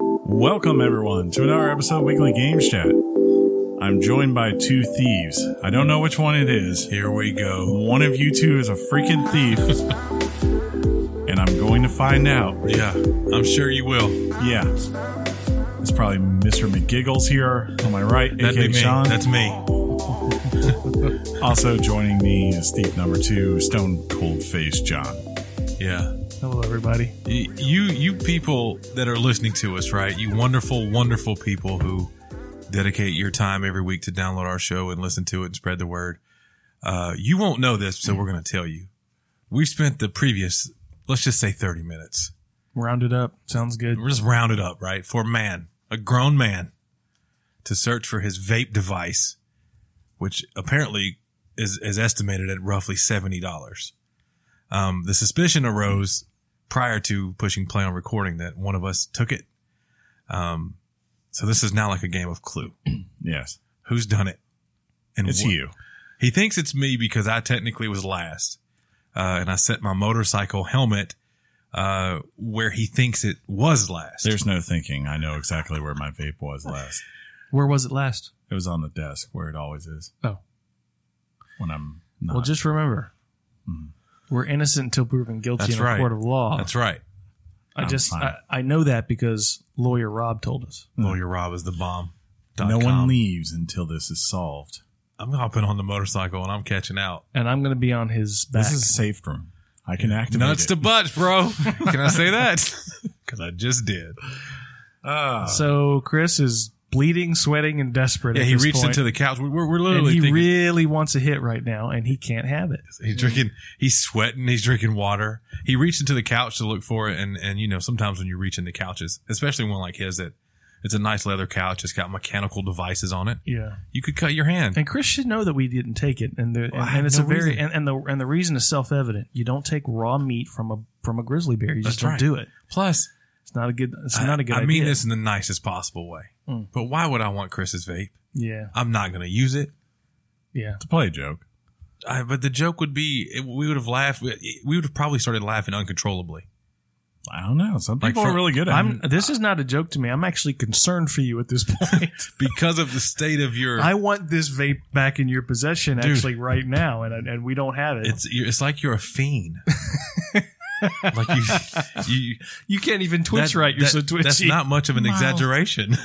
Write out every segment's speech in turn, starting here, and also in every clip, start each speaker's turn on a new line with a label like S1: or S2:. S1: Welcome, everyone, to another episode of Weekly Games Chat. I'm joined by two thieves. I don't know which one it is.
S2: Here we go.
S1: One of you two is a freaking thief, and I'm going to find out.
S2: Yeah, I'm sure you will.
S1: Yeah. It's probably Mr. McGiggles here on my right,
S2: That'd
S1: aka
S2: be me.
S1: Sean.
S2: That's me.
S1: also joining me is thief number two, Stone Cold Face John.
S2: Yeah.
S3: Hello, everybody.
S2: Y- You you people that are listening to us, right? You wonderful, wonderful people who dedicate your time every week to download our show and listen to it and spread the word. Uh, you won't know this, so we're going to tell you. We spent the previous, let's just say, thirty minutes.
S3: Round it up. Sounds good.
S2: We're just rounded up, right? For a man, a grown man, to search for his vape device, which apparently is, is estimated at roughly $70. Um, the suspicion arose prior to pushing play on recording that one of us took it. Um, so this is now like a game of clue.
S1: Yes,
S2: Who's done it? And
S1: it's
S2: wh-
S1: you.
S2: He thinks it's me because I technically was last. Uh, and I set my motorcycle helmet, uh, where he thinks it was last.
S1: There's no thinking. I know exactly where my vape was last.
S3: Where was it last?
S1: It was on the desk where it always is.
S3: Oh.
S1: When I'm not.
S2: Uh,
S3: Well, just remember,
S1: Mhm.
S3: we're innocent until proven guilty
S2: hmm. That's
S3: in a
S2: right.
S3: court of law.
S2: That's right.
S3: I
S1: I'm
S3: just
S1: fine.
S3: I, I know that because lawyer Rob told us.
S2: Lawyer Rob is the bomb.
S1: no one leaves until this is solved.
S2: I'm hopping on the motorcycle and I'm catching out.
S3: And I'm going to be on his back.
S1: This is a safe room. I can activate
S2: Nuts
S1: it.
S2: to butts, bro. Can I say that? Because I just did.
S1: Ah.
S3: so Chris is bleeding, sweating, and desperate.
S2: uh, Yeah,
S3: at
S2: he
S3: this
S2: reached
S3: point.
S2: into the couch. We're, we're
S3: and
S2: literally
S3: he
S2: thinking,
S3: really wants a hit right now, and he can't have it.
S2: he's drinking. He's sweating. He's drinking water. He reached into the couch to look for it. And and you know sometimes when you reach into couches, especially one like his, that it's a nice leather couch. It's got mechanical devices on it.
S3: Yeah,
S2: You could cut your hand.
S3: and Chris should know that we didn't take it, and there,
S2: Well, I
S3: and, and
S2: had
S3: it's
S2: no
S3: a very
S2: reason.
S3: and, and the and the reason is self evident. You don't take raw meat from a from a grizzly bear. You
S2: That's
S3: just don't
S2: right.
S3: do it.
S2: Plus,
S3: It's not a good. It's
S2: I-
S3: not a good.
S2: I, mean
S3: idea.
S2: this in the nicest possible way.
S3: Mm.
S2: But why would I want Chris's vape?
S3: Yeah,
S2: I'm not going to use it.
S3: yeah.
S1: to play a joke.
S2: I, but the joke would be it- we would have laughed. We we would have probably started laughing uncontrollably.
S1: I don't know. Some
S2: Like
S1: people
S2: for-
S1: are really good at
S3: I'm.
S1: it.
S2: eh?
S3: This is not a joke to me. I'm actually concerned for you at this point.
S2: because of the state of your.
S3: I want this vape back in your possession,
S2: Dude.
S3: actually, right now, and and we don't have it.
S2: it's you're, it's like you're a fiend. like you, you
S3: you can't even twitch
S2: that-
S3: right. You're
S2: that-
S3: so twitchy.
S2: That's not much of an exaggeration.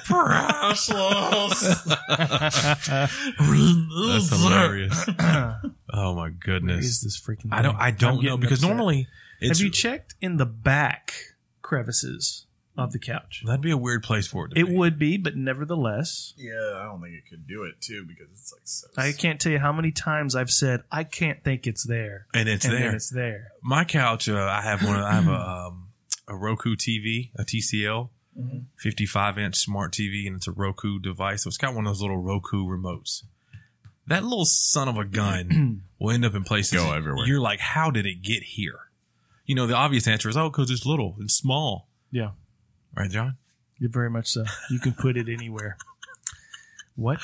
S2: that's hilarious. oh my
S3: Where
S2: goodness.
S3: is this freaking?
S2: I don't.
S3: thing?
S2: I
S3: I'm
S2: don't know
S3: getting
S2: because
S3: upset.
S2: normally it's
S3: have you checked in the back crevices of the couch?
S2: that'd be a weird place for it. To
S3: It
S2: be.
S3: would be, but nevertheless,
S1: Yeah, I don't think it could do it too because it's like so.
S3: I can't tell you how many times I've said I can't think it's there,
S2: and it's
S3: and
S2: there.
S3: then it's there.
S2: my couch. Uh, I have one. I have a um, a Roku TV, a TCL. 55 inch smart TV and it's a Roku device. So it's got one of those little Roku remotes. That little son of a gun will end up in places
S1: Go everywhere.
S2: You're like, how did it get here? You know, the obvious answer is, oh, because it's little and small.
S3: Yeah.
S2: Right, John?
S3: Yeah, very much so. You can put it anywhere. What?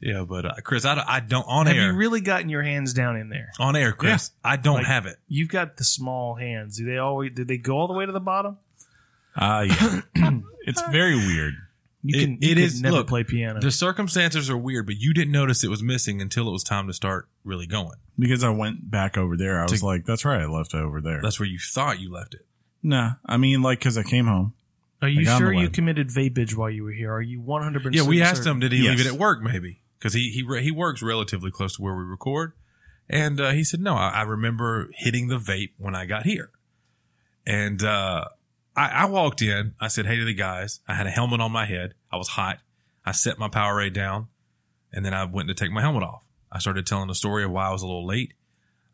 S2: Yeah, but uh, Chris, I, don't- I don't, on
S3: Have
S2: air,
S3: you really gotten your hands down in there?
S2: on air, Chris, I don't
S3: Like-
S2: have it.
S3: You've got the small hands. Do they always? Did they go all the way to the bottom?
S1: Ah, yeah. it's very weird.
S3: You
S2: It-
S3: can.
S2: it
S3: you
S2: is-
S3: could never
S2: look,
S3: play piano.
S2: The circumstances are weird, but you didn't notice it was missing until it was time to start really going.
S1: Because I went back over there. I was
S2: To-
S1: like, that's right. I left it over there.
S2: That's where you thought you left it.
S1: nah. I mean, like, because I came home.
S3: Are you
S1: like, I'm
S3: sure
S1: the
S3: you
S1: one.
S3: committed vapage while you were here? Are you one hundred percent?
S2: Yeah, we asked him, did he
S1: Yes.
S2: leave it at work? Maybe because he he re- he works relatively close to where we record, and uh, he said no. I, I remember hitting the vape when I got here, and uh, I, I walked in. I said hey to the guys. I had a helmet on my head. I was hot. I set my Powerade down, and then I went to take my helmet off. I started telling the story of why I was a little late.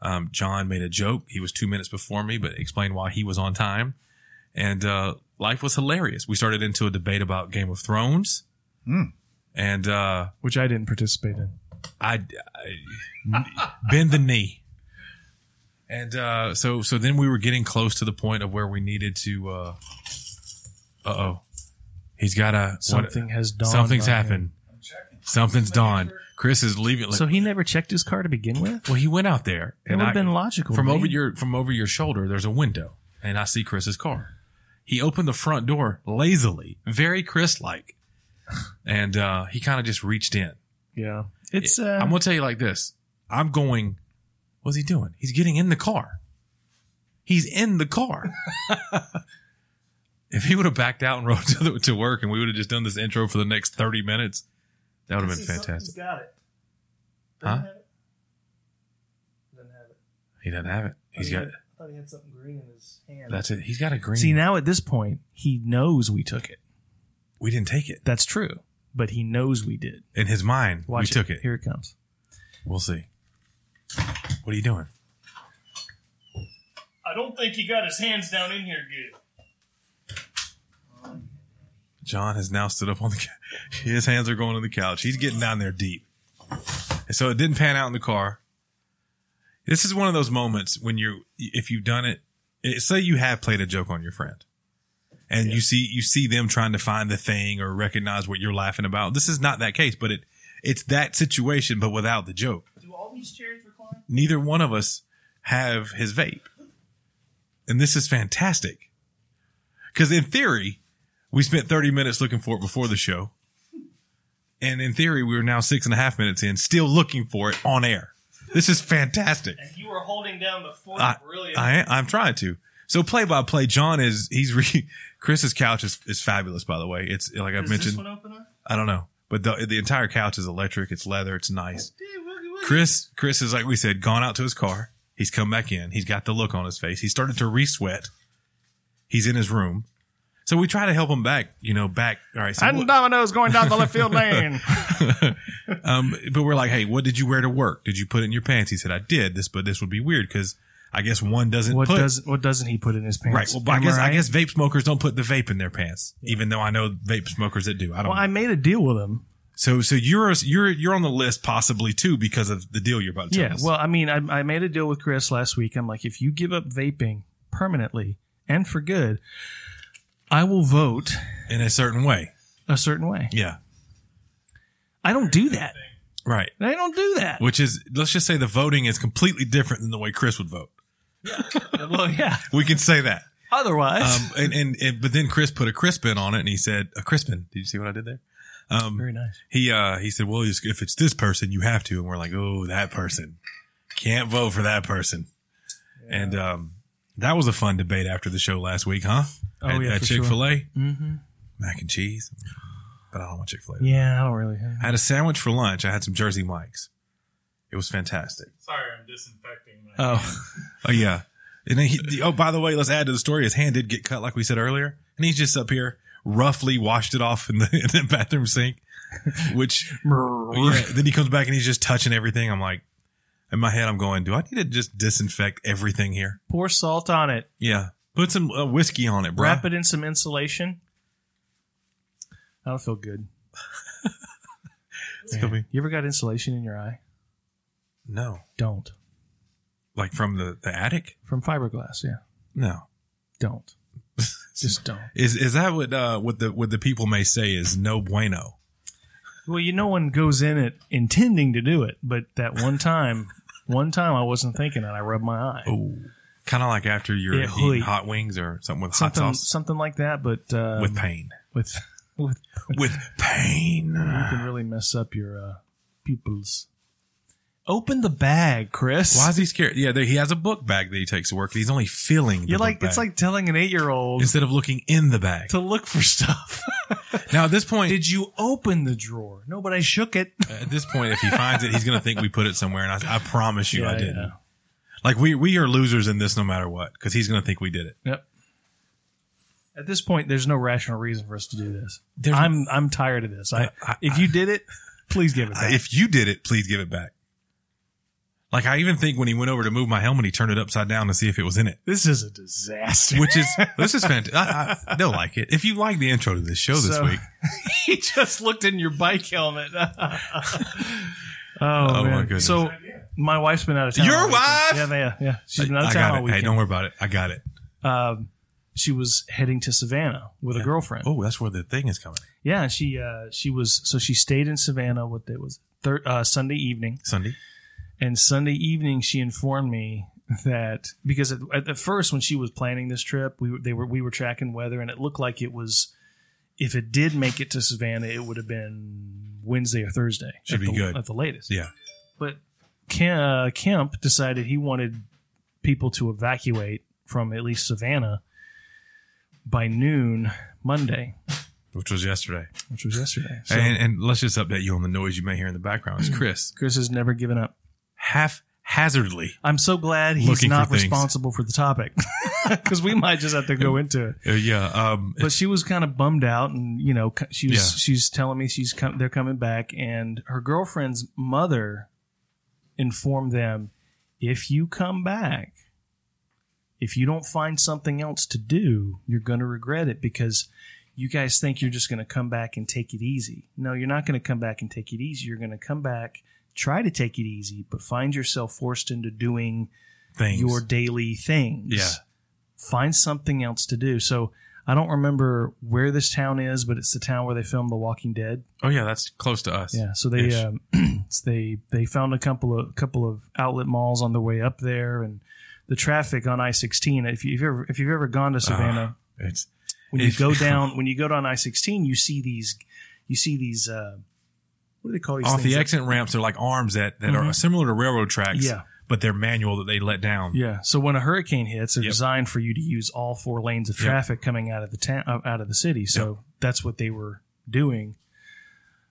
S2: Um, John made a joke. He was two minutes before me, but explained why he was on time. And uh, life was hilarious. We started into a debate about Game of Thrones.
S1: Hmm.
S2: And uh,
S3: which I didn't participate in.
S2: I, I- bend the knee. And uh, so so then we were getting close to the point of where we needed to. Uh oh, he's got a
S3: Something has
S2: What,
S3: dawned.
S2: something's
S3: on him.
S2: happened. Something's dawned. Chris is leaving. Like,
S3: so he never checked his car to begin with.
S2: well, he went out there,
S3: It would
S2: I,
S3: have been logical to
S2: from
S3: me.
S2: over your from over your shoulder. There's a window, and I see Chris's car, He opened the front door lazily, very Chris like, and uh, he kind of just reached in.
S3: Yeah. It's uh,
S2: I'm gonna tell you like this. I'm going. What's he doing? He's getting in the car. He's in the car. if he would have backed out and rode to, the, to work, and we would have just done this intro for the next thirty minutes, that would have been fantastic.
S3: Got it.
S2: Doesn't Huh? have
S3: it. Doesn't have it.
S2: He doesn't have
S3: Oh,
S2: it. He's got.
S3: thought he had something green in his hand.
S2: That's it. He's got a green.
S3: See now at this point he knows we took it.
S2: we didn't take it
S3: That's true, but he knows we did.
S2: in his mind.
S3: Watch
S2: we took it.
S3: Here it comes.
S2: We'll see. What are you doing?
S3: I don't think he got his hands down in here good.
S2: John has now stood up on the couch. His hands are going on the couch. He's getting down there deep. And so it didn't pan out in the car. This is one of those moments when you're, if you've done it, it- say you have played a joke on your friend and you see, you see them trying to find the thing or recognize what you're laughing about. This is not that case, but it, it's that situation, but without the joke.
S3: Do all these chairs recline?
S2: Neither one of us have his vape. And this is fantastic. Cause in theory, we spent 30 minutes looking for it before the show. And in theory, we are now six and a half minutes in, still looking for it on air. This is fantastic.
S3: And you were holding down the fort
S2: I, I, I'm trying to. So play by play, John is, he's re, Chris's couch is, is fabulous, by the way. It's like I've mentioned,
S3: open up?
S2: I don't know, but the, the entire couch is electric. It's leather. It's nice.
S3: Oh,
S2: Chris, Chris is like we said, gone out to his car. He's come back in. He's got the look on his face. He started to re-sweat. He's in his room. So we try to help him back, you know, back. All right. So what-
S3: dominoes going down the left field lane.
S2: um, but we're like, hey, what did you wear to work? Did you put it in your pants? He said, I did this, but this would be weird because I guess one doesn't
S3: What
S2: put.
S3: does what doesn't he put in his pants?
S2: Right. Well, but I
S3: Am
S2: guess I
S3: right?
S2: guess vape smokers don't put the vape in their pants, even though I know vape smokers that do. I don't.
S3: Well,
S2: know.
S3: I made a deal with him.
S2: so so you're you're you're on the list possibly too because of the deal you're about to tell
S3: Yeah.
S2: us.
S3: Well, I mean, I, I made a deal with Chris last week. I'm like, if you give up vaping permanently and for good, I will vote
S2: in a certain way.
S3: a certain way.
S2: Yeah.
S3: I don't do that.
S2: Right.
S3: I don't do that.
S2: which is let's just say the voting is completely different than the way Chris would vote.
S3: well, yeah.
S2: We can say that.
S3: Otherwise,
S2: Um, and, and and but then Chris put a Crispin on it, and he said a Crispin. Did you see what I did there? Um,
S3: very nice.
S2: he uh he said, well, it's- if it's this person, you have to. And we're like, oh, that person can't vote for that person. And um, that was a fun debate after the show last week, huh?
S3: Oh,
S2: at,
S3: yeah,
S2: at
S3: for
S2: Chick Fil A,
S3: Mm-hmm.
S2: mac and cheese, but I don't want Chick Fil A.
S3: Yeah, I don't really.
S2: I had a sandwich for lunch. I had some Jersey Mike's. It was fantastic.
S1: Sorry, I'm disinfecting. My-
S3: Oh,
S2: Oh yeah. And then he, the- oh, by the way, let's add to the story. His hand did get cut, like we said earlier, and he's just up here roughly washed it off in the, in the bathroom sink. Which yeah, then he comes back and he's just touching everything. I'm like, in my head, I'm going, do I need to just disinfect everything here?
S3: pour salt on it.
S2: Yeah, put some uh, whiskey on it, bro.
S3: Wrap it in some insulation. That'll feel good.
S2: It's gonna be-
S3: You ever got insulation in your eye?
S2: no,
S3: Don't.
S2: like from the the attic.
S3: From fiberglass, yeah.
S2: No,
S3: Don't. Just don't.
S2: is is that what uh what the what the people may say is no bueno?
S3: Well, you no one goes in it intending to do it, but that one time, one time I wasn't thinking and I rubbed my eye.
S2: Oh, kind of like after you're
S3: Yeah,
S2: eating
S3: hoy.
S2: hot wings or something with
S3: something,
S2: hot sauce
S3: something like that, but um,
S2: with pain.
S3: with, with
S2: with pain.
S3: you can really mess up your uh, pupils. Open the bag, Chris.
S2: Why is he scared? Yeah, there, he has a book bag that he takes to work. and He's only feeling. The
S3: You're
S2: book
S3: like it's
S2: bag
S3: like telling an eight year old
S2: instead of looking in the bag.
S3: to look for stuff.
S2: Now at this point,
S3: Did you open the drawer? No, but I shook it.
S2: at this point, if he finds it, he's gonna think we put it somewhere. And I, I promise you, I didn't.
S3: yeah.
S2: Like we we are losers in this, no matter what, because he's gonna think we did it.
S3: Yep. At this point, there's no rational reason for us to do this.
S2: There's-
S3: I'm I'm tired of this. I,
S2: I-
S3: if you did it, please give it back.
S2: If you did it, please give it back. Like I even think when he went over to move my helmet, he turned it upside down to see if it was in it.
S3: this is a disaster.
S2: Which is this is fantastic. I, I, they'll like it. If you like the intro to this show this
S3: So-
S2: week,
S3: he just looked in your bike helmet. oh, man.
S2: Oh, my goodness.
S3: So my wife's been out of town.
S2: Your
S3: all weekend.
S2: wife?
S3: Yeah, yeah, yeah. She's been out of
S2: I got
S3: town all
S2: it. Hey,
S3: weekend.
S2: don't worry about it. I got it.
S3: um, she was heading to Savannah with a girlfriend.
S2: Oh, that's where the thing is coming.
S3: Yeah, and she uh, she was so she stayed in Savannah. What day was it? Thir- uh, Sunday evening?
S2: Sunday.
S3: And Sunday evening, she informed me that because at, at at first when she was planning this trip, we were, they were we were tracking weather, and it looked like it was if it did make it to Savannah, it would have been Wednesday or Thursday.
S2: Should
S3: at
S2: be
S3: the,
S2: good.
S3: at the latest.
S2: Yeah.
S3: But Kem, uh, Kemp decided he wanted people to evacuate from at least Savannah by noon Monday,
S2: Which was yesterday.
S3: which was yesterday. So Hmm.
S2: and, and let's just update you on the noise you may hear in the background. It's Chris
S3: Chris has never given up.
S2: half hazardly.
S3: I'm so glad he's
S2: Looking for
S3: not
S2: things.
S3: responsible for the topic because we might just have to go into it.
S2: Uh, yeah. Um,
S3: But she was kind of bummed out, and you know, c- she was
S2: Yeah.
S3: she's telling me she's com- they're coming back, and her girlfriend's mother informed them, if you come back, if you don't find something else to do, you're going to regret it because you guys think you're just going to come back and take it easy. No, you're not going to come back and take it easy. You're going to come back, try to take it easy, but find yourself forced into doing
S2: things.
S3: your daily things.
S2: Yeah.
S3: Find something else to do. So I don't remember where this town is, but it's the town where they filmed The Walking Dead.
S2: oh, yeah. That's close to us.
S3: Yeah. So they
S2: Ish.
S3: um, it's- they they found a couple of couple of outlet malls on the way up there, and the traffic on I sixteen. If you've ever if you've ever gone to Savannah,
S2: It's,
S3: when
S2: Ah,
S3: you
S2: if-
S3: go down when you go down I sixteen, you see these you see these uh, what do they call these
S2: off
S3: things?
S2: the exit ramps are like arms that, that are
S3: Mhm.
S2: similar to railroad tracks,
S3: Yeah.
S2: but they're manual that they let down.
S3: Yeah. So when a hurricane hits, they're
S2: Yep.
S3: designed for you to use all four lanes of
S2: Yep.
S3: traffic coming out of the town, uh, out of the city. So that's what they were doing.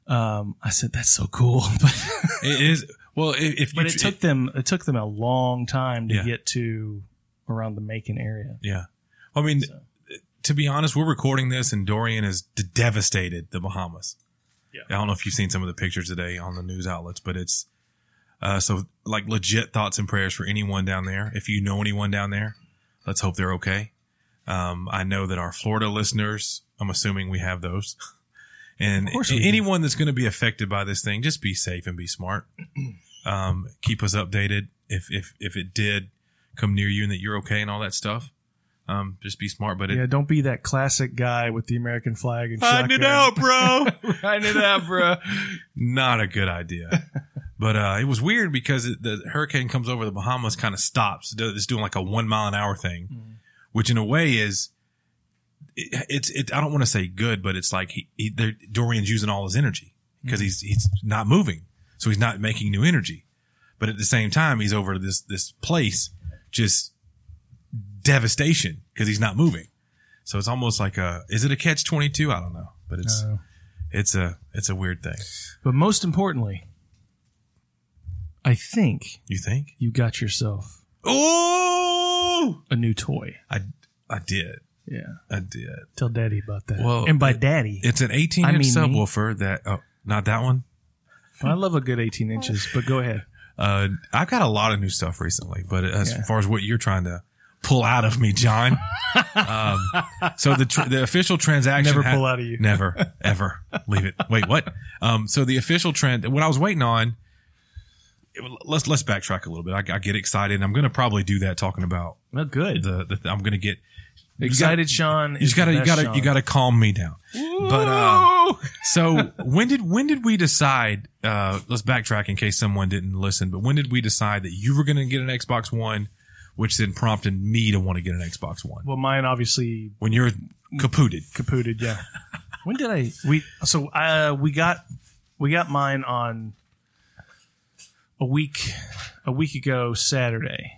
S3: Um, I said that's so cool, but,
S2: It is. Well, i- if you,
S3: but it
S2: tr-
S3: took them it took them a long time to
S2: Yeah.
S3: get to around the Macon area.
S2: yeah. I mean,
S3: So.
S2: to be honest, we're recording this and Dorian has d- devastated the Bahamas.
S3: Yeah.
S2: I don't know if you've seen some of the pictures today on the news outlets, but it's uh, so like legit thoughts and prayers for anyone down there. If you know anyone down there, let's hope they're okay. Um, I know that our Florida listeners, I'm assuming we have those. And
S3: Of course we do.
S2: anyone that's going to be affected by this thing, just be safe and be smart. um, keep us updated if, if, if it did come near you and that you're okay and all that stuff. Um, just be smart, but it,
S3: yeah, don't be that classic guy with the American flag and
S2: Find it
S3: shotgun.
S2: out, bro.
S3: Find it out, bro.
S2: Not a good idea. But uh, it was weird because it, the hurricane comes over the Bahamas, kind of stops. It's doing like a one mile an hour thing, which in a way is it, it's. It, I don't want to say good, but it's like he, he they're- Dorian's using all his energy because he's he's not moving, so he's not making new energy. But at the same time, he's over this this place just devastation because he's not moving. So it's almost like a is it a catch twenty two? I don't know, but it's
S3: No.
S2: it's a it's a weird thing.
S3: Uh, But most importantly, I think
S2: You think?
S3: you got yourself
S2: Oh,
S3: a new toy.
S2: I I did.
S3: Yeah.
S2: I did.
S3: Tell daddy about that.
S2: Well,
S3: and by
S2: it-
S3: daddy,
S2: It's an 18
S3: I
S2: inch
S3: mean me.
S2: subwoofer that oh, not that one.
S3: I love a good 18 inches, but go ahead.
S2: Uh, I've got a lot of new stuff recently, but as
S3: Yeah.
S2: far as what you're trying to pull out of me, John. um, so the tr- the official transaction
S3: Never
S2: ha-
S3: pull out of you.
S2: Never, ever leave it. Wait, what? Um, so the official trend, what I was waiting on, it- let's, let's backtrack a little bit. I, I get excited. I'm going to probably do that talking about
S3: Well, good.
S2: the, the I'm going to get
S3: Excited Sean.
S2: You just gotta, you gotta, you gotta calm me down. But um,
S3: uh,
S2: so when did when did we decide? Uh, let's backtrack in case someone didn't listen. But when did we decide that you were going to get an Xbox One, which then prompted me to want to get an Xbox One
S3: Well, mine obvioiously
S2: when you're caputed?
S3: caputed. Yeah. when did I? We so uh, we got we got mine on a week a week ago Saturday,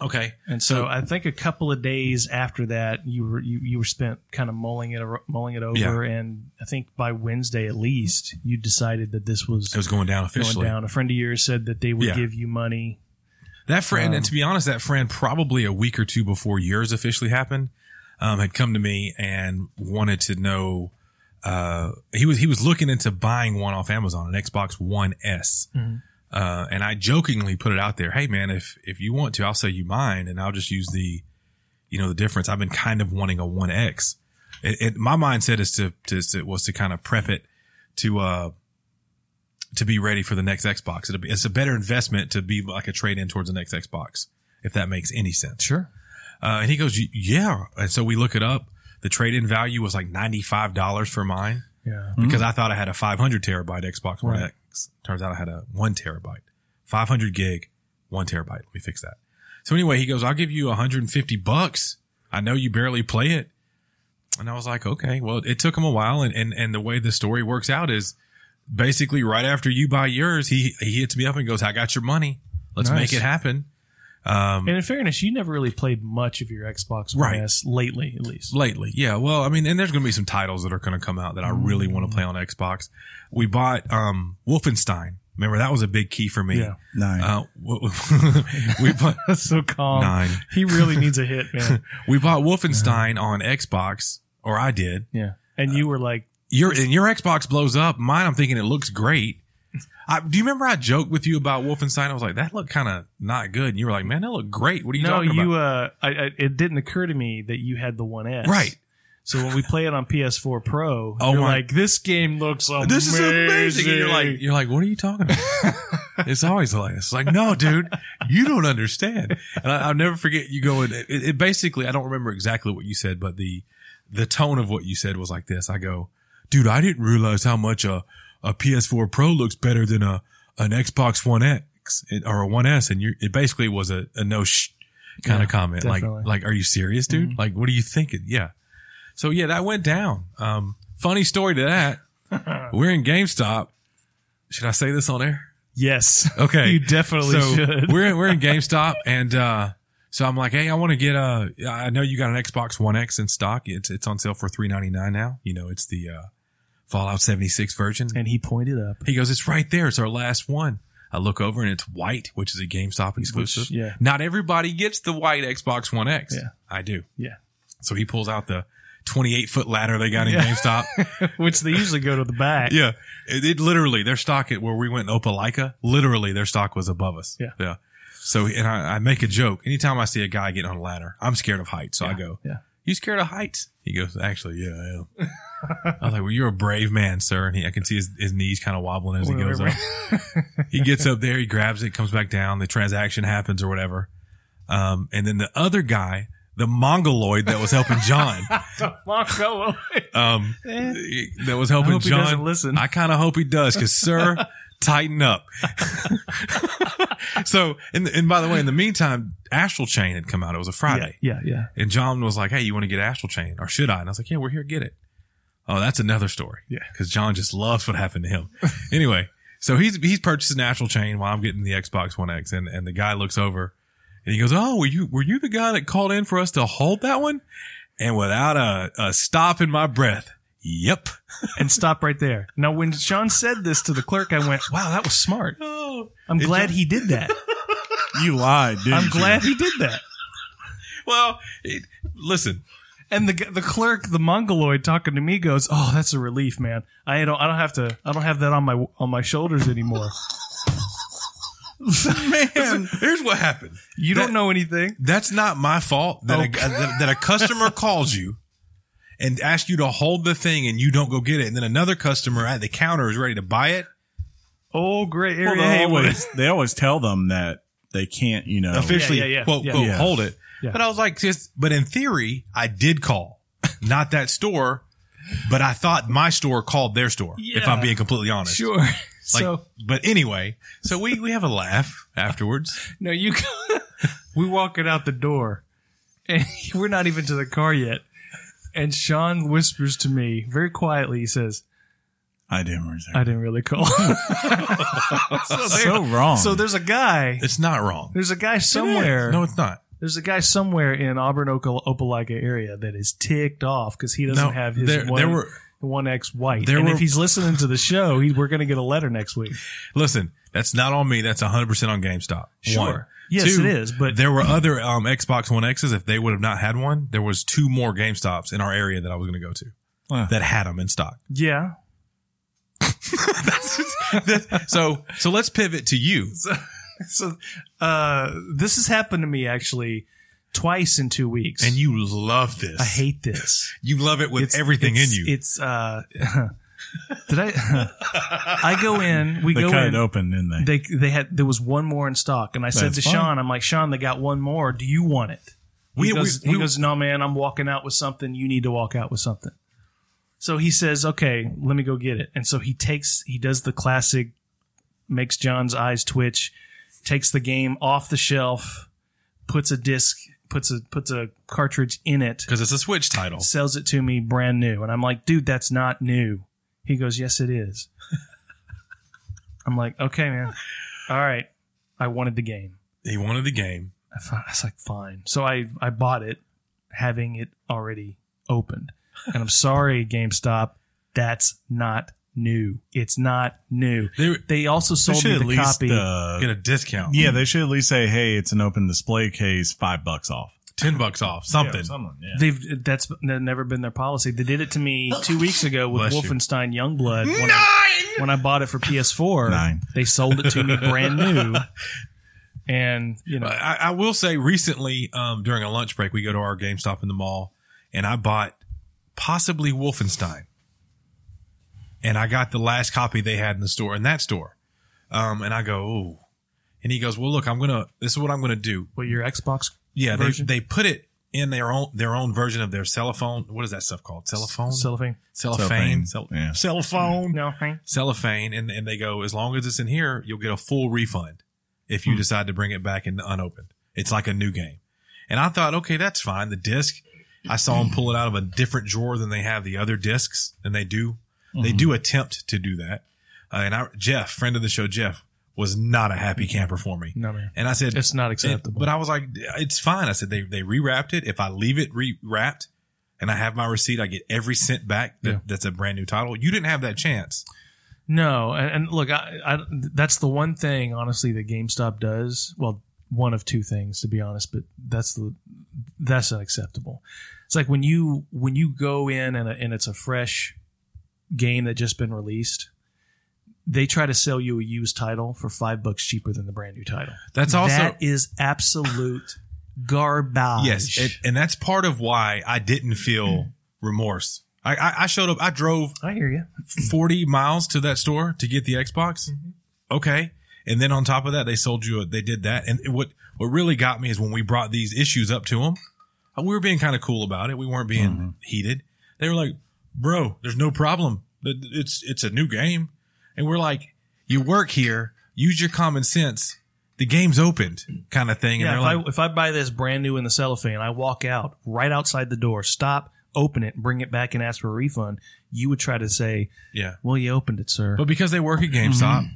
S2: Okay,
S3: and so, I think a couple of days after that you were you, you were spent kind of mulling it ar- mulling it over, and I think by Wednesday at least you decided that this was
S2: it was going down
S3: going
S2: officially.
S3: down. A friend of yours said that they would
S2: Yeah.
S3: give you money
S2: That friend,
S3: Um,
S2: and to be honest, that friend probably a week or two before yours officially happened, um, had come to me and wanted to know. Uh, he was he was looking into buying one off Amazon, an Xbox One S,
S3: Mhm.
S2: uh, and I jokingly put it out there. Hey man, if if you want to, I'll sell you mine, and I'll just use the, you know, the difference. I've been kind of wanting a One X. It, it, my mindset is to, to, to was to kind of prep it to uh to be ready for the next Xbox. It'll be, it's a better investment to be like a trade in towards the next Xbox, if that makes any sense.
S3: Sure.
S2: Uh, and he goes, "Y- yeah. And so we look it up. The trade in value was like $95 for mine
S3: Yeah.
S2: because I thought I had a 500 terabyte Xbox One
S3: Mm-hmm. Right.
S2: X. Turns out I had a one terabyte, 500 gig, one terabyte. Let me fix that. So anyway, he goes, I'll give you 150 bucks. I know you barely play it. And I was like, okay, well, it took him a while. And, and, and the way the story works out is basically right after you buy yours, he, he hits me up and goes, I got your money. Let's make
S3: Nice.
S2: it happen. Um,
S3: And in fairness, you never really played much of your Xbox One
S2: Right.
S3: S lately, at least.
S2: lately. Yeah. Well, I mean, and there's going to be some titles that are going to come out that I really want to play on Xbox. We bought, um, Wolfenstein. Remember that was a big key for me.
S3: Yeah.
S4: Nine.
S2: Uh, w- w- we bought
S3: so calm.
S2: nine.
S3: Um, He really needs a hit, man.
S2: We bought Wolfenstein on Xbox, or I did.
S3: yeah. And you were like,
S2: Your and your Xbox blows up. Mine, I'm thinking it looks great. I, do you remember I joked with you about Wolfenstein? I was like, that looked kind of not good. And you were like, man, that looked great. What are you
S3: no,
S2: talking
S3: you,
S2: about?
S3: uh, I, I, it didn't occur to me that you had the One S.
S2: right.
S3: So when we play it on PS4 Pro,
S2: Oh
S3: you're
S2: my-
S3: like, this game looks amazing.
S2: This is amazing. And you're like, you're like, what are you talking about? it's always like, it's like, no, dude, you don't understand. And I, I'll never forget you going, it, it basically, I don't remember exactly what you said, but the, the tone of what you said was like this. I go, dude, I didn't realize how much a, a PS4 Pro looks better than a, an Xbox One X or a One S. And you, it basically was a, a no sh kind
S3: Yeah,
S2: of comment.
S3: definitely. Mm-hmm.
S2: Like, like, are you serious, dude? Like, what are you thinking? Yeah. So yeah, that went down. Um, funny story to that. We're in GameStop. Should I say this on air?
S3: yes.
S2: Okay.
S3: You definitely
S2: so
S3: should.
S2: We're we're in GameStop, and uh, so I'm like, hey, I want to get a. I know you got an Xbox One X in stock. It's it's on sale for three ninety nine now. You know, it's the uh, Fallout seventy six version.
S3: And he pointed up.
S2: He goes, it's right there. It's our last one. I look over and it's white, which is a GameStop exclusive.
S3: yeah.
S2: Not everybody gets the white Xbox One X.
S3: Yeah.
S2: I do.
S3: Yeah.
S2: So he pulls out the 28 foot ladder they got in
S3: Yeah.
S2: GameStop.
S3: Which they usually go to the back.
S2: yeah. It, it literally, their stock at where we went in Opelika, literally their stock was above us.
S3: Yeah.
S2: Yeah. So, and I, I make a joke. Anytime I see a guy getting on a ladder, I'm scared of heights. So I go,
S3: Yeah.
S2: you scared of heights? He goes, actually, yeah, I am. I was like, well, you're a brave man, sir. And he, I can see his, his knees kind of wobbling as he goes up. he gets up there, he grabs it, comes back down, the transaction happens or whatever. Um, and then the other guy, the mongoloid that was helping John,
S3: Marco,
S2: um,
S3: Eh.
S2: that was
S3: I
S2: helping
S3: hope he
S2: John.
S3: doesn't listen.
S2: I kind of hope he does, because sir, tighten up. so, and, and by the way, in the meantime, Astral Chain had come out. It was a Friday.
S3: Yeah, yeah.
S2: And John was like, "Hey, you want to get Astral Chain, or should I?" And I was like, "Yeah, we're here. Get it." Oh, that's another story.
S3: Yeah.
S2: because John just loves what happened to him. anyway, so he's he's purchasing Astral Chain while I'm getting the Xbox One X, and and the guy looks over and he goes, "Oh, were you were you the guy that called in for us to hold that one?" And without a, a stop in my breath, yep.
S3: And stop right there. Now, when Sean said this to the clerk, I went, wow, that was smart.
S2: Oh,
S3: I'm
S2: It
S3: glad
S2: just-
S3: he did that.
S4: you lied, didn't
S3: I'm
S4: you?
S3: glad he did that.
S2: well, it, listen,
S3: And the the clerk, the mongoloid talking to me goes, "Oh, that's a relief, man. I don't I don't have to I don't have that on my on my shoulders anymore.
S4: Man,
S2: here's what happened.
S3: You don't know anything."
S2: That's not my fault that,
S3: Okay.
S2: a, that, that a customer calls you and asks you to hold the thing and you don't go get it. And then another customer at the counter is ready to buy it.
S3: Oh, great
S4: well,
S3: area.
S4: they
S3: Hey, what-
S4: always they always tell them that they can't, you know.
S2: Officially,
S3: Oh. yeah, yeah,
S2: quote,
S3: yeah.
S2: quote,
S4: Yeah.
S2: hold it.
S3: Yeah.
S2: But I was like, just, but in theory, I did call, not that store, but I thought my store called their store, if I'm
S3: Yeah.
S2: being completely honest.
S3: sure.
S2: Like,
S3: so
S2: but anyway, so we, we have a laugh afterwards.
S3: no, you. we walking out the door, and we're not even to the car yet. And Sean whispers to me very quietly. He says,
S4: I didn't reserve.
S3: "I didn't really call." so,
S4: so wrong.
S3: so there's a guy.
S2: It's not wrong.
S3: There's a guy somewhere.
S2: No, it's not.
S3: There's a guy somewhere in Auburn, Opel- Opelika area that is ticked off because he doesn't
S2: No,
S3: have his
S2: there-
S3: one,
S2: there were-
S3: one X white.
S2: There
S3: and
S2: were-
S3: if he's listening to the show, he, we're going to get a letter next week.
S2: Listen, that's not on me. That's 100% on GameStop.
S3: Sure.
S2: One.
S3: Yes, it is, but-
S2: there were other um, Xbox One X's. If they would have not had one, there was two more GameStops in our area that I was going to go to
S4: Wow.
S2: that had them in stock.
S3: Yeah.
S2: So, so let's pivot to you.
S3: So uh, this has happened to me actually twice in two weeks.
S2: And you love this.
S3: I hate this.
S2: you love it with everything
S3: it's-
S2: in you.
S3: It's uh, did I? I go in. We
S4: they
S3: go
S4: cut
S3: in.
S4: it open, didn't they?
S3: they they had there was one more in stock, and I said
S4: That's
S3: to
S4: fine.
S3: Sean, I'm like, Sean, they got one more. Do you want it? He
S2: We-
S3: goes,
S2: we-
S3: he
S2: we-
S3: goes, no, man, I'm walking out with something. You need to walk out with something. So he says, okay, let me go get it. And so he takes, he does the classic, makes John's eyes twitch, takes the game off the shelf, puts a disc, puts a puts a cartridge in it,
S2: because it's a Switch title.
S3: sells it to me brand new, and I'm like, dude, that's not new. He goes, yes, it is. I'm like, okay, man, all right. I wanted the game.
S2: He wanted the game.
S3: I fi- I was like, fine. So I, I bought it, having it already opened. And I'm sorry, GameStop, that's not new. It's not new.
S2: They
S3: They also
S4: They
S3: sold
S4: should
S3: me
S4: at
S3: the
S4: least
S3: copy.
S4: uh,
S2: get a discount.
S4: yeah, they should at least say, "Hey, it's an open display case, five bucks off."
S2: ten bucks off something.
S4: Yeah, something. Yeah.
S3: They've that's n- never been their policy. They did it to me two weeks ago with
S2: Bless you.
S3: Wolfenstein Youngblood. When I, when I bought it for PS4,
S4: Nine.
S3: they sold it to me brand new. And you know,
S2: I, I will say recently, um, during a lunch break, we go to our GameStop in the mall, and I bought possibly Wolfenstein, and I got the last copy they had in the store in that store, um, and I go, ooh, and he goes, well, look, I'm gonna, this is what I'm gonna do.
S3: well, your Xbox
S2: Yeah, they,
S3: Version?
S2: they put it in their own their own version of their cellophane. What is that stuff called? Cellophane,
S3: cellophane,
S2: cellophane,
S4: Cellophane,
S2: Cell-
S4: yeah.
S2: cellophane,
S3: no, hang.
S2: cellophane, and and they go, as long as it's in here, you'll get a full refund if
S3: Hmm.
S2: you decide to bring it back and unopened. It's like a new game. And I thought, okay, that's fine. The disc, I saw them pull it out of a different drawer than they have the other discs, and they do
S3: Hmm.
S2: they do attempt to do that. Uh, and I, Jeff, friend of the show, Jeff was not a happy camper for me.
S3: no man,
S2: And I said,
S3: it's not
S2: and-
S3: acceptable.
S2: but I was like, it's fine. I said they they rewrapped it. If I leave it rewrapped and I have my receipt, I get every cent back. That,
S3: Yeah.
S2: That's a brand new title. You didn't have that chance.
S3: No, and, and look, I, I, that's the one thing, honestly, that GameStop does. Well, one of two things, to be honest, but that's the that's unacceptable. It's like when you when you go in and, and it's a fresh game that just been released, they try to sell you a used title for five bucks cheaper than the brand new title.
S2: That's also
S3: that is absolute garbage.
S2: yes, and, and that's part of why I didn't feel
S3: Hmm.
S2: remorse. I, I, I showed up. I drove
S3: I hear you.
S2: forty miles to that store to get the Xbox.
S3: Mm-hmm.
S2: Okay, and then on top of that, they sold you. A, they did that, and what what really got me is when we brought these issues up to them. We were being kind of cool about it. We weren't being
S3: Mm-hmm.
S2: heated. They were like, "Bro, there's no problem. Th- th- It's it's a new game," and we're like, "You work here. Use your common sense." The game's opened, kind of thing. And
S3: Yeah,
S2: they're
S3: if,
S2: like,
S3: I, if I buy this brand new in the cellophane, I walk out right outside the door, stop, open it, bring it back, and ask for a refund. You would try to say,
S2: "Yeah,"
S3: "Well, you opened it, sir."
S2: but because they work at GameStop,
S3: Mm-hmm.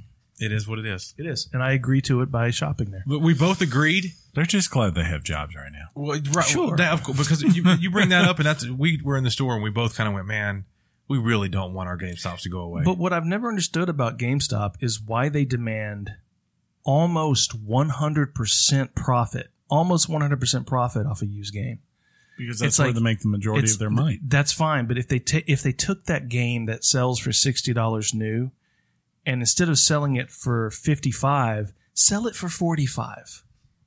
S2: it is what it is.
S3: it is, and I agree to it by shopping there.
S2: But we both agreed
S4: They're just glad they have jobs right now.
S2: Well, right,
S3: Sure.
S2: that, of course, because you, you bring that up, and that's we were in the store, and we both kind of went, "Man, we really don't want our GameStops to go away."
S3: But what I've never understood about GameStop is why they demand almost 100% profit, almost 100% profit off a used game.
S4: Because that's
S3: It's
S4: where
S3: like-
S4: they make the majority
S3: It's-
S4: of their money.
S3: That's fine, but if they ta- if they took that game that sells for sixty dollars new, and instead of selling it for fifty five, sell it for forty five,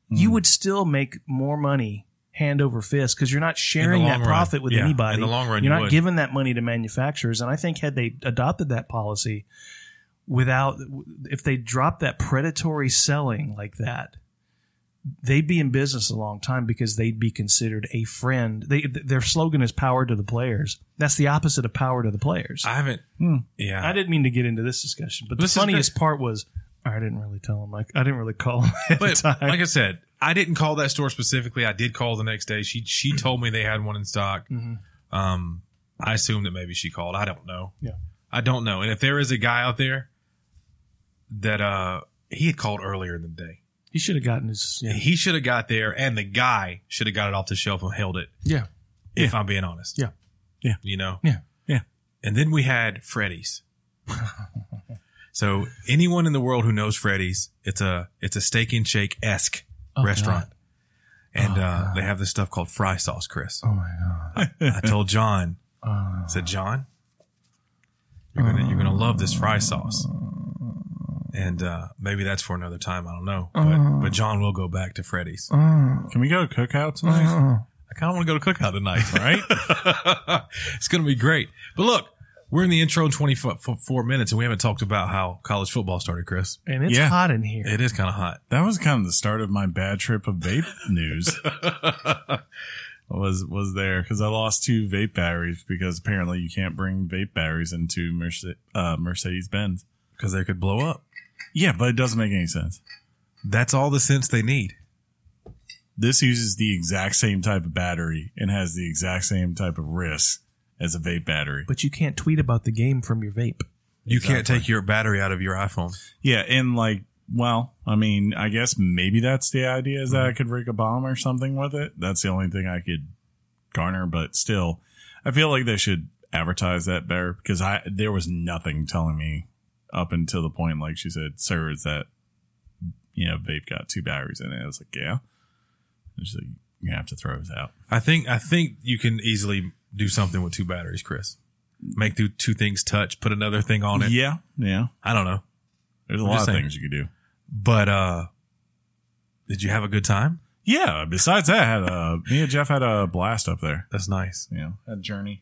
S2: Hmm.
S3: you would still make more money hand over fist because you're not sharing
S2: long
S3: that
S2: run,
S3: profit with
S2: yeah.
S3: anybody.
S2: In the long run,
S3: you're
S2: you
S3: not
S2: would.
S3: giving that money to manufacturers, and I think had they adopted that policy without if they dropped that predatory selling like that they'd be in business a long time because they'd be considered a friend. They their slogan is power to the players. That's the opposite of power to the players.
S2: I
S3: I,
S2: haven't. Yeah,
S3: Hmm. didn't mean to get into this discussion, but
S2: This is
S3: the funniest part was I didn't really tell him. Like I didn't really call him at
S2: but
S3: the time.
S2: like I said, I didn't call that store specifically. I did call the next day. She she told me they had one in stock.
S3: Mhm.
S2: Um, I assume that maybe she called. I don't know.
S3: Yeah.
S2: I don't know. And if there is a guy out there that uh he had called earlier in the day,
S3: he should have gotten his yeah.
S2: he should have got there, and the guy should have got it off the shelf and held it.
S3: yeah.
S2: if I'm being honest.
S3: Yeah.
S4: Yeah.
S2: You know?
S3: Yeah.
S4: Yeah.
S2: And then we had Freddy's. so anyone in the world who knows Freddy's, it's a it's a steak and shake esque
S3: Oh,
S2: restaurant. And
S3: Oh,
S2: uh,
S3: God.
S2: they have this stuff called fry sauce, Chris.
S3: Oh my god.
S2: I told John,
S3: Uh,
S2: I said, John, you're gonna you're gonna love this fry sauce. And uh, maybe that's for another time. I don't know, but
S3: Uh-huh.
S2: but John will go back to Freddy's.
S4: Can we go to cookout tonight?
S2: I kind of want to go to cookout tonight, right? it's going to be great. But look, we're in the intro in 24 minutes and we haven't talked about how college football started, Chris.
S3: and it's
S4: Yeah.
S3: hot in here.
S2: It is kind of hot.
S4: That was kind of the start of my bad trip of vape news. was was there because I lost two vape batteries because apparently you can't bring vape batteries into Merce- uh, Mercedes Benz.
S2: Because they could blow up.
S4: Yeah, but it doesn't make any sense.
S2: That's all the sense they need.
S4: This uses the exact same type of battery and has the exact same type of risk as a vape battery.
S3: But you can't tweet about the game from your vape.
S2: You can't take your battery out of your iPhone.
S4: Yeah, and like, well, I mean, I guess maybe that's the idea is that
S2: Mm-hmm.
S4: I could rig a bomb or something with it. That's the only thing I could garner, but still, I feel like they should advertise that better because I there was nothing telling me up until the point like she said, "Sir, is that you know vape got two batteries in it?" I was like, "Yeah." And she's like, "You're gonna have to throw this out."
S2: I think I think you can easily do something with two batteries, Chris. Make do two things touch, put another thing on it.
S4: Yeah, yeah.
S2: I don't know.
S4: There's a
S2: I'm
S4: lot of
S2: just saying.
S4: things you could do.
S2: But uh did you have a good time?
S4: Yeah. Besides that, I had a, me and Jeff had a blast up there.
S2: That's nice.
S4: You know, had a journey.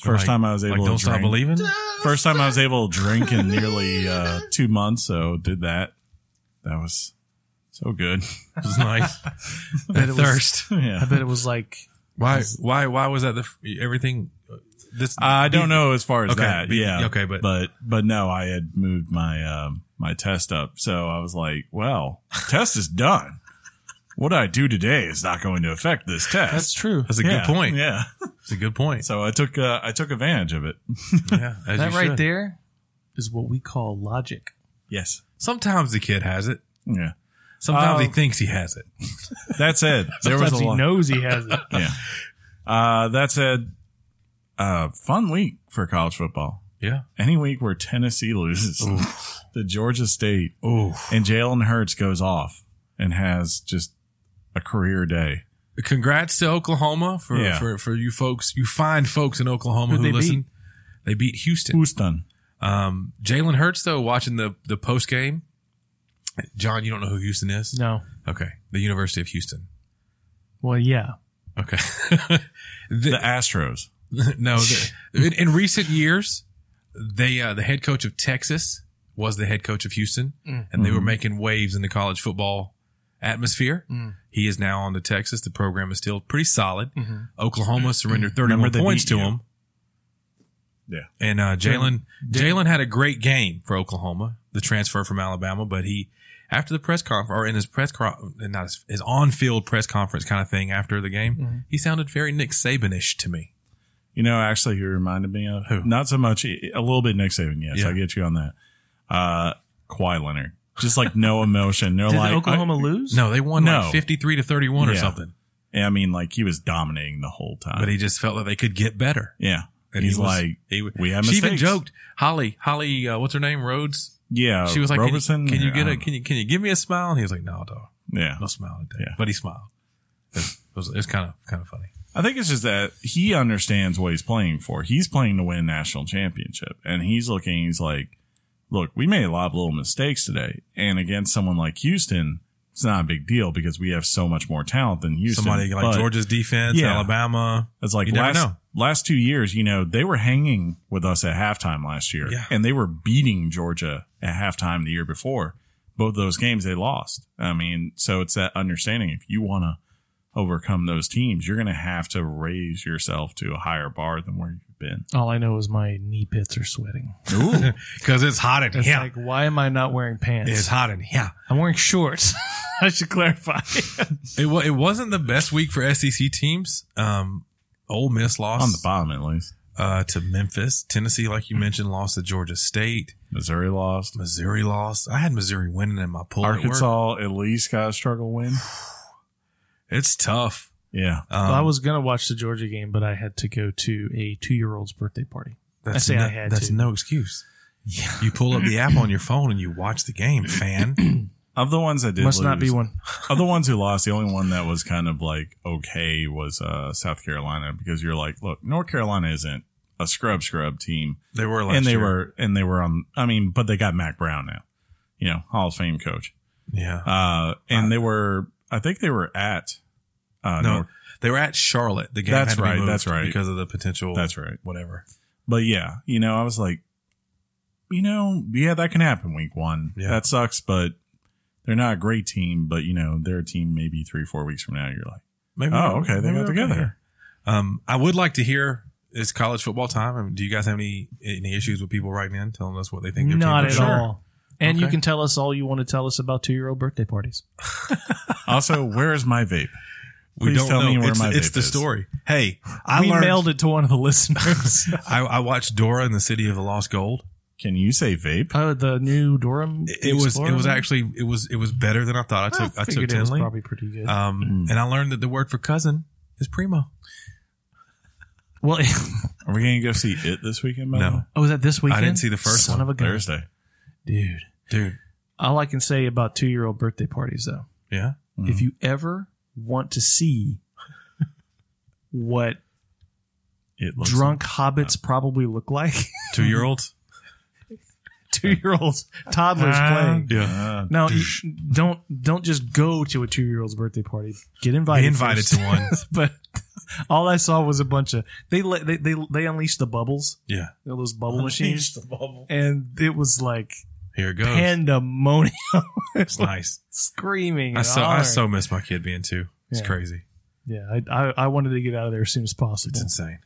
S4: First
S2: Like-
S4: time I was able
S2: like,
S4: to
S2: don't stop
S4: drink.
S2: believing.
S4: First time I was able to drink in nearly uh, two months, so did that. That was so good.
S2: It was nice.
S3: bet
S2: that
S3: it was-
S2: thirst.
S4: yeah.
S3: I bet it was like
S2: Why? Why? Why was that the f- everything? uh, This
S4: I don't know as far as
S2: Okay,
S4: that.
S2: be-
S4: yeah.
S2: okay, but-
S4: but but no, I had moved my um, my test up, so I was like, well, test is done. What I do today is not going to affect this test.
S3: that's true.
S2: That's a good
S4: Yeah,
S2: point.
S4: Yeah.
S2: It's a good point.
S4: So I took uh, I took advantage of it.
S2: Yeah, as
S3: That
S2: you
S3: right
S2: should.
S3: there is what we call logic.
S4: Yes.
S2: Sometimes the kid has it.
S4: Yeah.
S2: Sometimes he
S4: Um,
S2: thinks he has it.
S4: That's it. There was
S3: Sometimes
S4: a
S3: he
S4: lot.
S3: knows he has it.
S4: yeah. Uh, that said, uh, fun week for college football.
S2: Yeah.
S4: Any week where Tennessee loses the Georgia State
S2: Oh,
S4: and Jalen Hurts goes off and has just a career day.
S2: congrats to Oklahoma for
S4: Yeah.
S2: for for you folks. You find folks in Oklahoma
S3: Who'd
S2: who
S3: they
S2: listen. They beat Houston.
S4: Who's done?
S2: Um, Jalen Hurts though, watching the the post game. John, you don't know who Houston is?
S3: No.
S2: Okay, the University of Houston.
S3: Well, yeah.
S2: Okay.
S4: The
S2: The-
S4: Astros.
S2: no, the- in, in recent years, they uh, the head coach of Texas was the head coach of Houston, and
S4: Mm-hmm.
S2: they were making waves in the college football atmosphere. He is now on the Texas. The program is still pretty solid.
S3: Mm.
S2: Oklahoma surrendered
S4: Mm. Remember
S2: thirty-one
S4: they
S2: points
S4: beat
S2: to
S4: you.
S2: him.
S4: Yeah.
S2: and uh, Jalen Jalen had a great game for Oklahoma, the transfer from Alabama. But he, after the press conference or in his press con- not his, his on-field press conference kind of thing after the game, he sounded very Nick Sabanish to me.
S4: You know, actually, he reminded me of
S2: Who?
S4: Not so much. e, A little bit Nick Saban. Yes,
S2: Yeah.
S4: I get you on that. Uh, Kawhi Leonard. Just like no emotion. No,
S3: Did
S4: like
S3: Oklahoma lose?
S2: No, they won
S4: No.
S2: like 53 to 31 or
S4: Yeah.
S2: something.
S4: I, I mean, like he was dominating the whole time.
S2: But he just felt that they could get better.
S4: yeah,
S2: And
S4: he's
S2: he was-
S4: like,
S2: He, w-
S4: we have
S2: she
S4: mistakes.
S2: even joked, Holly, Holly, uh, what's her name? Rhodes.
S4: Yeah,
S2: She was like, can you-
S4: Uh, Roberson. uh,
S2: can you,
S4: I
S2: get a,
S4: don't
S2: can you, can you give me a smile? And he was like, no, dog,
S4: know. Yeah,
S2: no smile today.
S4: Yeah.
S2: But he smiled. It was, it was kind of, kind of funny.
S4: I think it's just that he understands what he's playing for. He's playing to win a national championship, and he's looking. He's like, look, we made a lot of little mistakes today, and against someone like Houston, it's not a big deal because we have so much more talent than Houston.
S2: Somebody like
S4: But
S2: Georgia's defense,
S4: Yeah.
S2: Alabama.
S4: It's like
S2: you never
S4: last
S2: know.
S4: last two years, you know, they were hanging with us at halftime last year,
S2: Yeah.
S4: and they were beating Georgia at halftime the year before. Both those games they lost. I mean, so it's that understanding. If you want to overcome those teams, you're going to have to raise yourself to a higher bar than where you've been.
S3: All I know is my knee pits are sweating.
S2: Ooh. Cause it's hot in
S3: It's
S2: here.
S3: like, why am I not wearing pants?
S2: it's hot in here.
S3: I'm wearing shorts. I should clarify.
S2: It, wa- it wasn't the best week for SEC teams. Um, Ole Miss lost
S4: On the bottom, at least.
S2: uh, to Memphis. Tennessee, like you mentioned, lost to Georgia State.
S4: Missouri lost.
S2: Missouri lost. I had Missouri winning in my pool. at work.
S4: Arkansas at least got a struggle win.
S2: It's tough.
S4: Yeah.
S2: Um,
S3: well, I was going to watch the Georgia game, but I had to go to a two year old's birthday party.
S2: that's
S3: say
S2: no,
S3: I had
S2: That's
S3: to.
S2: no excuse. You pull up the app on your phone and you watch the game, fan.
S4: Of the ones that did
S3: Must not be
S4: lose,
S3: one.
S4: of the ones who lost, the only one that was kind of like okay was uh, South Carolina because you're like, look, North Carolina isn't a scrub scrub team,
S2: They were last
S4: and they
S2: year.
S4: were and they were on. I mean, but they got Mac Brown now, you know, Hall of Fame coach,
S2: yeah.
S4: uh, and they were. I think they were at. Uh,
S2: no,
S4: North,
S2: they were at Charlotte. The game
S4: That's
S2: had to be
S4: right,
S2: moved
S4: that's right.
S2: because of the potential.
S4: that's right.
S2: whatever.
S4: But yeah, you know, I was like, you know, yeah, that can happen week one.
S2: Yeah.
S4: That sucks, but they're not a great team. But you know, they're a team maybe three, four weeks from now. You're like,
S2: Maybe
S4: oh, okay, they
S2: maybe
S4: got
S2: they're okay.
S4: together.
S2: Um, I would like to hear. It's college football time. I mean, do you guys have any any issues with people writing in telling us what they think? their
S3: Not
S2: team
S3: at
S2: is?
S3: all. And you
S2: Okay.
S3: can tell us all you want to tell us about two year old birthday parties.
S4: Also, where is my vape?
S2: We
S4: Please
S2: don't
S4: tell
S2: know.
S4: me where
S2: it's
S4: my
S2: it's
S4: vape
S2: the
S4: is.
S2: story. Hey, I
S3: we
S2: learned.
S3: mailed it to one of the listeners.
S2: I, I watched Dora and the City of the Lost Gold.
S4: Can you say vape?
S3: oh, the new Durham.
S2: It, it was it
S3: Explorer?
S2: was actually it was it was better than I thought. I took I, took
S3: figured it was
S2: Tinley,
S3: probably pretty good.
S2: um, and I learned that the word for cousin is primo.
S3: well,
S4: Are we going to go see it this weekend? By the
S2: No.
S4: way?
S3: oh, was that this weekend?
S2: I didn't see the first
S3: Son
S2: one.
S3: of a gun.
S4: Thursday.
S3: dude.
S2: Dude,
S3: All I can say about two year old birthday parties, though,
S2: yeah,
S3: if you ever want to see what
S4: It looks
S3: drunk hobbits probably look like,
S2: two year olds.
S3: two year olds, toddlers
S4: Ah,
S3: playing.
S4: yeah.
S3: No, you- don't don't just go to a two year old's birthday party. Get invited.
S2: Be invited
S3: first.
S2: to one.
S3: but all I saw was a bunch of they let they they, they unleashed the bubbles,
S2: Yeah,
S3: you know, those bubble machines, and it was like
S2: here it goes.
S3: pandemonium,
S2: it's nice.
S3: screaming.
S2: I
S3: and
S2: so I
S3: hollering.
S2: so miss my kid being two. It's
S3: Yeah.
S2: crazy.
S3: yeah. I, I I wanted to get out of there as soon as possible.
S2: It's insane.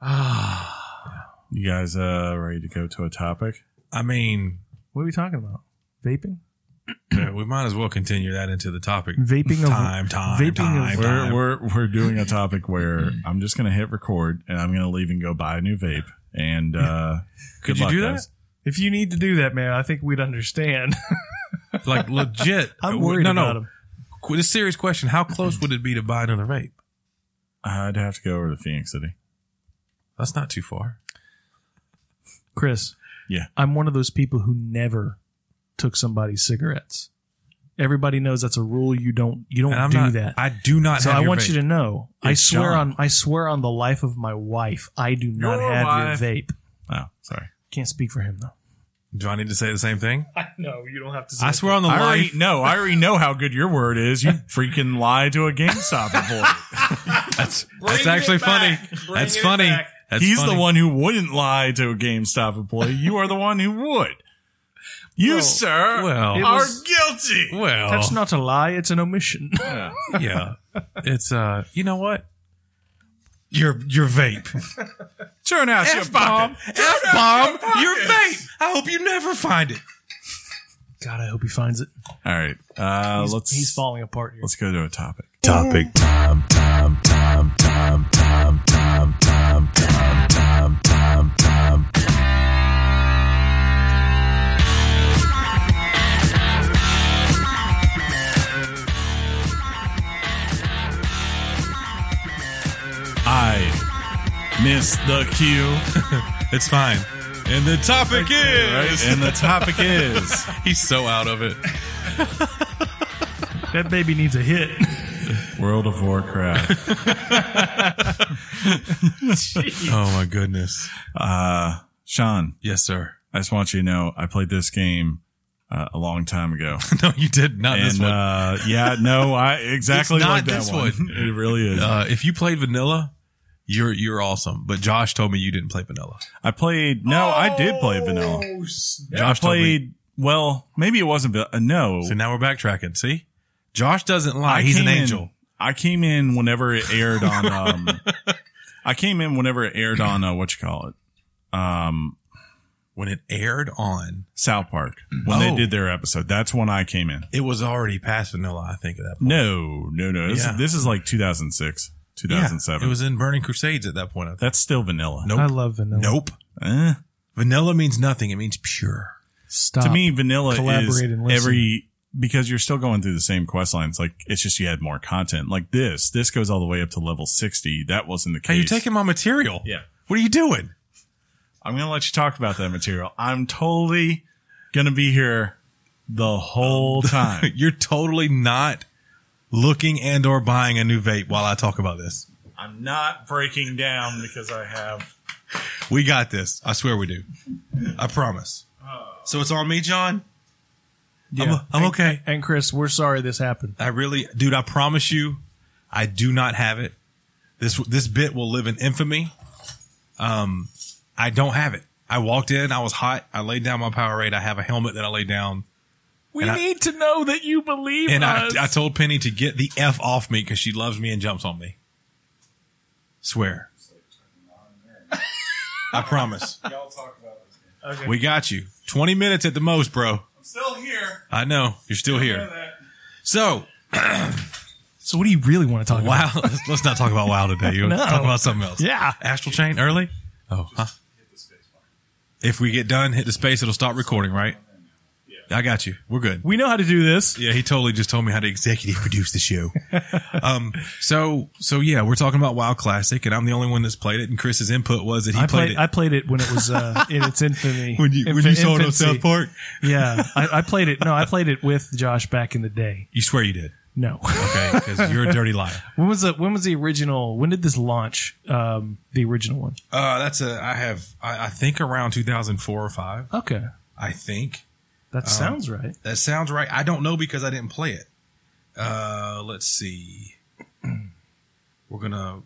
S2: Ah.
S4: You guys uh, ready to go to a topic?
S2: I mean,
S3: what are we talking about? Vaping,
S2: yeah, we might as well continue that into the topic.
S3: vaping of
S2: Time, time,
S3: vaping of-
S2: time,
S4: We're,
S2: time.
S4: we're, we're doing a topic where I'm just going to hit record and I'm going to leave and go buy a new vape. And uh, good
S2: Could you
S4: luck,
S2: do that?
S4: guys.
S3: If you need to do that, man, I think we'd understand.
S2: like legit. Uh,
S3: I'm worried
S2: no,
S3: about
S2: no.
S3: him.
S2: Qu- This serious question: How close would it be to buy another vape?
S4: I'd have to go over to Phoenix City.
S2: That's not too far.
S3: Chris.
S4: Yeah.
S3: I'm one of those people who never took somebody's cigarettes. Everybody knows that's a rule. You don't you don't
S2: And I'm
S3: do
S2: not,
S3: that.
S2: I do not.
S3: So
S2: have
S3: I
S2: your
S3: want
S2: vape.
S3: you to know, I
S4: It's
S3: swear
S4: John.
S3: on I swear on the life of my wife, I do not
S2: Your
S3: have
S2: wife.
S3: your vape.
S4: Oh, sorry.
S3: Can't speak for him though.
S2: Do I need to say the same thing?
S3: I know you don't have to.
S2: I swear on the
S4: I
S2: life.
S4: already, no, I already know how good your word is. You freaking lie to a GameStop employee.
S2: That's that's actually funny. That's funny. That's
S4: He's
S2: funny.
S4: the one who wouldn't lie to a GameStop employee. You are the one who would. You,
S3: Well,
S4: sir,
S2: well.
S3: It
S4: are
S3: was-
S4: guilty.
S2: Well,
S3: That's not a lie. It's an omission.
S4: Yeah.
S2: yeah. It's uh, you know what? Your your vape.
S4: Turn out your
S2: F bomb.
S4: pocket.
S2: F bomb. Your vape. I hope you never find it.
S3: God, I hope he finds it.
S4: All right. Uh,
S3: He's,
S4: let's
S3: he's falling apart here.
S4: let's go to a topic.
S1: Topic
S4: I missed the cue.
S2: It's fine. And the topic is.
S4: And the topic is
S2: He's so out of it.
S3: That baby needs a hit.
S4: World of Warcraft.
S2: Oh my goodness.
S4: Uh, Sean,
S2: Yes, sir.
S4: I just want you to know I played this game uh, a long time ago.
S2: No, you did not this
S4: and
S2: one.
S4: uh, yeah, no, I exactly
S2: It's not
S4: like that
S2: this
S4: one.
S2: one.
S4: It really is.
S2: Uh, if you played vanilla, you're you're awesome. But Josh told me you didn't play vanilla.
S4: I played. No, I did play vanilla.
S2: Oh, Josh
S4: I
S2: told me-
S4: played. Well, maybe it wasn't. va- Uh, no,
S2: So now we're backtracking. See, Josh doesn't lie.
S4: I
S2: He's an
S4: came in-
S2: angel.
S4: I came in whenever it aired on. Um, I came in whenever it aired on. Uh, what you call it? Um,
S2: When it aired on,
S4: South Park when they
S2: Oh.
S4: did their episode. That's when I came in.
S2: it was already past vanilla. I think at that point.
S4: No, no, no. This,
S2: Yeah.
S4: this is like 2006,
S2: Yeah,
S4: 2007.
S2: it was in Burning Crusades at that point. I think.
S4: That's still vanilla.
S2: Nope.
S3: I love vanilla.
S2: Nope.
S4: Eh.
S2: Vanilla means nothing. It means pure.
S3: Stop.
S4: to me, vanilla
S3: Collaborate
S4: is
S3: and listen.
S4: every because you're still going through the same quest lines. Like it's just you had more content. Like this, this goes all the way up to level sixty. That wasn't the case.
S2: Hey, you're taking my material.
S4: Yeah,
S2: What are you doing?
S4: I'm gonna let you talk about that material. I'm totally gonna be here the whole
S2: Um,
S4: time.
S2: You're totally not looking and or buying a new vape while I talk about this.
S4: I'm not breaking down because I have.
S2: We got this. I swear we do. I promise. So it's on me, John.
S3: Yeah.
S2: I'm, I'm okay.
S3: and Chris, we're sorry this happened.
S2: I really, dude. I promise you, I do not have it. This this bit will live in infamy. Um, I don't have it. I walked in. I was hot. I laid down my Powerade. I have a helmet that I laid down,
S3: We
S2: And I-
S3: need to know that you believe
S2: and I,
S3: us.
S2: I told Penny to get the f off me because she loves me and jumps on me. Swear. I promise.
S3: Okay.
S2: We got you. 20 minutes at the most, bro.
S4: Still here.
S2: I know. You're still here. So,
S3: So, what do you really want to talk about?
S2: wow. Let's, let's not talk about wow today. You
S3: No.
S2: talk about something else.
S3: Yeah.
S2: Astral chain early? Oh, huh? If we get done, hit the space, it'll stop recording, right? I got you. We're good.
S3: We know how to do this.
S2: Yeah, he totally just told me how to executive produce the show. um, so, so yeah, we're talking about WoW Classic, and I'm the only one that's played it. And Chris's input was that he
S3: I
S2: played,
S3: played.
S2: it
S3: I played it when it was uh, in its infamy.
S2: when you when
S3: Infin-
S2: you saw it on
S3: infancy.
S2: South Park.
S3: Yeah, I, I played it. No, I played it with Josh back in the day.
S2: You swear you did,
S3: No,
S2: okay? Because you're a dirty liar.
S3: when was the when was the original? When did this launch? Um, the original one.
S2: Uh, that's a I have I, I think around 2004 or five.
S3: Okay,
S2: I think
S3: that sounds right.
S2: that sounds right. I don't know because I didn't play it. Uh, let's see. We're gonna.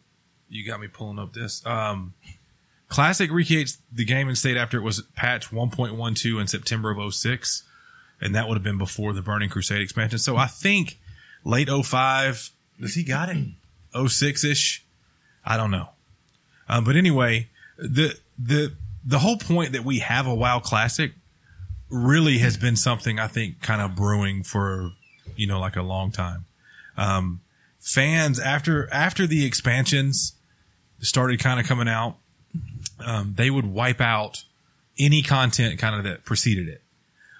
S2: You got me pulling up this. Um, Classic recreates the game in state after it was patch 1.12 in September of 06, and that would have been before the Burning Crusade expansion. So I think late 05. Does he got it? 06 ish. I don't know. Um, but anyway, the the the whole point that we have a WoW Classic really has been something I think kind of brewing for you know like a long time. Um, fans after after the expansions started kind of coming out, um, they would wipe out any content kind of that preceded it.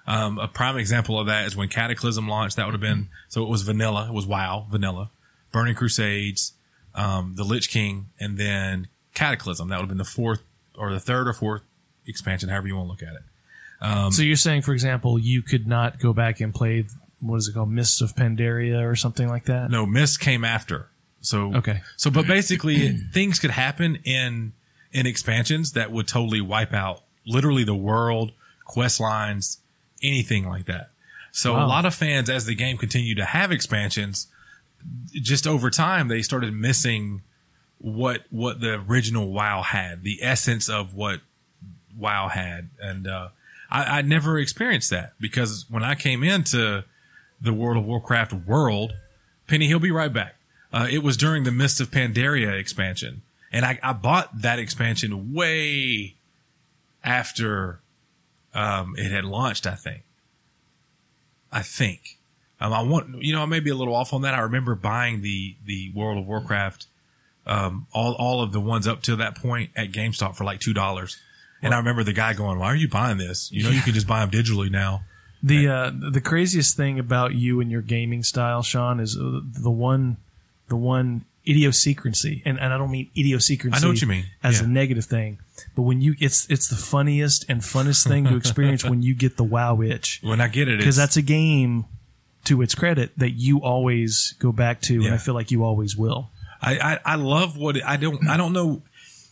S2: Um, a prime example of that is when Cataclysm launched. That would have been so it was vanilla. It was WoW vanilla, Burning Crusades, um, the Lich King, and then Cataclysm. That would have been the fourth or the third or fourth expansion, however you want to look at it.
S3: so you're saying, for example, you could not go back and play what is it called, Mists of Pandaria or something like that?
S2: No, Mist came after. So
S3: Okay.
S2: So, but basically, things could happen in in expansions that would totally wipe out literally the world, quest lines, anything like that. So, a
S3: Wow.
S2: lot of fans, as the game continued to have expansions, just over time, they started missing what what the original WoW had, the essence of what WoW had, and uh, I, I never experienced that because when I came into the World of Warcraft world, Penny, he'll be right back. Uh, it was during the Mist of Pandaria expansion, and I, I bought that expansion way after um, it had launched. I think. I think. Um, I want you know I may be a little off on that. I remember buying the the World of Warcraft, um, all all of the ones up to that point at GameStop for like two dollars. And I remember the guy going, "Why are you buying this? You know you can just buy them digitally now."
S3: The uh, the craziest thing about you and your gaming style, Sean, is uh, the one the one idiosyncrasy, and, and I don't mean idiosyncrasy.
S2: I know what you mean.
S3: as
S2: Yeah.
S3: a negative thing, but when you it's it's the funniest and funnest thing to experience when you get the wow itch
S2: When I get it,
S3: because
S2: it's-
S3: that's a game to its credit that you always go back to, and
S2: Yeah.
S3: I feel like you always will.
S2: I, I, I love what it, I don't I don't know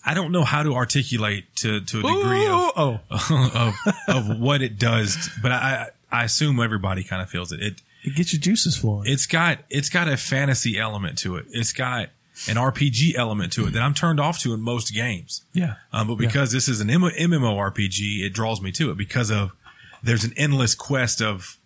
S2: I don't know how to articulate to to a degree of,
S3: oh,
S2: of of what it does, but I I I assume everybody kind of feels it. It
S3: it gets your juices flowing.
S2: it's got it's got a fantasy element to it. It's got an RPG element to it that I'm turned off to in most games.
S3: yeah,
S2: Um, but because this is an M- MMORPG, it draws me to it because of there's an endless quest of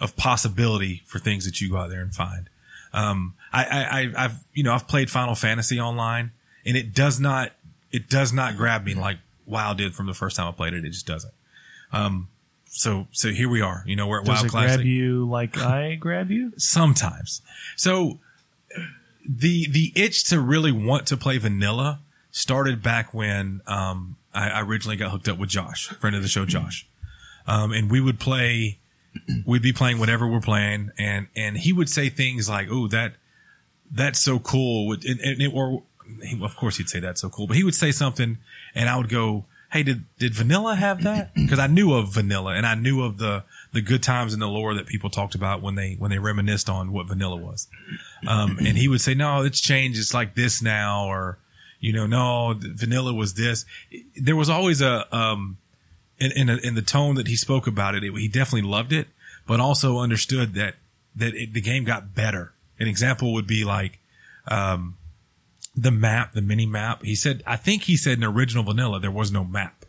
S2: of possibility for things that you go out there and find. Um, I, I, I, I've you know I've played Final Fantasy online, and it does not it does not grab me like WoW did from the first time I played it. It just doesn't. Um, so so here we are. You know we're at
S3: does
S2: WoW
S3: it
S2: Classic
S3: grab you like I grab you?
S2: sometimes. So the the itch to really want to play vanilla started back when um, I, I originally got hooked up with Josh, friend of the show, Josh, um, and we would play. We'd be playing whatever we're playing, and and he would say things like, "Oh, that that's so cool," would- and, and it, or he, of course he'd say that's so cool, but he would say something, and I would go, "Hey, did did Vanilla have that?" Because I knew of Vanilla, and I knew of the the good times in the lore that people talked about when they when they reminisced on what Vanilla was. Um, and he would say, "No, it's changed. It's like this now," or you know, "No, th- Vanilla was this." There was always a um, in in, a, in the tone that he spoke about it, it. He definitely loved it, but also understood that that it, the game got better. An example would be like um, the map, the mini map. He said, I think he said in original vanilla, there was no map.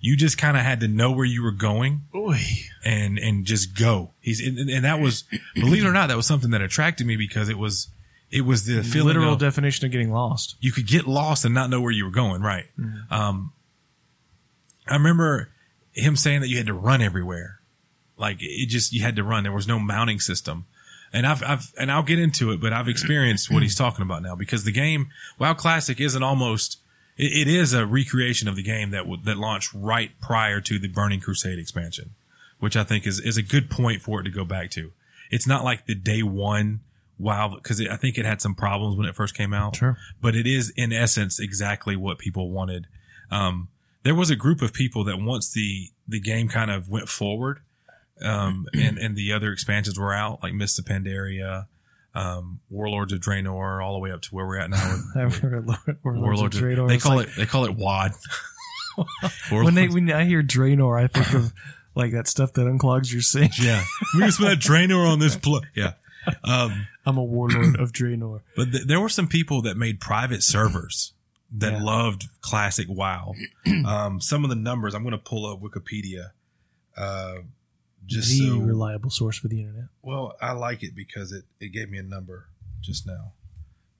S2: You just kind of had to know where you were going and, and just go. He's, and, and- and that was, believe it or not, that was something that attracted me because it was, it was the feeling
S3: Literal
S2: of,
S3: definition of getting lost.
S2: you could get lost and not know where you were going. Right. Um, I remember him saying that you had to run everywhere. Like it just you had to run. There was no mounting system. And I've I've and I'll get into it, but I've experienced what he's talking about now because the game WoW Classic isn't almost it, it is a recreation of the game that w- that launched right prior to the Burning Crusade expansion, which I think is is a good point for it to go back to. It's not like the day one WoW because I think it had some problems when it first came out
S3: Sure.
S2: but it is in essence exactly what people wanted. Um, there was a group of people that once the the game kind of went forward, um, and and the other expansions were out, like Mist of Pandaria, um, Warlords of Draenor, all the way up to where we're at now. with
S3: I've heard of Lord, Warlords
S2: Warlords,
S3: of
S2: of
S3: Draenor.
S2: They
S3: It's
S2: call
S3: like-
S2: it they call it WAD.
S3: when they
S2: Warlords-
S3: when I hear Draenor, I think of like that stuff that unclogs your sink.
S2: yeah, we just put that Draenor on this plug. Yeah. Um,
S3: I'm a warlord of Draenor.
S2: But th- there were some people that made private servers that
S3: Yeah.
S2: loved classic WoW. um, some of the numbers I'm going to pull up Wikipedia. Uh, just
S3: the
S2: so,
S3: reliable source for the internet.
S2: well, I like it because it it gave me a number just now,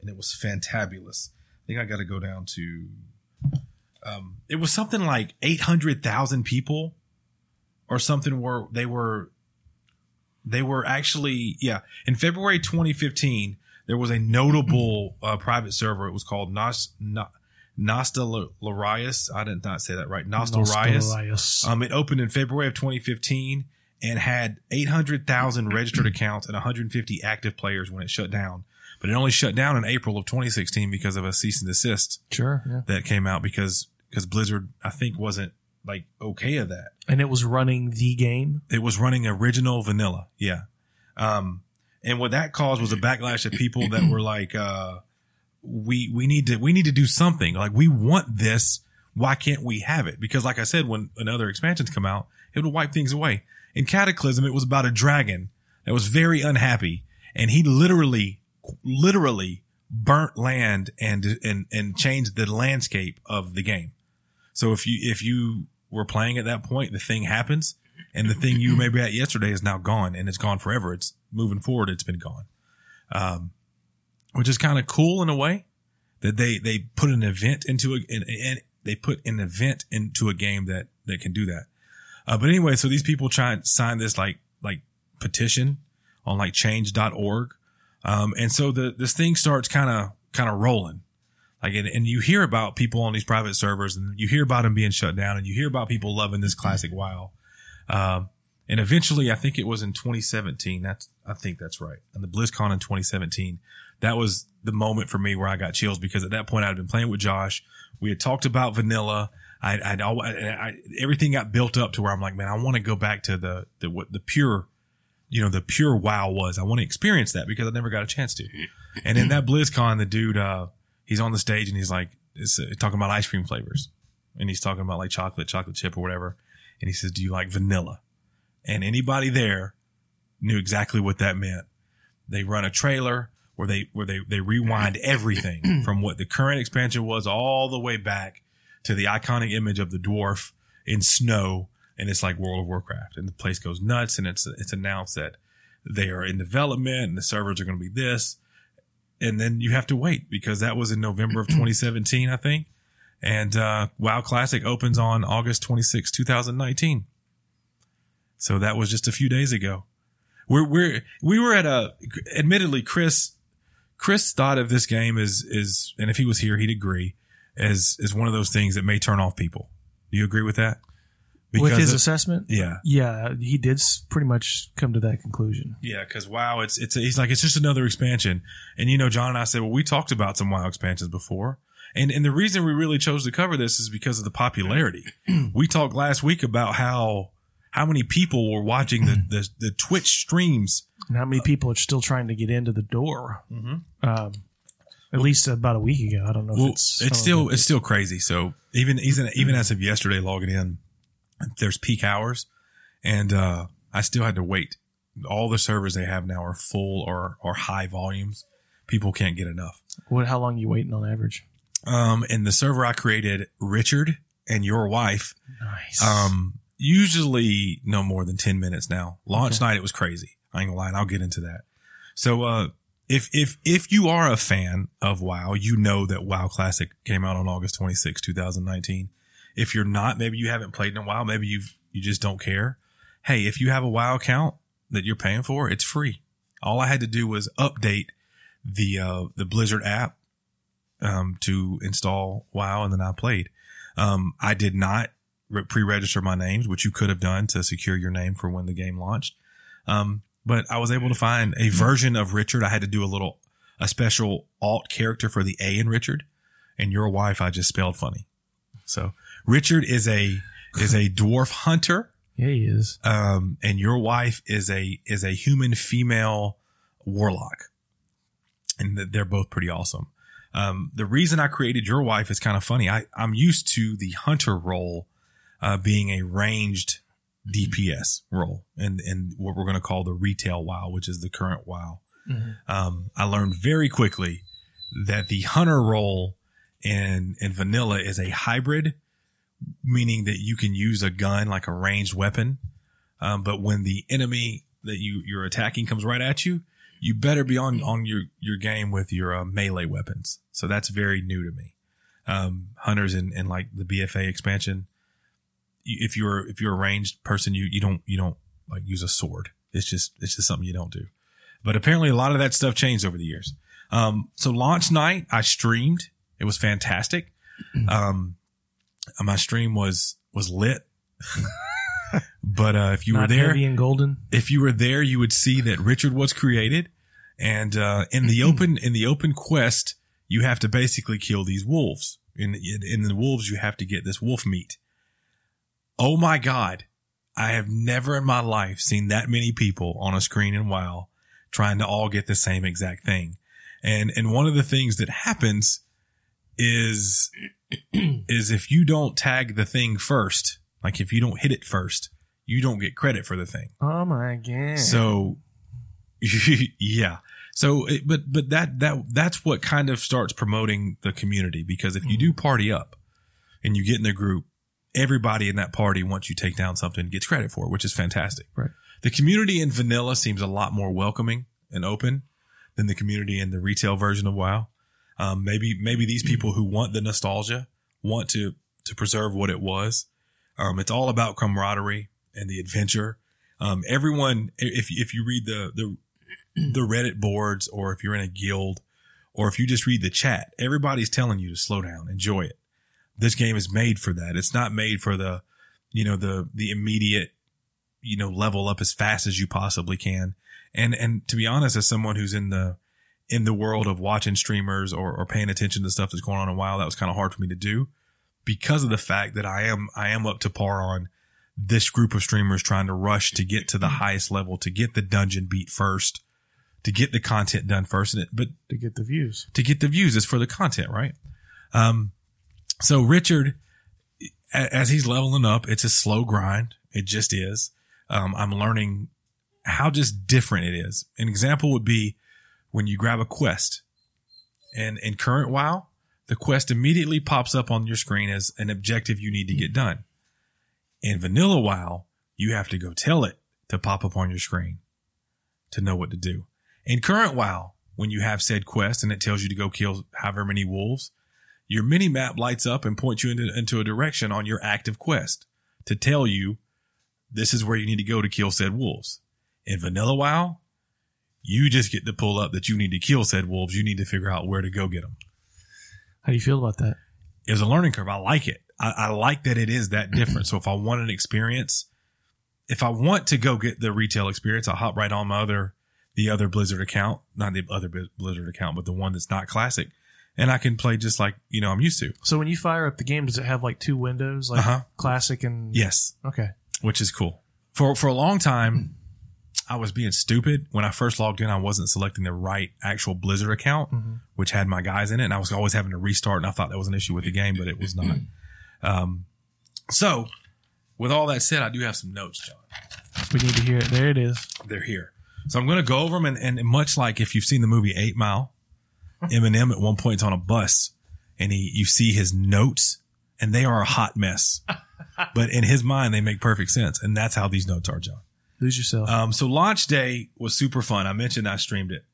S2: and it was fantabulous. I think I got to go down to. Um, it was something like eight hundred thousand people, or something where they were. They were actually yeah. In February 2015, there was a notable uh, private server. It was called Nos Na, Nostalarius. I did not say that right. Nostalarius.
S3: Nostalrius.
S2: Um, it opened in February of 2015 and had 800,000 registered accounts and 150 active players when it shut down. But it only shut down in April of 2016 because of a cease and desist
S3: sure. Yeah.
S2: that came out because because Blizzard I think wasn't like okay of that.
S3: And it was running the game.
S2: It was running original vanilla, yeah. Um, and what that caused was a backlash of people that were like, uh, "We we need to we need to do something. Like we want this. Why can't we have it? Because like I said, when another expansions come out, it would wipe things away. In Cataclysm, it was about a dragon that was very unhappy, and he literally literally burnt land and and and changed the landscape of the game. So if you if you were playing at that point, the thing happens, and the thing you maybe at yesterday is now gone, and it's gone forever. It's moving forward. It's been gone, um, which is kind of cool in a way that they they put an event into a and, and they put an event into a game that that can do that. Uh, but anyway, so these people try and sign this like like petition on like change.org. Um, and so the this thing starts kind of kind of rolling. Like and, and you hear about people on these private servers and you hear about them being shut down and you hear about people loving this classic WoW. Um, and eventually I think it was in 2017. That's I think that's right. And the BlizzCon in 2017. That was the moment for me where I got chills because at that point I'd been playing with Josh. We had talked about vanilla. I, I'd always, I, I, everything got built up to where I'm like, man, I want to go back to the, the, what the pure, you know, the pure wow was. I want to experience that because I never got a chance to. And in that BlizzCon, the dude, uh, he's on the stage and he's like, it's, uh, talking about ice cream flavors and he's talking about like chocolate, chocolate chip or whatever. And he says, do you like vanilla? And anybody there knew exactly what that meant. They run a trailer where they, where they, they rewind everything from what the current expansion was all the way back to the iconic image of the dwarf in snow, and it's like World of Warcraft, and the place goes nuts, and it's it's announced that they are in development, and the servers are going to be this, and then you have to wait because that was in November of 2017, I think, and uh, WoW Classic opens on August 26, 2019. So that was just a few days ago. We're we're we were at a admittedly Chris Chris thought of this game as is and if he was here he'd agree as is one of those things that may turn off people. Do you agree with that?
S3: With his
S2: of-
S3: assessment?
S2: yeah.
S3: Yeah, he did s- pretty much come to that conclusion.
S2: Yeah, because wow, it's it's he's like it's just another expansion, and you know, John and I said, well, we talked about some WoW expansions before, and and the reason we really chose to cover this is because of the popularity. we talked last week about how how many people were watching the the, the Twitch streams.
S3: And how many people are still trying to get into the door?
S2: Mm-hmm.
S3: Um, at least about a week ago. I don't know
S2: Well,
S3: if
S2: it's,
S3: it's I don't
S2: still
S3: know.
S2: it's still crazy. So even even even as of yesterday, logging in, there's peak hours, and uh, I still had to wait. All the servers they have now are full or or high volumes. People can't get enough.
S3: What, how long you waiting on average?
S2: Um, and the server I created, Richard and your wife,
S3: Nice.
S2: um, usually no more than 10 minutes now. Launch night, it was crazy. I ain't gonna lie. And I'll get into that. So, uh, if, if, if you are a fan of WoW, you know that WoW Classic came out on August 26, 2019. If you're not, maybe you haven't played in a while. Maybe you've, you just don't care. Hey, if you have a WoW account that you're paying for, it's free. All I had to do was update the uh, the Blizzard app um, to install WoW, and then I played. Um, I did not re- pre-register my names, which you could have done to secure your name for when the game launched. Um, but I was able to find a version of Richard. I had to do a little a special alt character for the A in Richard, and your wife I just spelled funny. So Richard is a is a dwarf hunter,
S3: Yeah, he is.
S2: um, and your wife is a is a human female warlock, and th- they're both pretty awesome. Um, the reason I created your wife is kind of funny. I I'm used to the hunter role uh, being a ranged DPS role, and and what we're going to call the retail WoW, which is the current WoW um, I learned very quickly that the hunter role in in vanilla is a hybrid, meaning that you can use a gun like a ranged weapon, um, but when the enemy that you you're attacking comes right at you, you better be on on your your game with your uh, melee weapons. So that's very new to me. Um, hunters and and like the BFA expansion, you- if you're if you're a ranged person, you you don't you don't like use a sword. It's just it's just something you don't do but apparently a lot of that stuff changed over the years. Um, so launch night, I streamed. It was fantastic. Um, and my stream was was lit. but uh, if you
S3: Not
S2: were there,
S3: heavy and golden.
S2: if you were there, you would see that Richard was created, and uh, in the open in the open quest, you have to basically kill these wolves. In in, in the wolves, you have to get this wolf meat. Oh my God! I have never in my life seen that many people on a screen in WoW trying to all get the same exact thing. And and one of the things that happens is is if you don't tag the thing first, like if you don't hit it first, you don't get credit for the thing.
S3: Oh my god!
S2: So, yeah. So, it, but but that that that's what kind of starts promoting the community because if you do party up and you get in the group, everybody in that party once you take down something gets credit for it, which is fantastic.
S3: Right.
S2: The community in vanilla seems a lot more welcoming and open than the community in the retail version of WoW. Um, maybe maybe these people who want the nostalgia want to to preserve what it was. Um, it's all about camaraderie and the adventure. Um, everyone, i- if if you read the the the Reddit boards, or if you're in a guild, or if you just read the chat, everybody's telling you to slow down, enjoy it. This game is made for that. It's not made for the you know the the immediate you know level up as fast as you possibly can. And and to be honest, as someone who's in the in the world of watching streamers or, or paying attention to stuff that's going on in WoW, that was kind of hard for me to do because of the fact that I am I am up to par on this group of streamers trying to rush to get to the highest level, to get the dungeon beat first, to get the content done first. And it, but
S3: to get the views.
S2: to get the views. It's for the content, right? Um, so Richard, a- as he's leveling up, it's a slow grind. It just is. Um, I'm learning how just different it is. An example would be when you grab a quest, and in current WoW, the quest immediately pops up on your screen as an objective you need to get done. In vanilla WoW, you have to go tell it to pop up on your screen to know what to do. In current WoW, when you have said quest and it tells you to go kill however many wolves, your mini map lights up and points you into, into a direction on your active quest to tell you this is where you need to go to kill said wolves. In vanilla WoW, you just get to pull up that you need to kill said wolves. You need to figure out where to go get them.
S3: How do you feel about that?
S2: It was a learning curve. I like it. I, I like that it is that different. so if I want an experience, if I want to go get the retail experience, I'll hop right on my other the other Blizzard account, not the other Blizz- Blizzard account, but the one that's not classic, and I can play just like you know I'm used to.
S3: So when you fire up the game, does it have like two windows, like
S2: Uh-huh.
S3: classic and
S2: Yes,
S3: Okay.
S2: which is cool. For for a long time, I was being stupid when I first logged in. I wasn't selecting the right actual Blizzard account,
S3: Mm-hmm.
S2: which had my guys in it, and I was always having to restart. And I thought that was an issue with the game, but it was not. um, so, with all that said, I do have some notes, John.
S3: We need to hear it. There it is.
S2: They're here, so I'm going to go over them. And, and much like if you've seen the movie Eight Mile, Eminem at one point is on a bus, and he you see his notes, and they are a hot mess. but in his mind, they make perfect sense, and that's how these notes are, John.
S3: Lose yourself.
S2: Um, so launch day was super fun. I mentioned I streamed it.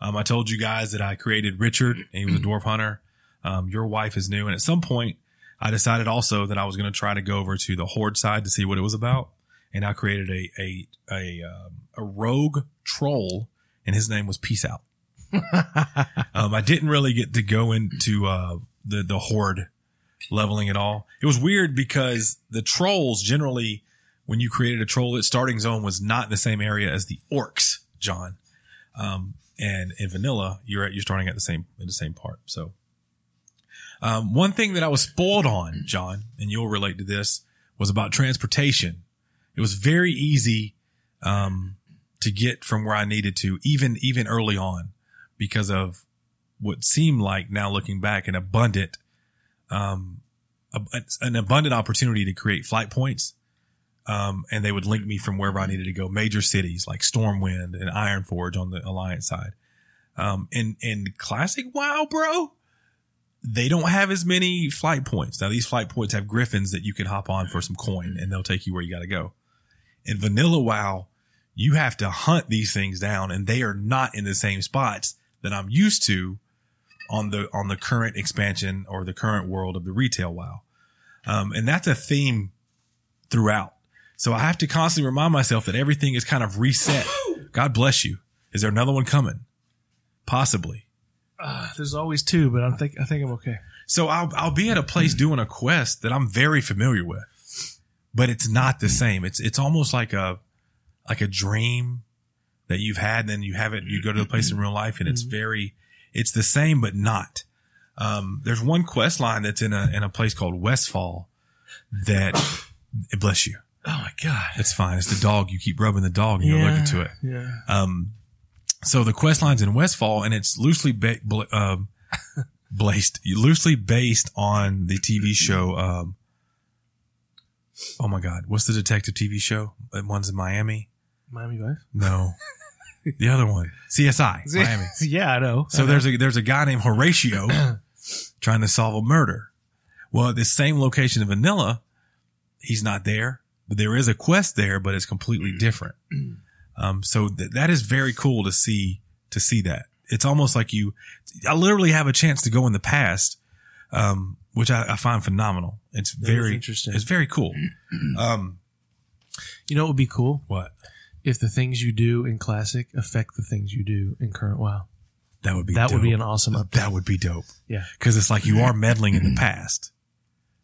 S2: Um, I told you guys that I created Richard and he was a dwarf hunter. Um, your wife is new. And at some point I decided also that I was going to try to go over to the Horde side to see what it was about, and I created a a a um, a rogue troll, and his name was Peace Out. um, I didn't really get to go into uh, the the Horde leveling at all. It was weird because the trolls generally, when you created a troll, its starting zone was not the same area as the orcs, John. Um, and in vanilla, you're at, you're starting at the same in the same part. So, um, one thing that I was spoiled on, John, and you'll relate to this, was about transportation. It was very easy um, to get from where I needed to, even even early on, because of what seemed like now looking back an abundant um, a, an abundant opportunity to create flight points. Um, and they would link me from wherever I needed to go, major cities like Stormwind and Ironforge on the Alliance side. Um, in, in classic WoW, bro, they don't have as many flight points. Now, these flight points have griffins that you can hop on for some coin and they'll take you where you got to go. In vanilla WoW, you have to hunt these things down and they are not in the same spots that I'm used to on the on the current expansion or the current world of the retail WoW, um, and that's a theme throughout. So I have to constantly remind myself that everything is kind of reset. God bless you. Is there another one coming? Possibly.
S3: Uh, there's always two, but I think I think I'm okay.
S2: So I'll I'll be at a place
S3: Mm-hmm.
S2: doing a quest that I'm very familiar with, but it's not
S3: Mm-hmm.
S2: the same. It's it's almost like a like a dream that you've had, and then you have it. You go to the place in real life, and it's
S3: Mm-hmm.
S2: very it's the same but not. Um, there's one quest line that's in a in a place called Westfall that bless you.
S3: Oh my god.
S2: It's fine. It's the dog. You keep rubbing the dog and you're looking to it.
S3: Yeah.
S2: Um, so the quest line's in Westfall and it's loosely ba- bl- um, blazed, loosely based on the TV show. Um, oh my God, what's the detective TV show? The one's in Miami.
S3: Miami Vice.
S2: No, the other one, CSI, Miami.
S3: yeah, I know.
S2: So there's a there's a guy named Horatio trying to solve a murder. Well, at this same location in Vanilla, he's not there, but there is a quest there, but it's completely different. Um, so th- that is very cool to see to see that. It's almost like you, I literally have a chance to go in the past, um, which I, I find phenomenal. It's
S3: is
S2: very
S3: interesting.
S2: It's very cool. Um,
S3: You know what would be cool
S2: what
S3: if the things you do in classic affect the things you do in current WoW.
S2: that would be
S3: That would be
S2: dope.
S3: an awesome update.
S2: that would be dope.
S3: Yeah.
S2: because it's like you are meddling in the past.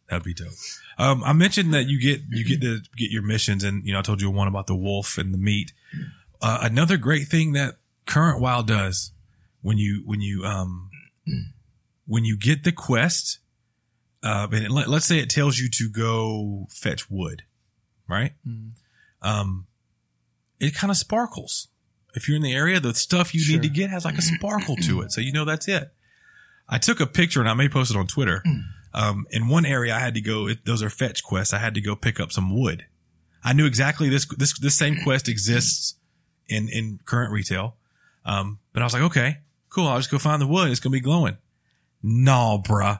S2: That'd be dope. Um, I mentioned that you get you get to get your missions, and you know I told you one about the wolf and the meat. Uh, another great thing that current WoW does when you when you um when you get the quest, uh, and it- let, let's say it tells you to go fetch wood, right?
S3: Mm.
S2: Um, it kind of sparkles. If you're in the area, the stuff you
S3: Sure.
S2: need to get has like a sparkle to it, so you know that's it. I took a picture and I may post it on Twitter. Um, in one area, I had to go. It, those are fetch quests. I had to go pick up some wood. I knew exactly this this this same quest exists in in current retail, um, but I was like, okay, cool. I'll just go find the wood. It's gonna be glowing. No, bruh.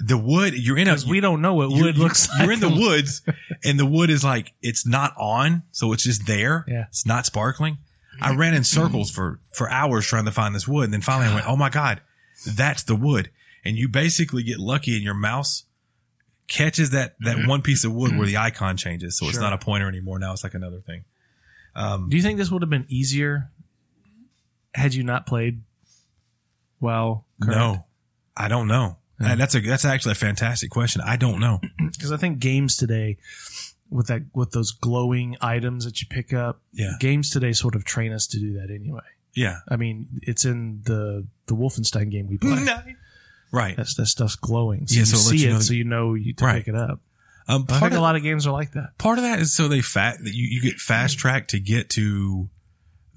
S2: The wood you're in a
S3: Because we don't know what
S2: you're-
S3: wood looks
S2: you're-
S3: like.
S2: You're in the woods, and the wood is like it's not on, so it's just there.
S3: Yeah.
S2: it's not sparkling. I ran in circles for for hours trying to find this wood, and then finally I went, "Oh my god, that's the wood!" And you basically get lucky, and your mouse catches that that one piece of wood where the icon changes, so it's
S3: Sure.
S2: not a pointer anymore. Now it's like another thing. Um,
S3: Do you think this would have been easier had you not played WoW?
S2: no, I don't know.
S3: Hmm.
S2: Uh, That's a that's actually a fantastic question. I don't know.
S3: because I think games today with that with those glowing items that you pick up,
S2: Yeah,
S3: games today sort of train us to do that anyway.
S2: yeah,
S3: I mean, it's in the the Wolfenstein game we play.
S2: right.
S3: That's that stuff's glowing. So
S2: Yeah,
S3: you
S2: so it lets
S3: see
S2: you
S3: it,
S2: know-
S3: so you know you to
S2: Right.
S3: pick it up.
S2: Um,
S3: I
S2: part
S3: think
S2: of-
S3: a lot of games are like that.
S2: part of that is so they fat that you, you get fast tracked to get to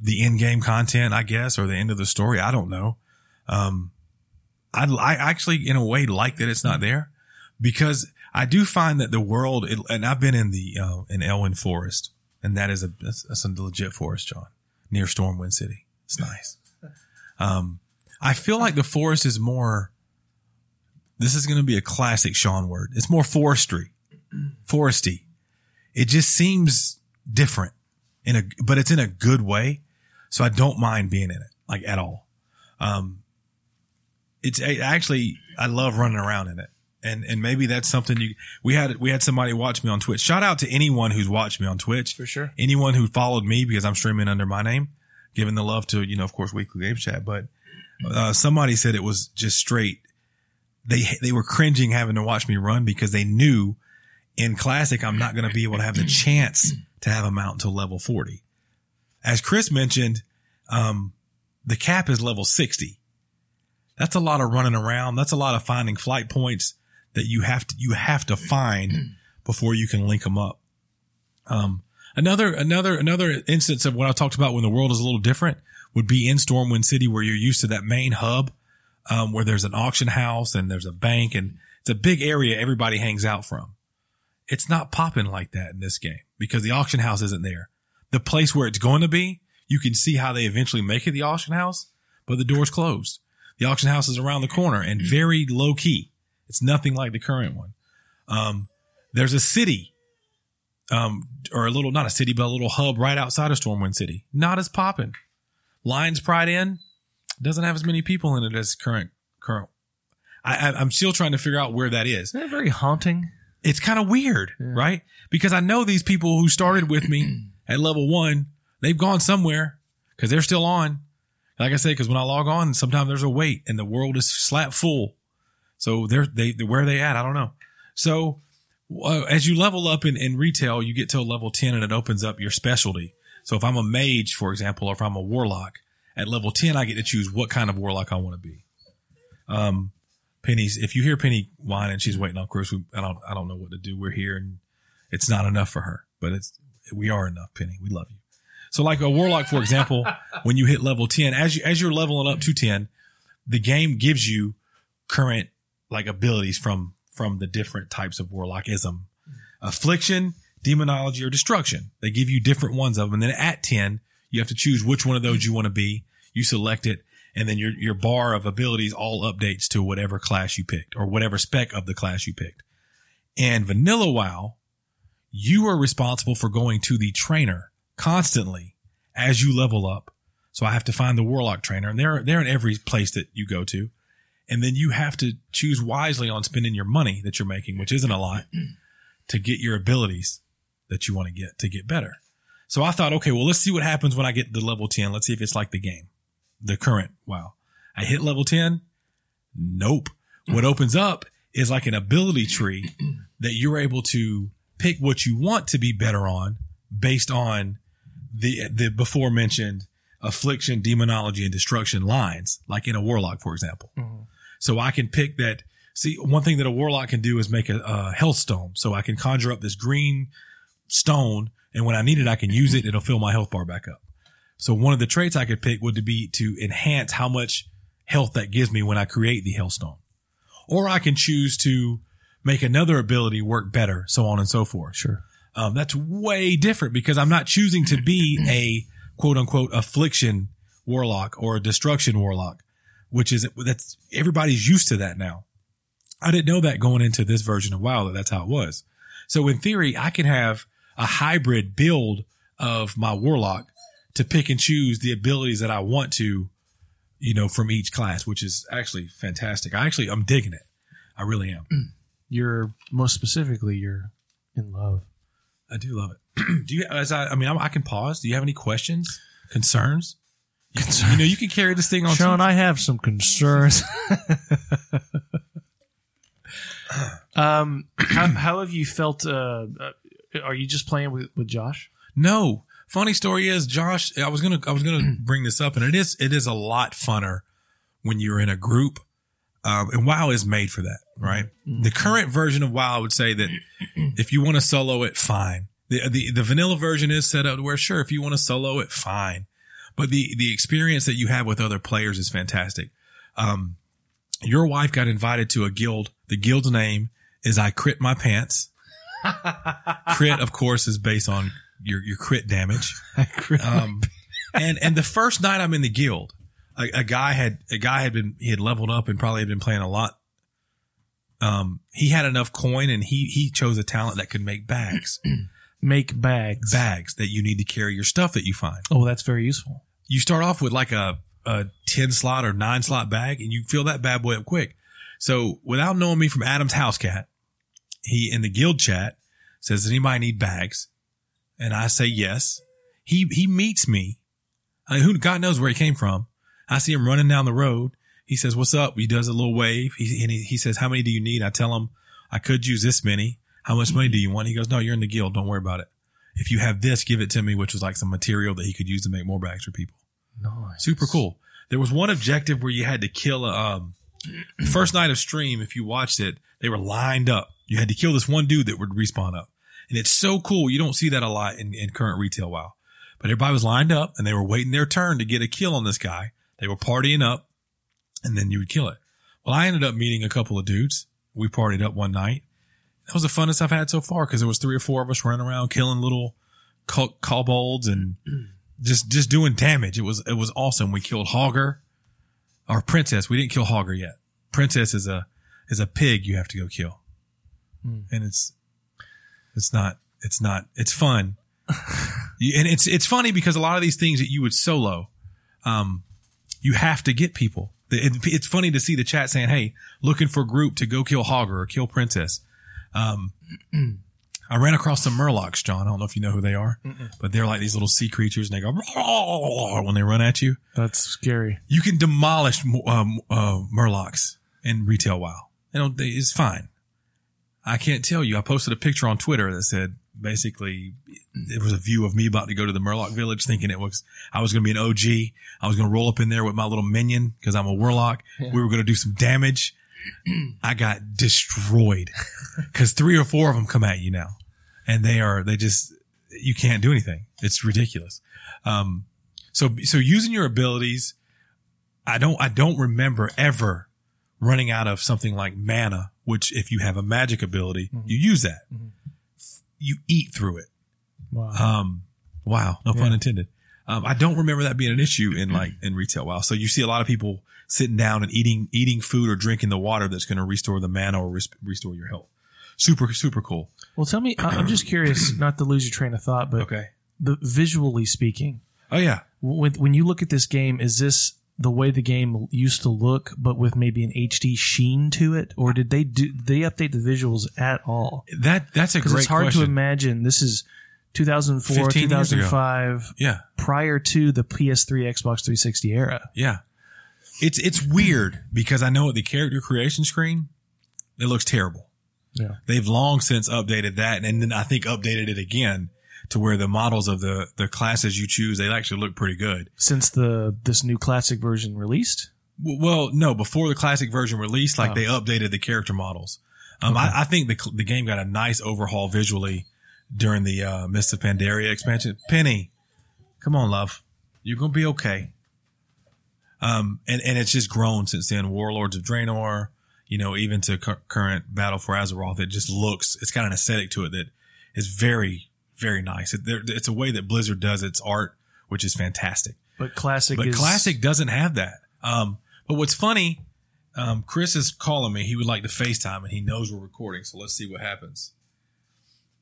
S2: the end game content, I guess, or the end of the story. I don't know. Um, I, I actually, in a way, like that it's not there because I do find that the world, it, and I've been in the, uh, in Elwyn Forest, and that is a, that's, that's a legit forest, John, near Stormwind City. It's nice. Um, I feel like the forest is more, this is going to be a classic Sean word. It's more forestry, foresty it just seems different in a but it's in a good way so i don't mind being in it like at all um it's I actually i love running around in it and and maybe that's something you we had we had somebody watch me on Twitch. Shout out to anyone who's watched me on Twitch.
S3: For sure.
S2: Anyone who followed me because I'm streaming under my name, giving the love to you know of course weekly game chat. But uh, somebody said it was just straight. They they were cringing having to watch me run because they knew in classic I'm not going to be able to have the chance to have a mount until level forty. As Chris mentioned, um, the cap is level sixty. That's a lot of running around. That's a lot of finding flight points that you have to you have to find before you can link them up. Um, another another another instance of what I talked about when the world is a little different would be in Stormwind City, where you're used to that main hub, um, where there's an auction house and there's a bank and it's a big area everybody hangs out from. It's not popping like that in this game because the auction house isn't there. The place where it's going to be, you can see how they eventually make it the auction house, but the door's closed. The auction house is around the corner and very low key. It's nothing like the current one. Um, there's a city, um, or a little, not a city, but a little hub right outside of Stormwind City. Not as popping. Lions Pride Inn doesn't have as many people in it as current, current. I, I, I'm still trying to figure out where that is.
S3: Isn't that very haunting?
S2: It's kind of weird, right? Because I know these people who started with me at level one, they've gone somewhere because they're still on. Like I said, because when I log on, sometimes there's a wait and the world is slap full. So they're they where are they at? I don't know. So uh, as you level up in, in retail, you get to a level ten and it opens up your specialty. So if I'm a mage, for example, or if I'm a warlock, at level ten I get to choose what kind of warlock I want to be. Um, Penny's if you hear Penny whining, she's waiting on Chris. We, I don't I don't know what to do. We're here and it's not enough for her, but it's we are enough, Penny. We love you. So like a warlock, for example, when you hit level ten, as you as you're leveling up to ten, the game gives you current like abilities from from the different types of warlockism affliction demonology or destruction they give you different ones of them and then at 10 you have to choose which one of those you want to be you select it and then your your bar of abilities all updates to whatever class you picked or whatever spec of the class you picked and vanilla wow you are responsible for going to the trainer constantly as you level up so i have to find the warlock trainer and they're they're in every place that you go to and then you have to choose wisely on spending your money that you're making, which isn't a lot, to get your abilities that you want to get to get better. So I thought, okay, well, let's see what happens when I get to level 10. Let's see if it's like the game, the current. Wow. I hit level 10. Nope. What opens up is like an ability tree that you're able to pick what you want to be better on based on the, the before mentioned affliction, demonology, and destruction lines, like in a warlock, for example. So I can pick that. See, one thing that a warlock can do is make a, a health stone. So I can conjure up this green stone, and when I need it, I can use it. It'll fill my health bar back up. So one of the traits I could pick would be to enhance how much health that gives me when I create the health stone. Or I can choose to make another ability work better, so on and so forth. Sure. Um, that's way different because I'm not choosing to be a quote unquote affliction warlock or a destruction warlock, which is that's everybody's used to that now. I didn't know that going into this version of WoW that that's how it was. So in theory, I can have a hybrid build of my warlock to pick and choose the abilities that I want to, you know, from each class, which is actually fantastic. I actually I'm digging it. I really am.
S3: You're most specifically, you're in love.
S2: I do love it. do you? As I, I mean, I, I can pause. Do you have any questions, concerns? You- You know, you can carry this thing on.
S3: Sean, I have some concerns. um, how, how have you felt? Uh, uh, are you just playing with, with Josh?
S2: No. Funny story is Josh. I was gonna I was gonna bring this up, and it is it is a lot funner when you're in a group. Um, and WoW is made for that, right? The current version of WoW, I would say that if you want to solo it, fine. The, the the vanilla version is set up to where sure, if you want to solo it, fine. But the the experience that you have with other players is fantastic. Um, your wife got invited to a guild. The guild's name is I Crit My Pants. crit, of course, is based on your your crit damage.
S3: Uh,
S2: Um, and and the first night I'm in the guild, a, a guy had a guy had been he had leveled up and probably had been playing a lot. Um, he had enough coin and he he chose a talent that could make bags,
S3: Make bags.
S2: bags that you need to carry your stuff that you find.
S3: Oh, that's very useful.
S2: You start off with like a a ten slot or nine slot bag, and you fill that bad boy up quick. So without knowing me from Adam's house cat, he in the guild chat says, Does anybody need bags? And I say yes. He he meets me. I mean, who God knows where he came from. I see him running down the road. He says, What's up? He does a little wave. He, and he, he says, How many do you need? I tell him, I could use this many. How much money do you want? He goes, No, you're in the guild. Don't worry about it. If you have this, give it to me, which was like some material that he could use to make more bags for people.
S3: Nice.
S2: Super cool. There was one objective where you had to kill a um, first night of stream. If you watched it, they were lined up. You had to kill this one dude that would respawn up, and it's so cool. You don't see that a lot in, in current retail WoW. But everybody was lined up, and they were waiting their turn to get a kill on this guy. They were partying up, and then you would kill it. Well, I ended up meeting a couple of dudes. We partied up one night. That was the funnest I've had so far because there was three or four of us running around killing little cul- kobolds and just just doing damage. It was it was awesome. We killed Hogger, or Princess. We didn't kill Hogger yet. Princess is a is a pig you have to go kill, and it's it's not it's not it's fun, You- and it's it's funny because a lot of these things that you would solo, um, you have to get people. The- it- it's funny to see the chat saying, "Hey, looking for group to go kill Hogger or kill Princess." Um, I ran across some Murlocs, John. I don't know if you know who they are, but they're like these little sea creatures, and they go when they run at you.
S3: That's scary.
S2: You can demolish um, uh, Murlocs in retail WoW. You know, they- it's fine. I can't tell you. I posted a picture on Twitter that said basically it was a view of me about to go to the Murloc village, thinking it was I was going to be an OG. I was going to roll up in there with my little minion because I'm a warlock. We were going to do some damage. I got destroyed because three or four of them come at you now, and they are they just you can't do anything. It's ridiculous. Um, so so using your abilities, I don't I don't remember ever running out of something like mana, which if you have a magic ability,
S3: Mm-hmm.
S2: you use that. You eat through it.
S3: Wow.
S2: Um, wow, no pun intended. Um, I don't remember that being an issue in like in retail. Wow, so you see a lot of people sitting down and eating eating food or drinking the water that's going to restore the mana or res- restore your health. Super super cool.
S3: well, tell me. I- I'm just curious, not to lose your train of thought, but
S2: Okay.
S3: the visually speaking,
S2: Oh yeah,
S3: when, when you look at this game, is this the way the game used to look, but with maybe an HD sheen to it, or did they do did they update the visuals at all?
S2: that that's a
S3: Because
S2: great
S3: it's hard to
S2: question.
S3: imagine. This is 2004,
S2: 15 years ago.
S3: 2005,
S2: yeah,
S3: prior to the PS3, Xbox 360 era.
S2: Yeah. It's it's weird because I know at the character creation screen, it looks terrible.
S3: Yeah.
S2: They've long since updated that and then I think updated it again to where the models of the the classes you choose, they actually look pretty good.
S3: Since the this new classic version released,
S2: W- Well, no, before the classic version released, like
S3: Oh.
S2: they updated the character models. Um, I, I think the cl- the game got a nice overhaul visually during the uh, Mists of Pandaria expansion. Penny, come on, love, you're gonna be okay. Um, and and it's just grown since then. Warlords of Draenor, you know, even to cu- current Battle for Azeroth, it just looks. It's got an aesthetic to it that is very very nice. It, there, it's a way that Blizzard does its art, which is fantastic
S3: but classic
S2: but
S3: is
S2: classic doesn't have that. Um, but what's funny, um, Chris is calling me. He would like to FaceTime, and he knows we're recording, so let's see what happens.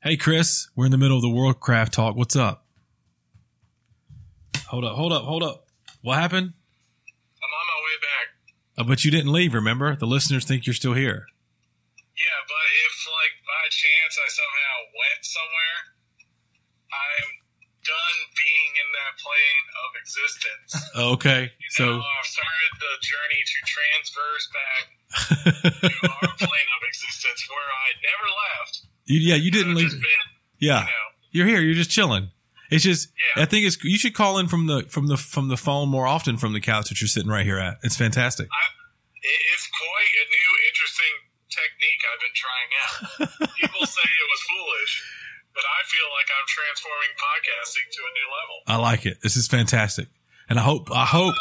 S2: Hey, Chris, we're in the middle of the Worldcraft talk. What's up? Hold up, hold up, hold up. What happened?
S5: I'm on my way back.
S2: Uh, but you didn't leave. Remember, the listeners think you're still here.
S5: Yeah, but if like by chance I somehow went somewhere, I'm done being in that plane of existence.
S2: Oh, Okay,
S5: So
S2: so
S5: I've started the journey to transverse back to our plane of existence where I never left.
S2: you, yeah, you didn't
S5: I've
S2: leave.
S5: just been,
S2: Yeah,
S5: you know,
S2: you're here. You're just chilling. It's just,
S5: Yeah.
S2: I think it's. You should call in from the from the from the phone more often from the couch that you're sitting right here at. It's fantastic.
S5: it- it's quite a new, interesting technique I've been trying out. People say it was foolish, but I feel like I'm transforming podcasting to a new level.
S2: I like it. This is fantastic. And I hope, I hope,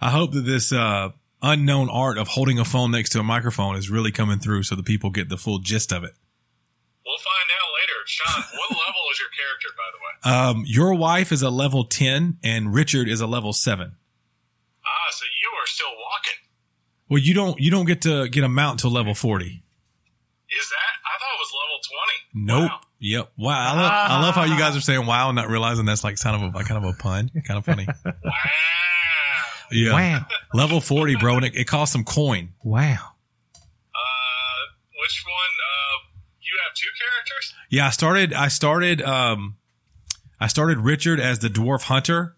S2: I hope that this, uh, unknown art of holding a phone next to a microphone is really coming through so the people get the full gist of it.
S5: We'll find out later. Sean, what level is your character, by the way?
S2: Um, your wife is a level 10 and Richard is a level seven.
S5: Ah, so you are still walking.
S2: Well, you don't, you don't get to get a mount till level 40.
S5: Is that? I thought it was level 20.
S2: Nope.
S5: Wow.
S2: Yep. Wow. I love, I love how you guys are saying wow and not realizing that's like kind of a, like kind of a pun. Kind of funny.
S5: Wow.
S2: Yeah.
S3: Wow,
S2: Level 40, bro. And it, it costs some coin.
S3: wow.
S5: Uh, two characters?
S2: Yeah, I started. I started. Um, I started Richard as the dwarf hunter,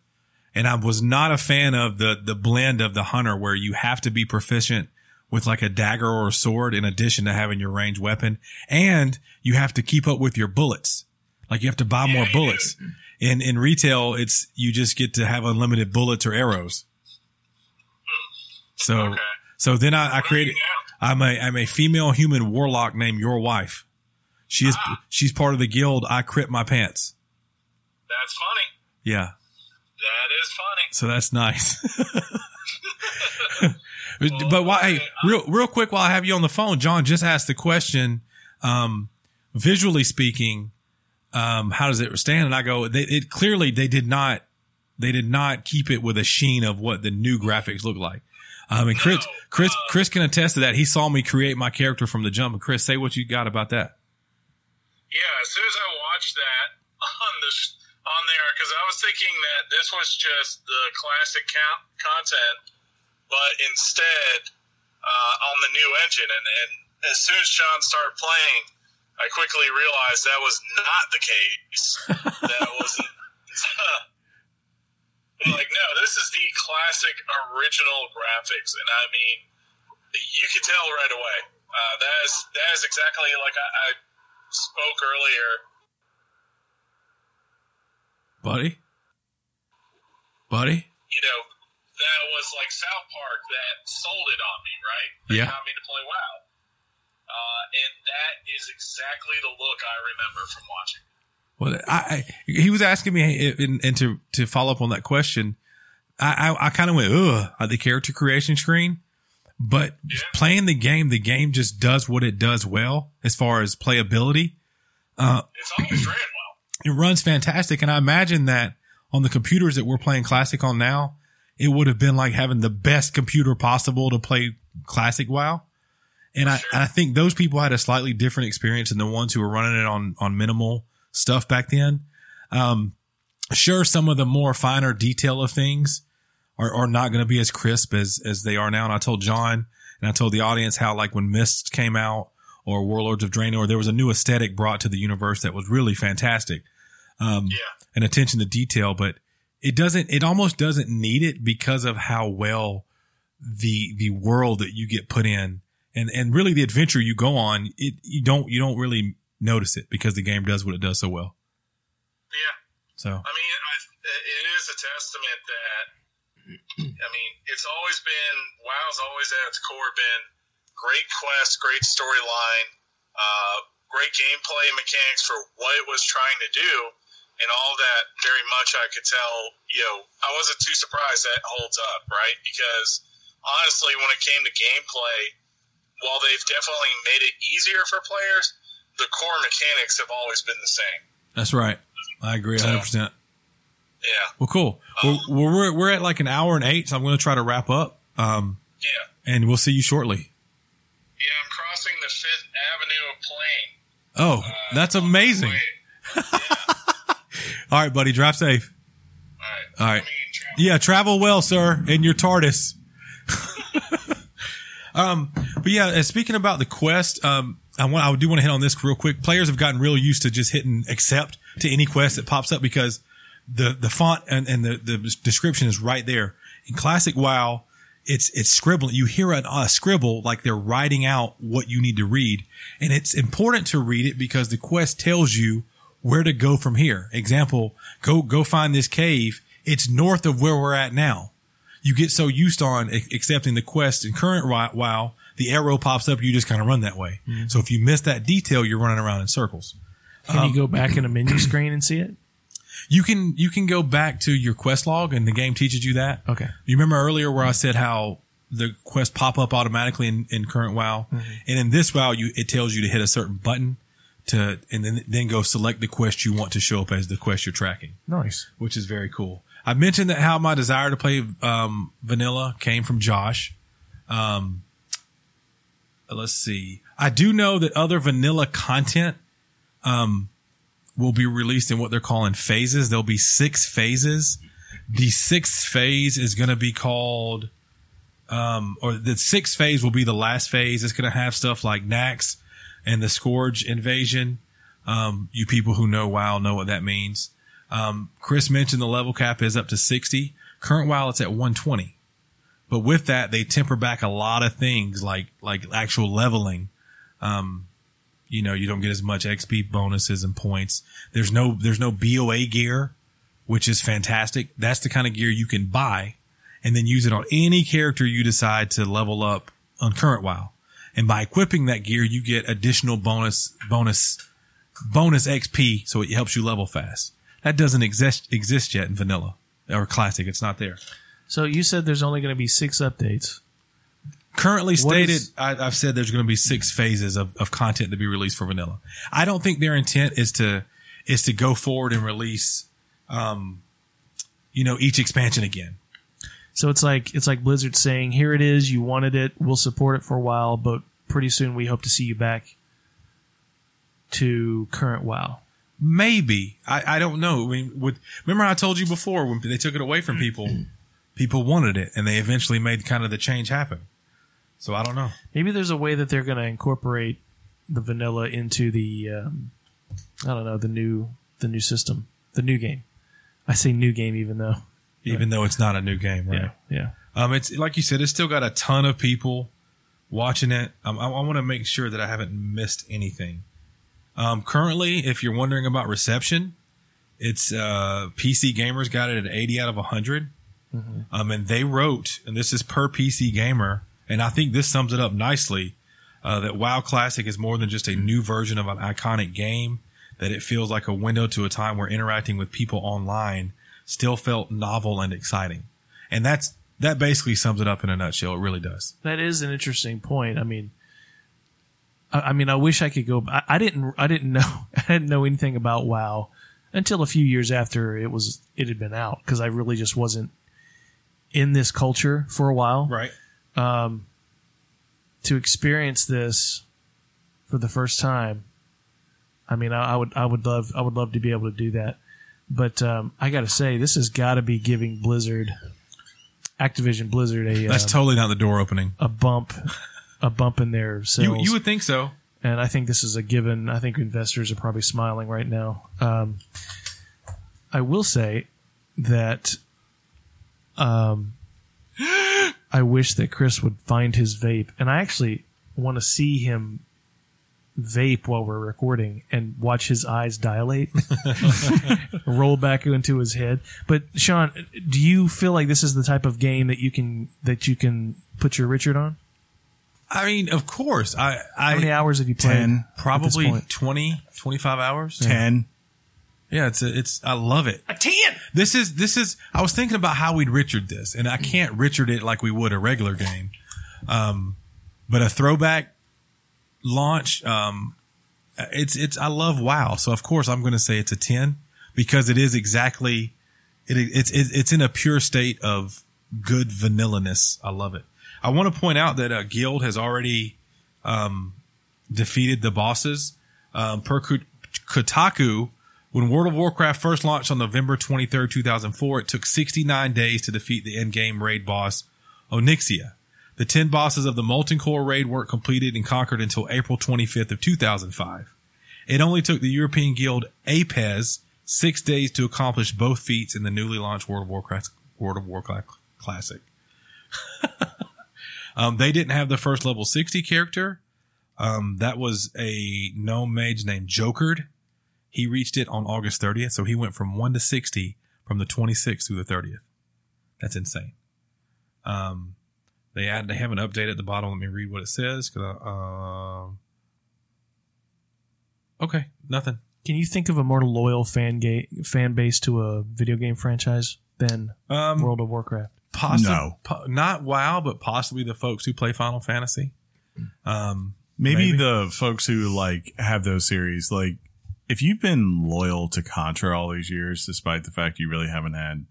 S2: and I was not a fan of the the blend of the hunter where you have to be proficient with like a dagger or a sword in addition to having your range weapon, and you have to keep up with your bullets. Like you have to buy more
S5: you do.
S2: bullets. In in retail, it's you just get to have unlimited bullets or arrows. So
S5: Okay.
S2: so then I, I
S5: What are you
S2: created.
S5: now?
S2: I'm a I'm a female human warlock named Your Wife. She is she's part of the guild. I crit my pants.
S5: That's funny.
S2: Yeah,
S5: That is funny.
S2: so that's nice. but why? Hey, real real quick, while I have you on the phone, John just asked the question. Um, visually speaking, um, how does it stand? And I go, they, it clearly they did not they did not keep it with a sheen of what the new graphics look like. Um, and Chris
S5: No,
S2: Chris Chris can attest to that. He saw me create my character from the jump. And Chris, say what you got about that.
S5: Yeah, as soon as I watched that on the sh- on there, because I was thinking that this was just the classic count content, but instead uh, on the new engine, and, and as soon as Sean started playing, I quickly realized that was not the case. that wasn't. like no, this is the classic original graphics, and I mean, you could tell right away. Uh, that is that is exactly like I, I spoke earlier.
S2: buddy, buddy.
S5: You know, that was like South Park that sold it on me, right? They
S2: Yeah.
S5: got me to play WoW, uh, and that is exactly the look I remember from watching.
S2: Well, I, I he was asking me, eh, and, and to to follow up on that question, I I, I kind of went ugh at the character creation screen, but playing the game, the game just does what it does well as far as playability.
S5: It's always ran well.
S2: It runs fantastic, and I imagine that on the computers that we're playing classic on now, it would have been like having the best computer possible to play classic WoW. And I,
S5: Sure.
S2: and I think those people had a slightly different experience than the ones who were running it on on minimal stuff back then. Um, sure, some of the more finer detail of things are, are not going to be as crisp as as they are now. And I told John and I told the audience how like when Mist came out or Warlords of Draenor, there was a new aesthetic brought to the universe that was really fantastic. Um,
S5: Yeah.
S2: and attention to detail, but it doesn't. It almost doesn't need it because of how well the the world that you get put in and and really the adventure you go on. It you don't you don't really notice it because the game does what it does so well.
S5: Yeah.
S2: So
S5: I mean, I, it is a testament that I mean, it's always been WoW's always at its core been great quest, great storyline, uh, great gameplay mechanics for what it was trying to do, and all that. Very much, I could tell. You know, I wasn't too surprised that holds up, right? Because honestly, when it came to gameplay, while they've definitely made it easier for players, the core mechanics have always been the same.
S2: that's right. I agree, hundred percent.
S5: Yeah,
S2: Well, cool. Well, we're, we're we're at like an hour and eight, so I'm going to try to wrap up. Um,
S5: yeah.
S2: and we'll see you shortly.
S5: Yeah, I'm crossing the Fifth Avenue of Plain.
S2: Oh, that's amazing!
S5: Wait.
S2: All right, buddy, drive safe.
S5: Alright.
S2: All right.
S5: I mean, Travis,
S2: Yeah, travel well, sir, in your TARDIS. um, but yeah, and speaking about the quest, um, I want I do want to hit on this real quick. Players have gotten real used to just hitting accept to any quest that pops up because the the font and, and the the description is right there. In classic WoW, it's it's scribbling. You hear an, a scribble like they're writing out what you need to read, and it's important to read it because the quest tells you where to go from here. Example: go go find this cave. It's north of where we're at now. You get so used on ac- accepting the quest and current ri- WoW, the arrow pops up. You just kind of run that way. So if you miss that detail, you're running around in circles. Um,
S3: Can you go back in a menu screen and see it?
S2: You can you can go back to your quest log, and the game teaches you that.
S3: Okay.
S2: You remember earlier where I said how the quests pop up automatically in, in current WoW, and in this WoW, you it tells you to hit a certain button to, and then then go select the quest you want to show up as the quest you're tracking,
S3: Nice.
S2: which is very cool. I mentioned that how my desire to play um, vanilla came from Josh. Um, let's see. I do know that other vanilla content um, will be released in what they're calling phases. There'll be six phases the sixth phase is going to be called um or the sixth phase will be the last phase it's going to have stuff like nax and the Scourge invasion. Um, you people who know WoW know what that means. Um, Chris mentioned the level cap is up to 60. Current WoW, it's at 120. But with that, they temper back a lot of things like, like actual leveling. Um, you know, you don't get as much XP bonuses and points. There's no, there's no BOA gear, which is fantastic. That's the kind of gear you can buy and then use it on any character you decide to level up on current WoW. And by equipping that gear, you get additional bonus, bonus, bonus XP. So it helps you level fast. That doesn't exist, exist yet in vanilla or classic. It's not there.
S3: So you said there's only going to be six updates.
S2: Currently stated,
S3: is-
S2: I, I've said there's going to be six phases of, of content to be released for vanilla. I don't think their intent is to is to go forward and release, um, you know, each expansion again.
S3: So it's like it's like Blizzard saying, "Here it is. You wanted it. We'll support it for a while, but pretty soon we hope to see you back to current WoW."
S2: Maybe I, I don't know. I mean, with, remember I told you before when they took it away from people, people wanted it, and they eventually made kind of the change happen. So I don't know.
S3: Maybe there's a way that they're going to incorporate the vanilla into the um, I don't know the new the new system, the new game. I say new game, even though
S2: Even though it's not a new game, right?
S3: yeah, yeah.
S2: Um, it's like you said, it's still got a ton of people watching it. Um, I, I want to make sure that I haven't missed anything. Um, currently, if you're wondering about reception, it's uh, PC Gamer's got it at 80 out of 100. Um, and they wrote, and this is per PC Gamer, and I think this sums it up nicely. Uh, that WoW Classic is more than just a new version of an iconic game. That it feels like a window to a time where interacting with people online still felt novel and exciting and that's that basically sums it up in a nutshell. It really does.
S3: That is an interesting point. I mean, I, I mean, I wish I could go. I, I didn't. I didn't know. I didn't know anything about WoW until a few years after it was it had been out because I really just wasn't in this culture for a while. Um,
S2: Right.
S3: To experience this for the first time, I mean, I, I would. I would love. I would love to be able to do that. But um, I got to say, this has got to be giving Blizzard, Activision Blizzard, a
S2: That's
S3: um,
S2: totally not the door opening.
S3: a bump, a bump in their sales.
S2: You you would think so.
S3: and I think this is a given. I think investors are probably smiling right now. Um, I will say that um, I wish that Chris would find his vape, and I actually want to see him vape while we're recording and watch his eyes dilate, roll back into his head. But Sean, do you feel like this is the type of game that you can that you can put your Richard on?
S2: I mean, of course. I
S3: How many
S2: I
S3: hours have you played?
S4: Ten.
S3: at this
S2: probably
S3: point?
S2: 20, 25 hours. Yeah,
S4: 10.
S2: it's a, it's I love it. A ten. This is this is. I was thinking about how we'd Richard this, and I can't Richard it like we would a regular game, um, but a throwback launch. Um, it's it's. I love WoW, so of course I'm going to say it's a ten because it is exactly it, it's it's it's in a pure state of good vanilla-ness. I love it. I want to point out that uh, Guild has already um, defeated the bosses. Um, per Kut- Kotaku, when World of Warcraft first launched on November 23rd, 2004, it took 69 days to defeat the end game raid boss Onyxia. The 10 bosses of the Molten Core raid weren't completed and conquered until April 25th of 2005. It only took the European Guild APES six days to accomplish both feats in the newly launched World of Warcraft World of Warcraft Classic. um, they didn't have the first level sixty character. Um, that was a gnome mage named Jokered. He reached it on August 30th, so he went from one to sixty from the 26th through the 30th. That's insane. Um, they add they have an update at the bottom. Let me read what it says. 'cause I- um, okay, nothing.
S3: Can you think of a more loyal fan ga- fan base to a video game franchise than
S2: Um,
S3: World of Warcraft?
S2: possibly
S4: No.
S2: not WoW, but possibly the folks who play Final Fantasy. Um,
S4: Maybe, the folks who like have those series, like if you've been loyal to Contra all these years, despite the fact you really haven't had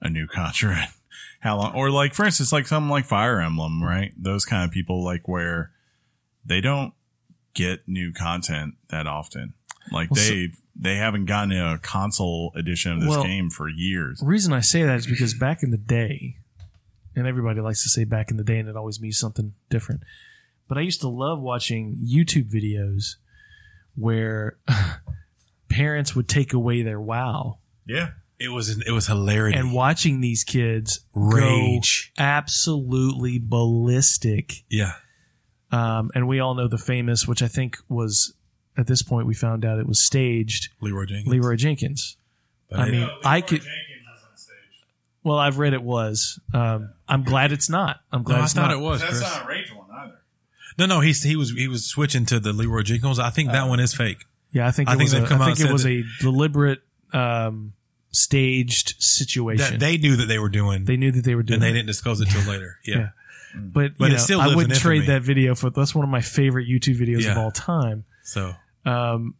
S4: a new Contra in how long, or like for instance, like something like Fire Emblem, right? Those kind of people, like where they don't get new content that often. Like
S3: Well, so-
S4: they they haven't gotten a console edition of this
S3: Well-
S4: game for years.
S3: The reason I say that is because back in the day, and everybody likes to say back in the day, and it always means something different. But I used to love watching YouTube videos where parents would take away their wow
S1: Yeah.
S2: It was an, it was hilarity
S3: and watching these kids
S2: rage.
S3: go absolutely ballistic.
S2: Yeah,
S3: Um, and we all know the famous, which I think was at this point we found out it was staged.
S2: Leroy Jenkins.
S3: Leroy Jenkins.
S2: But
S3: I
S2: it-
S3: mean, I could. Well, I've read it was. Um, I'm glad it's not. I'm
S2: no,
S3: glad
S2: I
S3: it's
S2: thought
S3: not.
S2: it was. Chris.
S4: a rage one either.
S2: No, no, he's he was he was switching to the Leroy Jenkins. I think that one is fake.
S3: yeah, I think
S2: I
S3: it
S2: think
S3: was.
S2: they've
S3: A,
S2: come
S3: I
S2: out
S3: think
S2: and
S3: it was
S2: said
S3: a deliberate, um, staged situation.
S2: That they knew that they were doing,
S3: They knew that they were doing.
S2: and they
S3: it.
S2: didn't disclose it till later. Yeah.
S3: Yeah. But,
S2: But
S3: you
S2: it
S3: know,
S2: still
S3: I
S2: lives
S3: wouldn't
S2: in
S3: trade
S2: infamy.
S3: that video for. That's one of my favorite YouTube videos of
S2: Yeah.
S3: all time.
S2: So
S3: Um,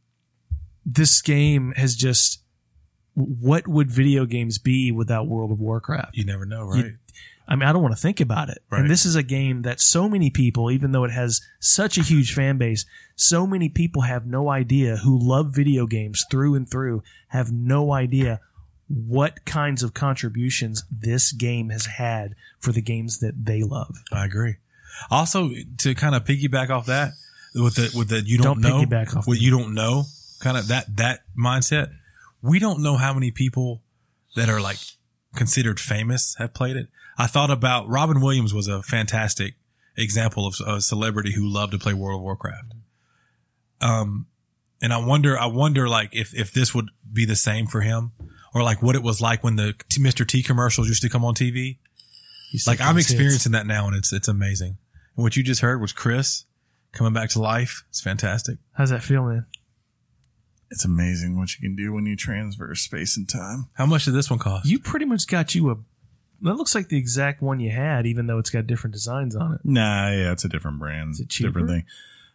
S3: this game has just. What would video games be without World of Warcraft?
S2: you never know, right?
S3: I mean, I don't want to think about it.
S2: Right.
S3: And this is a game that so many people, even though it has such a huge fan base, so many people have no idea who love video games through and through have no idea what kinds of contributions this game has had for the games that they love.
S2: I agree. Also, to kind of piggyback off that with the with the you don't,
S3: Don't
S2: know
S3: piggyback off
S2: what you don't know kind of that that mindset. We don't know how many people that are like considered famous have played it. I thought about Robin Williams was a fantastic example of a celebrity who loved to play World of Warcraft. Um, and I wonder, I wonder like if if this would be the same for him. Or like what it was like when the T- Mr. T commercials used to come on TV
S3: You see
S2: like I'm
S3: those hits.
S2: experiencing that now, and it's it's amazing. And what you just heard was Chris coming back to life. It's fantastic.
S3: How's that feel, man?
S4: It's amazing what you can do when you transverse space and time.
S2: How much did this one cost?
S3: You pretty much got you a. That looks like the exact one you had, even though it's got different designs on it.
S4: Nah, yeah, it's a different brand.
S3: Is it cheaper?
S4: different thing.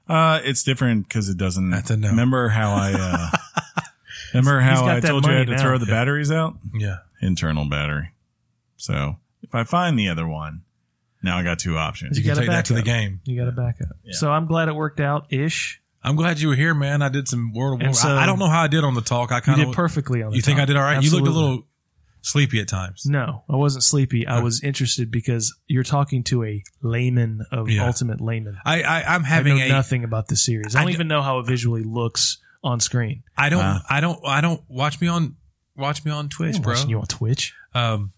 S4: Uh, it's different because it doesn't.
S2: That's a no.
S4: Remember how I? Uh, remember
S3: He's
S4: how
S3: got
S4: I
S3: that
S4: told you I had
S3: money
S4: to
S3: now.
S4: throw the batteries out?
S2: yeah,
S4: Internal battery. So if I find the other one, now I got two options.
S2: you,
S3: You
S2: can
S3: got a
S2: take that to the
S3: backup.
S2: game.
S3: You got a backup.
S4: Yeah.
S3: So I'm glad it worked out ish.
S2: I'm glad you were here, man. I did some World of War.
S3: And so-
S2: I, I don't know how I did on the talk. I
S3: You
S2: kind
S3: did
S2: of.
S3: perfectly on the
S2: You think
S3: top.
S2: I did all right? You looked a
S3: Absolutely.
S2: little sleepy at times.
S3: No, I wasn't sleepy. I
S2: Okay.
S3: was interested because you're talking to a layman of
S2: Yeah.
S3: ultimate layman.
S2: I, I I'm
S3: I
S2: having
S3: know
S2: a.
S3: nothing about the series. I
S2: I
S3: don't
S2: d-
S3: even know how it visually looks on screen.
S2: I don't.
S4: Wow.
S2: I don't. I don't watch me on. Watch me on
S3: I'm
S2: Twitch, bro.
S3: watching you on Twitch.
S2: Um,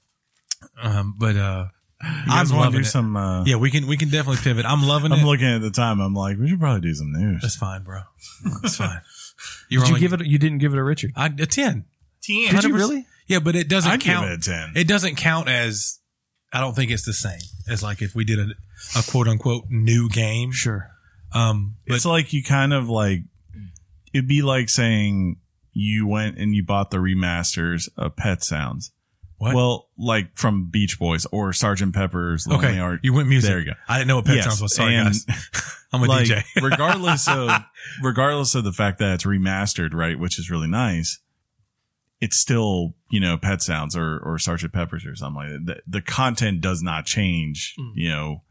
S2: um, but uh,
S4: You guys
S2: I'm
S4: want to
S2: loving
S4: do
S2: it.
S4: some? Uh,
S2: yeah, we can we can definitely pivot. I'm loving
S4: I'm
S2: it.
S4: looking at the time. I'm like, we should probably do some news.
S2: That's fine, bro. It's fine.
S3: Did you give it? You didn't give it a Richard.
S2: I, a ten?
S5: Ten.
S3: Did you really?
S2: Yeah, but it doesn't
S4: I give
S2: count.
S4: it a ten.
S2: It doesn't count as. I don't think it's the same as like if we did a, a quote unquote new game.
S3: Sure.
S2: Um, but
S4: it's like you kind of like it'd be like saying you went and you bought the remasters of Pet Sounds.
S2: What?
S4: Well, like from Beach Boys or Sergeant Pepper's Lonely
S2: okay,
S4: Heart.
S2: you went music.
S4: There you go.
S2: I didn't know what Pet
S4: Yes,
S2: Sounds was. Sorry,
S4: and-
S2: guys. E I'm a
S4: like,
S2: DJ.
S4: regardless of regardless of the fact that it's remastered, right, which is really nice, it's still you know Pet Sounds or or Sergeant Pepper's or something like that. The, the content does not change,
S2: Hmm.
S3: Mm.
S4: you know,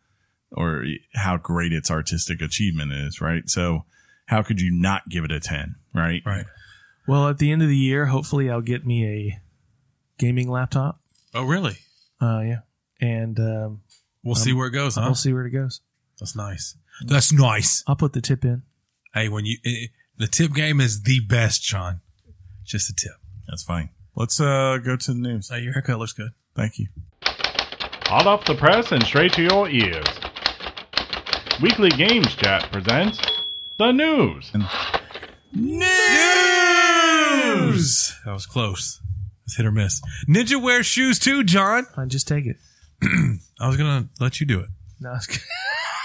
S4: or how great its artistic achievement is, right? So, how could you not give it a ten, right?
S2: Right.
S3: Well, at the end of the year, hopefully, I'll get me a gaming laptop.
S2: Oh, really?
S3: Uh, yeah, and um,
S2: We'll
S3: Um,
S2: see where it goes, huh?
S3: we'll see where it goes.
S2: That's nice. That's nice.
S3: I'll put the tip in.
S2: Hey, when you eh, the tip game is the best, Sean. Just a tip.
S4: That's fine. Let's uh go to the news.
S2: So your haircut looks good.
S4: Thank you.
S6: Hot off the press and straight to your ears. Weekly Games Chat presents the news.
S2: News. That was close. It's hit or miss. Ninja wears shoes too, John.
S3: Fine, just take it.
S2: I was gonna let you do it.
S3: No, I was-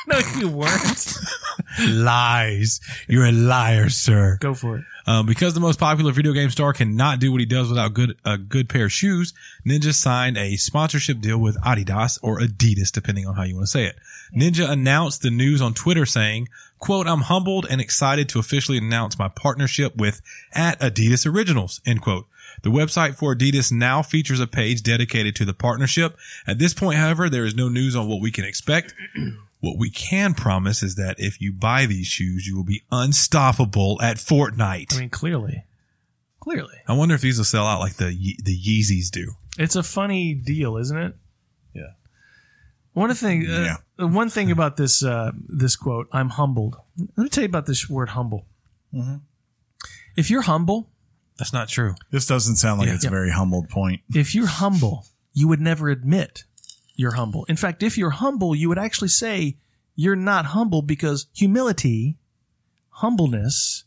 S3: no, you weren't.
S2: Lies. You're a liar, sir.
S3: Go for it.
S2: Um, because the most popular video game star cannot do what he does without good a good pair of shoes, Ninja signed a sponsorship deal with Adidas or Adidas, depending on how you want to say it. Ninja announced the news on Twitter saying, quote, I'm humbled and excited to officially announce my partnership with at Adidas Originals, end quote. The website for Adidas now features a page dedicated to the partnership. At this point, however, there is no news on what we can expect. What we can promise is that if you buy these shoes, you will be unstoppable at Fortnite.
S3: I mean, clearly, clearly,
S2: I wonder if these will sell out like the Ye- the Yeezys do.
S3: It's a funny deal, isn't it?
S4: Yeah.
S3: One of the things, uh, the one thing about this uh, this quote, I'm humbled. Let me tell you about this word humble. If you're humble,
S2: That's not true.
S4: This doesn't sound like it's a very humbled point.
S3: if you're humble, you would never admit you're humble. In fact, if you're humble, you would actually say you're not humble because humility, humbleness,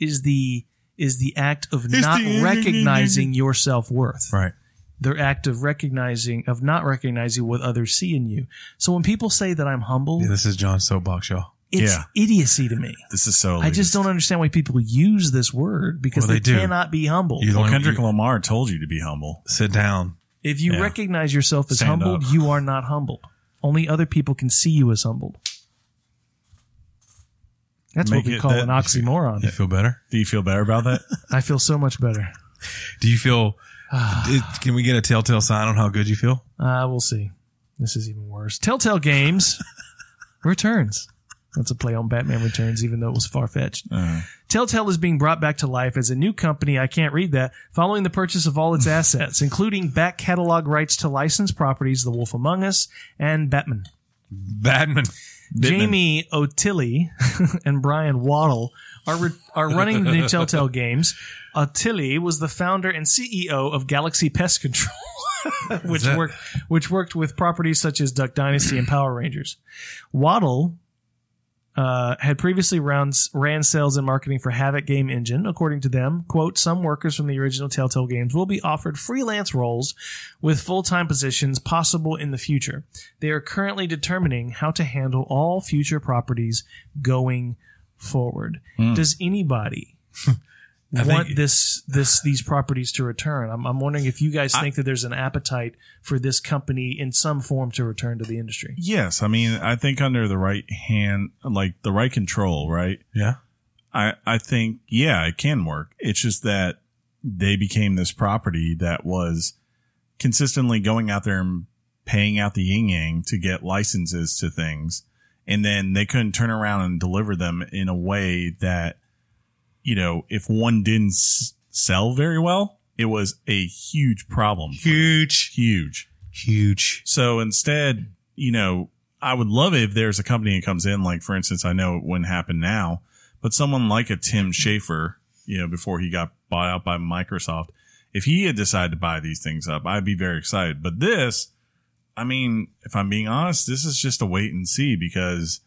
S3: is the is the act of not recognizing your self worth.
S2: Right.
S3: Their act of recognizing of not recognizing what others see in you. So when people say that I'm humble,
S2: Yeah, this is John Soapbox, y'all.
S3: it's
S4: Yeah.
S3: idiocy to me.
S4: This is so.
S3: I just
S4: elitist.
S3: don't understand why people use this word because
S2: Well,
S3: they,
S2: they do.
S3: cannot be humble.
S2: You
S4: Well,
S2: learn-
S4: Kendrick
S2: you-
S4: Lamar told you to be humble.
S2: sit down.
S3: If you recognize yourself as
S4: Stand
S3: humbled,
S4: up.
S3: you are not humbled. Only other people can see you as humbled. That's
S4: Make
S3: what we
S4: it
S3: call
S4: that-
S3: an oxymoron.
S2: You feel better?
S4: Do you feel better about that?
S3: I feel so much better.
S2: Do you feel? did- can we get a telltale sign on how good you feel?
S3: Uh, we'll see. This is even worse. Telltale Games returns. That's a play on Batman Returns, even though it was far fetched. Telltale is being brought back to life as a new company. I can't read that. Following the purchase of all its assets, including back catalog rights to licensed properties, The Wolf Among Us and Batman.
S2: Badman.
S3: Jamie O'Tilly and Brian Waddle are re- are running the new Telltale games. O'Tilly was the founder and CEO of Galaxy Pest Control, which
S2: that-
S3: worked which worked with properties such as Duck Dynasty and Power Rangers. Waddle uh, had previously ran, ran sales and marketing for Havoc Game Engine. According to them, quote, some workers from the original Telltale games will be offered freelance roles with full-time positions possible in the future. They are currently determining how to handle all future properties going forward.
S2: Hmm.
S3: Does anybody want this this these properties to return? I'm, I'm wondering if you guys think that there's an appetite for this company in some form to return to the industry.
S4: yes. I mean, I think under the right hand, like the right control, right?
S2: Yeah.
S4: I, I think, yeah, it can work. It's just that they became this property that was consistently going out there and paying out the yin yang to get licenses to things. And then they couldn't turn around and deliver them in a way that, you know, if one didn't s- sell very well, it was a huge problem. Huge. Huge.
S2: Huge.
S4: So instead, you know, I would love it if there's a company that comes in, like for instance, I know it wouldn't happen now, but someone like a Tim Schafer, you know, before he got bought out by Microsoft, if he had decided to buy these things up, I'd be very excited. But this, I mean, if I'm being honest, this is just a wait and see because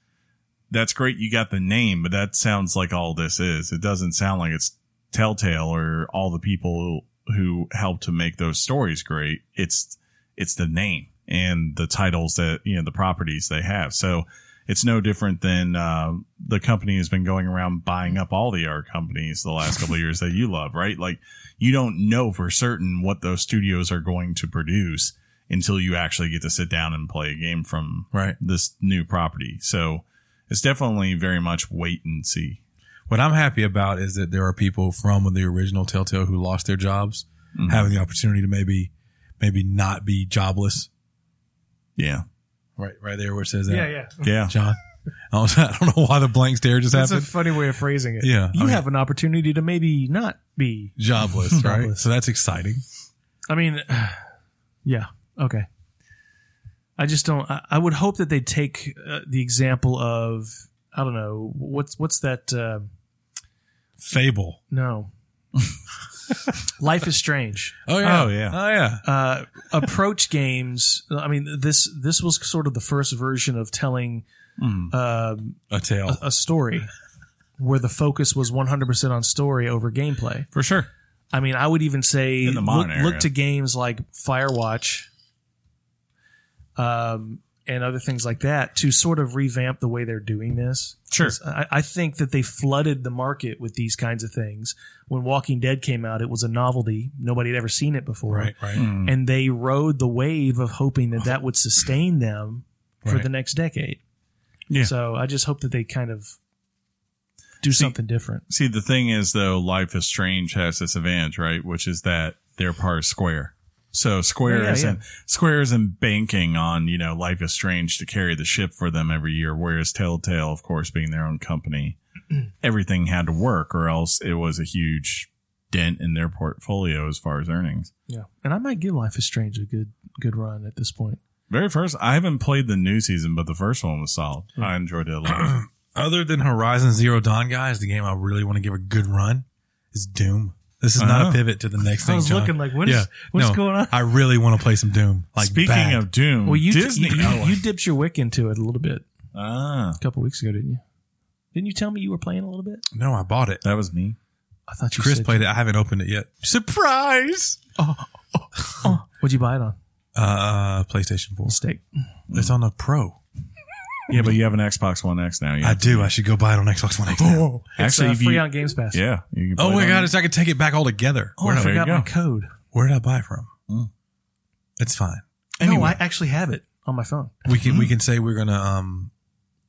S4: that's great. You got the name, but that sounds like all this is. It doesn't sound like it's Telltale or all the people who helped to make those stories great. It's it's the name and the titles that you know the properties they have. So it's no different than uh, the company has been going around buying up all the art companies the last couple of years that you love, right? Like you don't know for certain what those studios are going to produce until you actually get to sit down and play a game from
S2: Right.
S4: this new property. So it's definitely very much wait and see.
S2: What I'm happy about is that there are people from the original Telltale who lost their jobs
S4: Mm.
S2: having the opportunity to maybe, maybe not be jobless.
S4: Yeah.
S2: Right, right there where it says that.
S3: yeah.
S4: Yeah.
S2: John. I don't, I don't know why the blank stare just
S3: That's a
S2: happened.
S3: funny way of phrasing it.
S2: Yeah,
S3: You
S2: I mean-
S3: have an opportunity to maybe not be.
S2: jobless, right?
S3: Jobless.
S2: So that's exciting.
S3: I mean, yeah. Okay. I just don't. I, I would hope that they take uh, the example of I don't know what's what's that. Uh,
S2: Fable.
S3: no. Life is strange.
S2: Oh yeah.
S4: Oh, yeah.
S2: Oh yeah.
S3: Uh, approach games. I mean this this was sort of the first version of telling um
S2: A tale.
S3: a, a story, where the focus was 100 percent on story over gameplay.
S4: For sure.
S3: I mean, I would even say
S4: In the
S3: look,
S4: modern era.
S3: look to games like Firewatch um, and other things like that to sort of revamp the way they're doing this.
S4: Sure.
S3: 'Cause I, I think that they flooded the market with these kinds of things. When Walking Dead came out, it was a novelty. Nobody had ever seen it before.
S2: right. Right.
S4: Mm.
S3: And they rode the wave of hoping that that would sustain them for
S2: Right.
S3: the next decade.
S4: Yeah.
S3: So I just hope that they kind of do something different.
S4: See, the thing is, though, Life is Strange has this advantage, right? Which is that they're part of Square. So Square
S3: Yeah, yeah,
S4: isn't Square isn't banking on you know Life is Strange to carry the ship for them every year. Whereas Telltale, of course, being their own company, everything had to work, or else it was a huge dent in their portfolio as far as earnings.
S3: Yeah. And I might give Life is Strange a good good run at this point.
S4: Very first, I haven't played the new season, but the first one was solid.
S3: Hmm.
S4: I enjoyed it a lot.
S2: Other than Horizon Zero Dawn, guys, the game I really want to give a good run is Doom. This is not
S4: Uh-huh.
S2: a pivot to the next thing.
S3: Oh. I was
S2: John.
S3: looking like, what is-
S2: Yeah,
S3: what's
S2: no,
S3: going on?
S2: I really want to play some Doom. Like
S4: Speaking
S2: bad.
S4: of Doom,
S3: Well, you
S4: Disney. Oh,
S3: you, you, you dipped your wick into it a little bit
S4: ah,
S3: a couple weeks ago, didn't you? Didn't you tell me you were playing a little bit?
S2: no, I bought it.
S4: that was me.
S3: I thought you
S2: Chris
S3: said-
S2: played it. I haven't opened it yet. Surprise!
S3: Oh, what'd you buy it on?
S2: Uh, PlayStation Four.
S3: Mistake. Hmm.
S2: It's on the Pro.
S4: Yeah, but you have an Xbox One X now. You
S2: I
S4: have to-
S2: do. I should go buy it on Xbox One X. now.
S3: It's
S4: Actually,
S3: uh,
S4: if
S3: free
S4: you,
S3: on Games Pass.
S4: yeah, you can
S2: Oh
S4: play
S2: my
S4: it
S2: god!
S4: on-
S2: It's I could take it back altogether.
S3: Oh,
S2: where,
S3: I
S2: did I,
S3: forgot
S4: go.
S3: my code.
S2: where did I buy it from? It's fine.
S3: No, I actually have it on my phone.
S2: We can we can say we're gonna um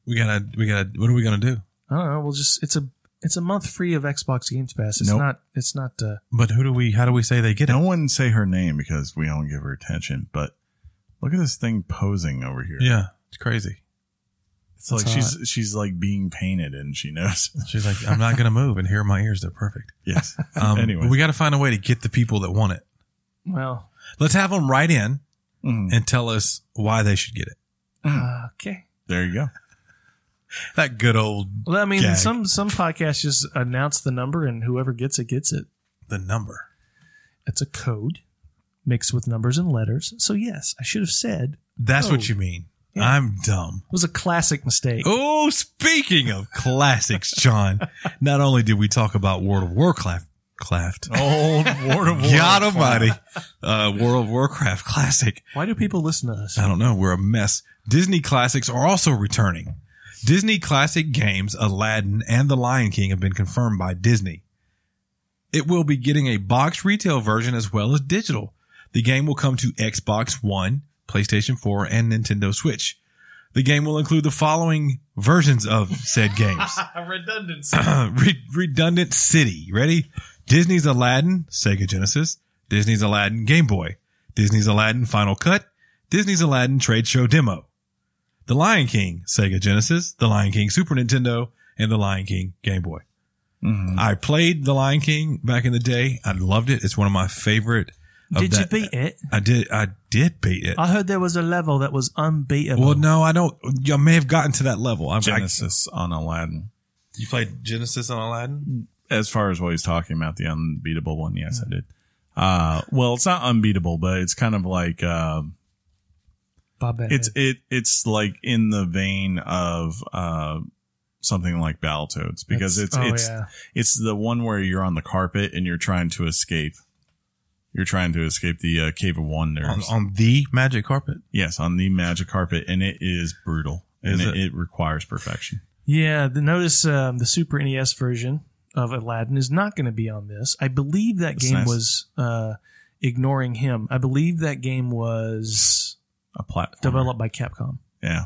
S2: we gotta we gotta what are we gonna do?
S3: I don't know. We'll just it's a it's a month free of Xbox Games Pass. It's
S4: Nope.
S3: not it's not uh,
S2: But who do we how do we say they get it?
S4: no one say her name because we don't give her attention. But look at this thing posing over here.
S2: Yeah, it's crazy.
S4: it's like
S3: That's
S4: she's she's like being painted, and she knows.
S2: She's like, I'm not gonna move, and here are my ears. They're perfect.
S4: yes.
S2: Um,
S4: Anyway.
S2: but we got to find a way to get the people that want it.
S3: well
S2: Let's have them write in
S4: Mm.
S2: and tell us why they should get it.
S3: uh, okay.
S4: There you go.
S2: That good old
S3: Well, I mean,
S2: Gag.
S3: some some podcasts just announce the number and whoever gets it gets it.
S2: the number.
S3: It's a code mixed with numbers and letters. So yes, I should have said
S2: That's
S3: Oh.
S2: what you mean.
S3: Yeah.
S2: I'm dumb.
S3: it was a classic mistake.
S2: Oh, speaking of classics, John. not only did we talk about World of Warcraft, Claft,
S4: Old War of
S2: God Almighty, uh, World of Warcraft classic.
S3: Why do people listen to us?
S2: I don't know. We're a mess. Disney classics are also returning. Disney classic games Aladdin and The Lion King have been confirmed by Disney. It will be getting a boxed retail version as well as digital. The game will come to Xbox One, PlayStation 4, and Nintendo Switch. The game will include the following versions of said games.
S3: Redundancy.
S2: Re- redundant city. Ready? Disney's Aladdin, Sega Genesis, Disney's Aladdin Game Boy, Disney's Aladdin Final Cut, Disney's Aladdin Trade Show Demo, The Lion King, Sega Genesis, The Lion King Super Nintendo, and The Lion King Game Boy.
S4: Mm-hmm.
S2: I played The Lion King back in the day. I loved it. It's one of my favorite. of
S3: Did you
S2: that-
S3: beat it?
S2: I did. I did beat it.
S3: I heard there was a level that was unbeatable.
S2: well, no, I don't. I may have gotten to that level. I've, I,
S4: Genesis on Aladdin.
S2: you played Genesis on Aladdin?
S4: as far as what he's talking about, the unbeatable one. Yes, I did. Uh, well, it's not unbeatable, but it's kind of like um
S3: Bob Bankhead.
S4: it's it it's like in the vein of uh, something like Battletoads because it's
S3: That's- oh,
S4: it's
S3: yeah.
S4: it's the one where you're on the carpet and you're trying to escape. You're trying to escape the uh, cave of wonders.
S2: On, on the magic carpet?
S4: yes, on the magic carpet, and it is brutal.
S2: Is
S4: and it,
S2: it?
S4: it requires perfection.
S3: Yeah, the, notice um, the Super NES version of Aladdin is not going to be on this. I believe that
S4: That's
S3: game
S4: nice.
S3: was uh, ignoring him. I believe that game was
S4: A platform.
S3: developed by Capcom,
S4: Yeah.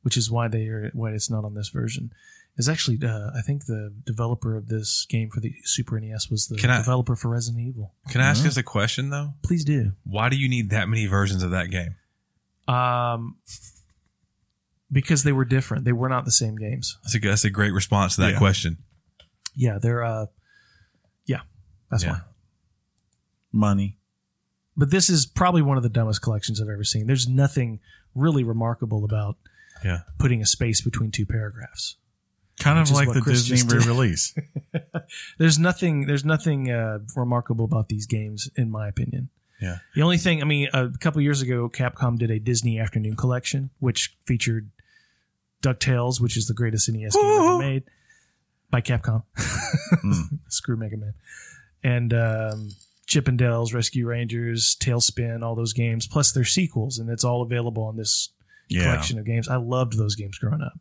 S3: which is why they are why it's not on this version. Is actually uh, I think the developer of this game for the Super NES was the
S2: Can I-
S3: developer for Resident Evil.
S2: Can I ask us a question though?
S3: Please do.
S2: Why do you need that many versions of that game?
S3: Um, because they were different. They were not the same games.
S2: That's a, that's a great response to that
S4: Yeah.
S2: question.
S3: Yeah, they're uh, yeah, that's
S2: Yeah.
S3: why.
S4: Money.
S3: but this is probably one of the dumbest collections I've ever seen. There's nothing really remarkable about
S2: Yeah.
S3: putting a space between two paragraphs.
S4: Kind
S3: Which
S4: of
S3: is
S4: like
S3: what
S4: the
S3: Chris just
S4: Disney
S3: did.
S4: re-release.
S3: There's nothing. There's nothing uh, remarkable about these games, in my opinion.
S2: Yeah.
S3: The only thing, I mean, a couple years ago, Capcom did a Disney Afternoon collection, which featured Ducktales, which is the greatest NES game ever made by Capcom. Screw Mega Man, and um, Chippendales, Rescue Rangers, Tailspin, all those games, plus their sequels, and it's all available on this
S4: yeah.
S3: collection of games. I loved those games growing up.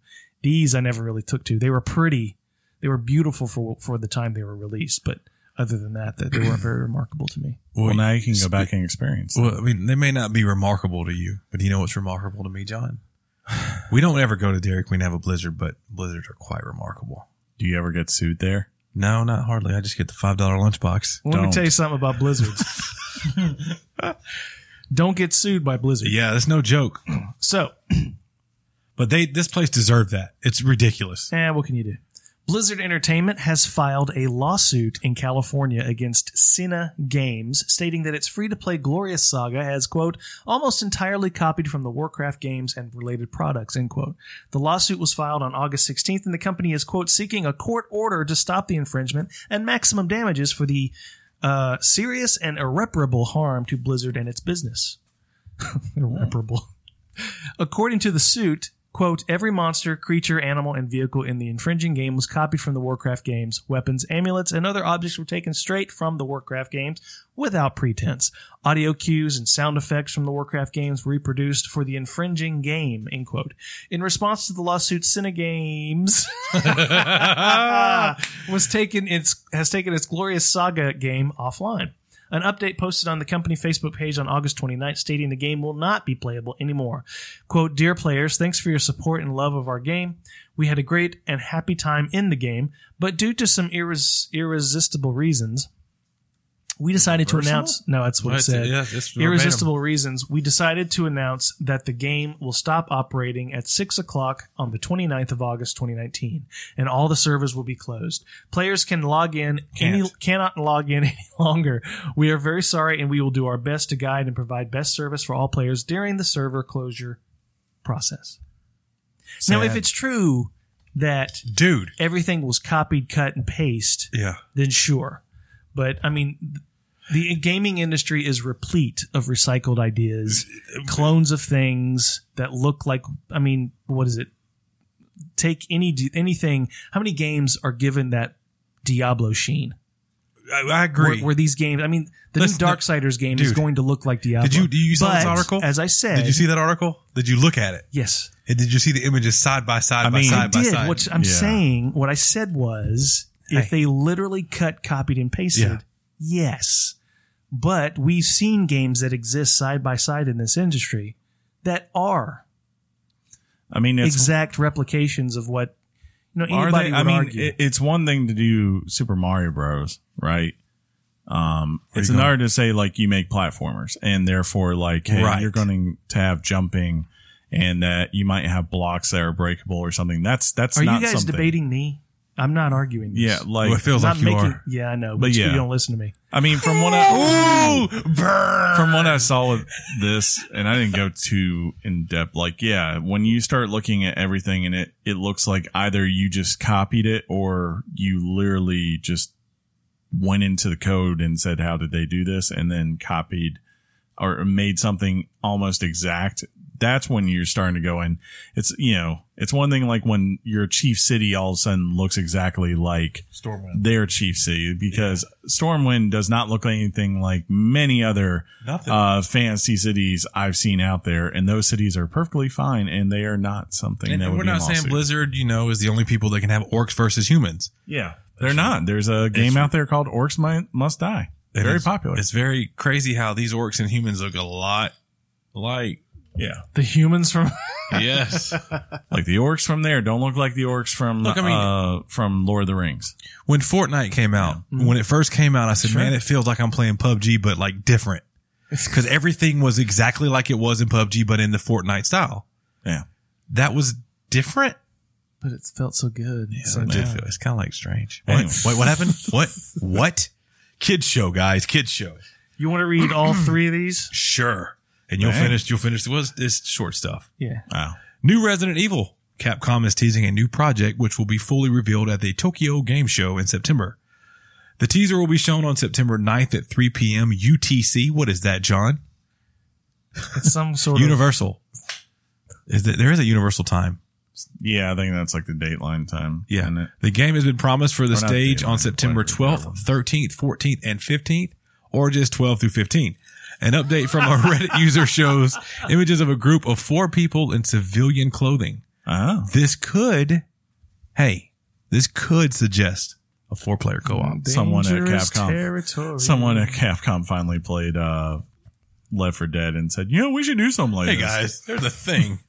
S3: These I never really took to. They were pretty, they were beautiful for for the time they were released, but other than that, that they weren't very remarkable to me.
S4: Well, now you can go back and experience.
S2: Well, I mean, they may not be remarkable to you, but you know what's remarkable to me, John? We don't ever go to Dairy Queen to have a blizzard, but blizzards are quite remarkable.
S4: Do you ever get sued there?
S2: No, not hardly. I just get the five dollar lunchbox.
S3: Well, let me
S4: Don't.
S3: tell you something about blizzards. Don't get sued by Blizzard.
S2: Yeah, that's no joke.
S3: So,
S2: But they this place deserved that. It's ridiculous.
S3: eh, what can you do? Blizzard Entertainment has filed a lawsuit in California against Cine Games, stating that its free-to-play Glorious Saga has, quote, almost entirely copied from the Warcraft games and related products, end quote. The lawsuit was filed on August 16th, and the company is, quote, seeking a court order to stop the infringement and maximum damages for the uh, serious and irreparable harm to Blizzard and its business. irreparable. According to the suit, quote, every monster, creature, animal, and vehicle in the infringing game was copied from the Warcraft games. Weapons, amulets, and other objects were taken straight from the Warcraft games without pretense. Audio cues and sound effects from the Warcraft games were reproduced for the infringing game, end quote. In response to the lawsuit, Cinegames was taken its has taken its glorious saga game offline. An update posted on the company Facebook page on August 29th stating the game will not be playable anymore. Quote, Dear players, thanks for your support and love of our game. We had a great and happy time in the game, but due to some irres- irresistible reasons, we decided to
S2: Irreversible?
S3: announce. No, that's what it
S2: That's it.
S3: said.
S2: Yeah, it's verbatim.
S3: Irresistible reasons, we decided to announce that the game will stop operating at 6 o'clock on the 29th of August 2019, and all the servers will be closed. Players can log in, any,
S2: Can't.
S3: cannot log in any longer. We are very sorry, and we will do our best to guide and provide best service for all players during the server closure process. Now, if
S2: Sad.
S3: it's true that
S2: dude.
S3: everything was copied, cut, and paste,
S2: Yeah.
S3: then sure. But I mean, the gaming industry is replete of recycled ideas, clones of things that look like. I mean, what is it? Take any anything. How many games are given that Diablo sheen?
S2: I, I
S3: Were,
S2: agree.
S3: were these games? I mean, the
S2: Listen,
S3: new
S2: the-
S3: Darksiders game is
S2: dude.
S3: going to look like Diablo.
S2: Did you- do you saw this
S3: But,
S2: article?
S3: As I said,
S2: did you see that article? Did you look at it?
S3: Yes,
S2: And did you see the images side by side
S4: I
S2: by
S4: mean-
S2: side
S4: I
S2: by
S3: did.
S2: side?
S3: What I'm
S4: Yeah.
S3: saying, what I said was, if they literally cut, copied, and pasted,
S2: Yeah.
S3: yes. But we've seen games that exist side by side in this industry that are
S4: I mean, it's
S3: exact replications of what you know.
S4: Are
S3: Anybody
S4: they?
S3: would
S4: I mean,
S3: argue.
S4: it- it's one thing to do Super Mario Bros, right? Um,
S2: Where
S4: it's
S2: you
S4: another to say like you make platformers, and therefore like hey,
S2: Right.
S4: you're going to have jumping, and that you might have blocks that are breakable or something. That's that's
S3: are you
S4: not
S3: guys
S4: something.
S3: debating me? I'm not arguing. This.
S4: Yeah, like
S2: Well, it feels
S3: I'm
S2: like you
S3: making.
S2: are.
S3: Yeah, I know, but,
S4: But
S3: you
S4: yeah.
S3: don't listen to me.
S4: I mean, from what I
S2: burn.
S4: from what I saw with this, and I didn't go too in depth. Like, yeah, when you start looking at everything, and it it looks like either you just copied it or you literally just went into the code and said, "How did they do this?" and then copied or made something almost exact. That's when you're starting to go in. It's you know, it's one thing like when your chief city all of a sudden looks exactly like
S2: Stormwind.
S4: their chief city because Stormwind does not look like anything like many other
S2: Nothing.
S4: uh, fantasy cities I've seen out there, and those cities are perfectly fine, and they are not something
S2: and
S4: that
S2: and
S4: would
S2: we're
S4: be a
S2: not saying
S4: lawsuit.
S2: Blizzard, you know, is the only people that can have orcs versus humans.
S4: Yeah, they're not. There's a game out there called Orcs Mi- Must Die.
S2: And
S4: Very
S2: it's-
S4: popular.
S2: It's very crazy how these orcs and humans look a lot like.
S4: Yeah,
S3: The humans from
S2: Yes.
S4: like the orcs from there don't look like the orcs from
S2: Look, I mean-
S4: uh, from Lord of the Rings.
S2: when Fortnite came out,
S4: Mm-hmm.
S2: when it first came out, I said, man, it feels like I'm playing PUBG, but like different. Because everything was exactly like it was in PUBG, but in the Fortnite style.
S4: Yeah.
S2: That was different.
S3: but it felt so good. so
S2: It did
S3: bad.
S2: feel- it's kind of like strange.
S4: Anyway.
S2: What? Wait, what happened? What? What? Kids show, guys. Kids show.
S3: You want to read all three of these?
S2: Sure. And you'll
S4: Dang.
S2: finish. You'll finish. Well, it's, it's short stuff.
S3: Yeah.
S4: Wow.
S2: New Resident Evil. Capcom is teasing a new project which will be fully revealed at the Tokyo Game Show in September. The teaser will be shown on September 9th at 3 p.m. UTC. What is that, John?
S3: It's some sort of
S2: Universal. Is that there is a universal time?
S4: Yeah, I think that's like the Dateline time.
S2: Yeah.
S4: isn't it?
S2: The game has been promised for the
S4: Or not
S2: stage
S4: the-
S2: on September
S4: whatever,
S2: 12th, 13th, 14th, and 15th, or just 12 through 15. An update from our Reddit user shows images of a group of four people in civilian clothing.
S4: Oh,
S2: This could, hey, this could suggest a four player co op.
S4: someone at
S3: dangerous
S4: Capcom.
S3: territory.
S4: someone at Capcom finally played uh, Left for Dead and said, "You know, we should do something like
S2: Hey
S4: this."
S2: guys, there's a thing.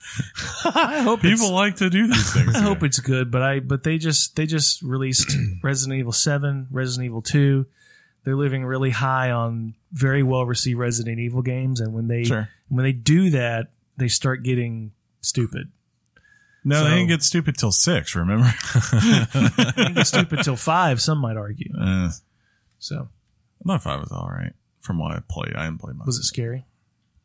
S3: I hope it's-
S4: People like to do these things.
S3: I hope it's good, but I but they just they just released Resident Evil Seven, Resident Evil Two. They're living really high on very well received Resident Evil games, and when they when they do that, they start getting stupid.
S4: No, they
S3: So-
S4: didn't get stupid till six. Remember?
S3: I think it's stupid till five. Some might argue.
S4: uh,
S3: So
S4: not five was all right from what I played. I didn't play much.
S3: was it scary?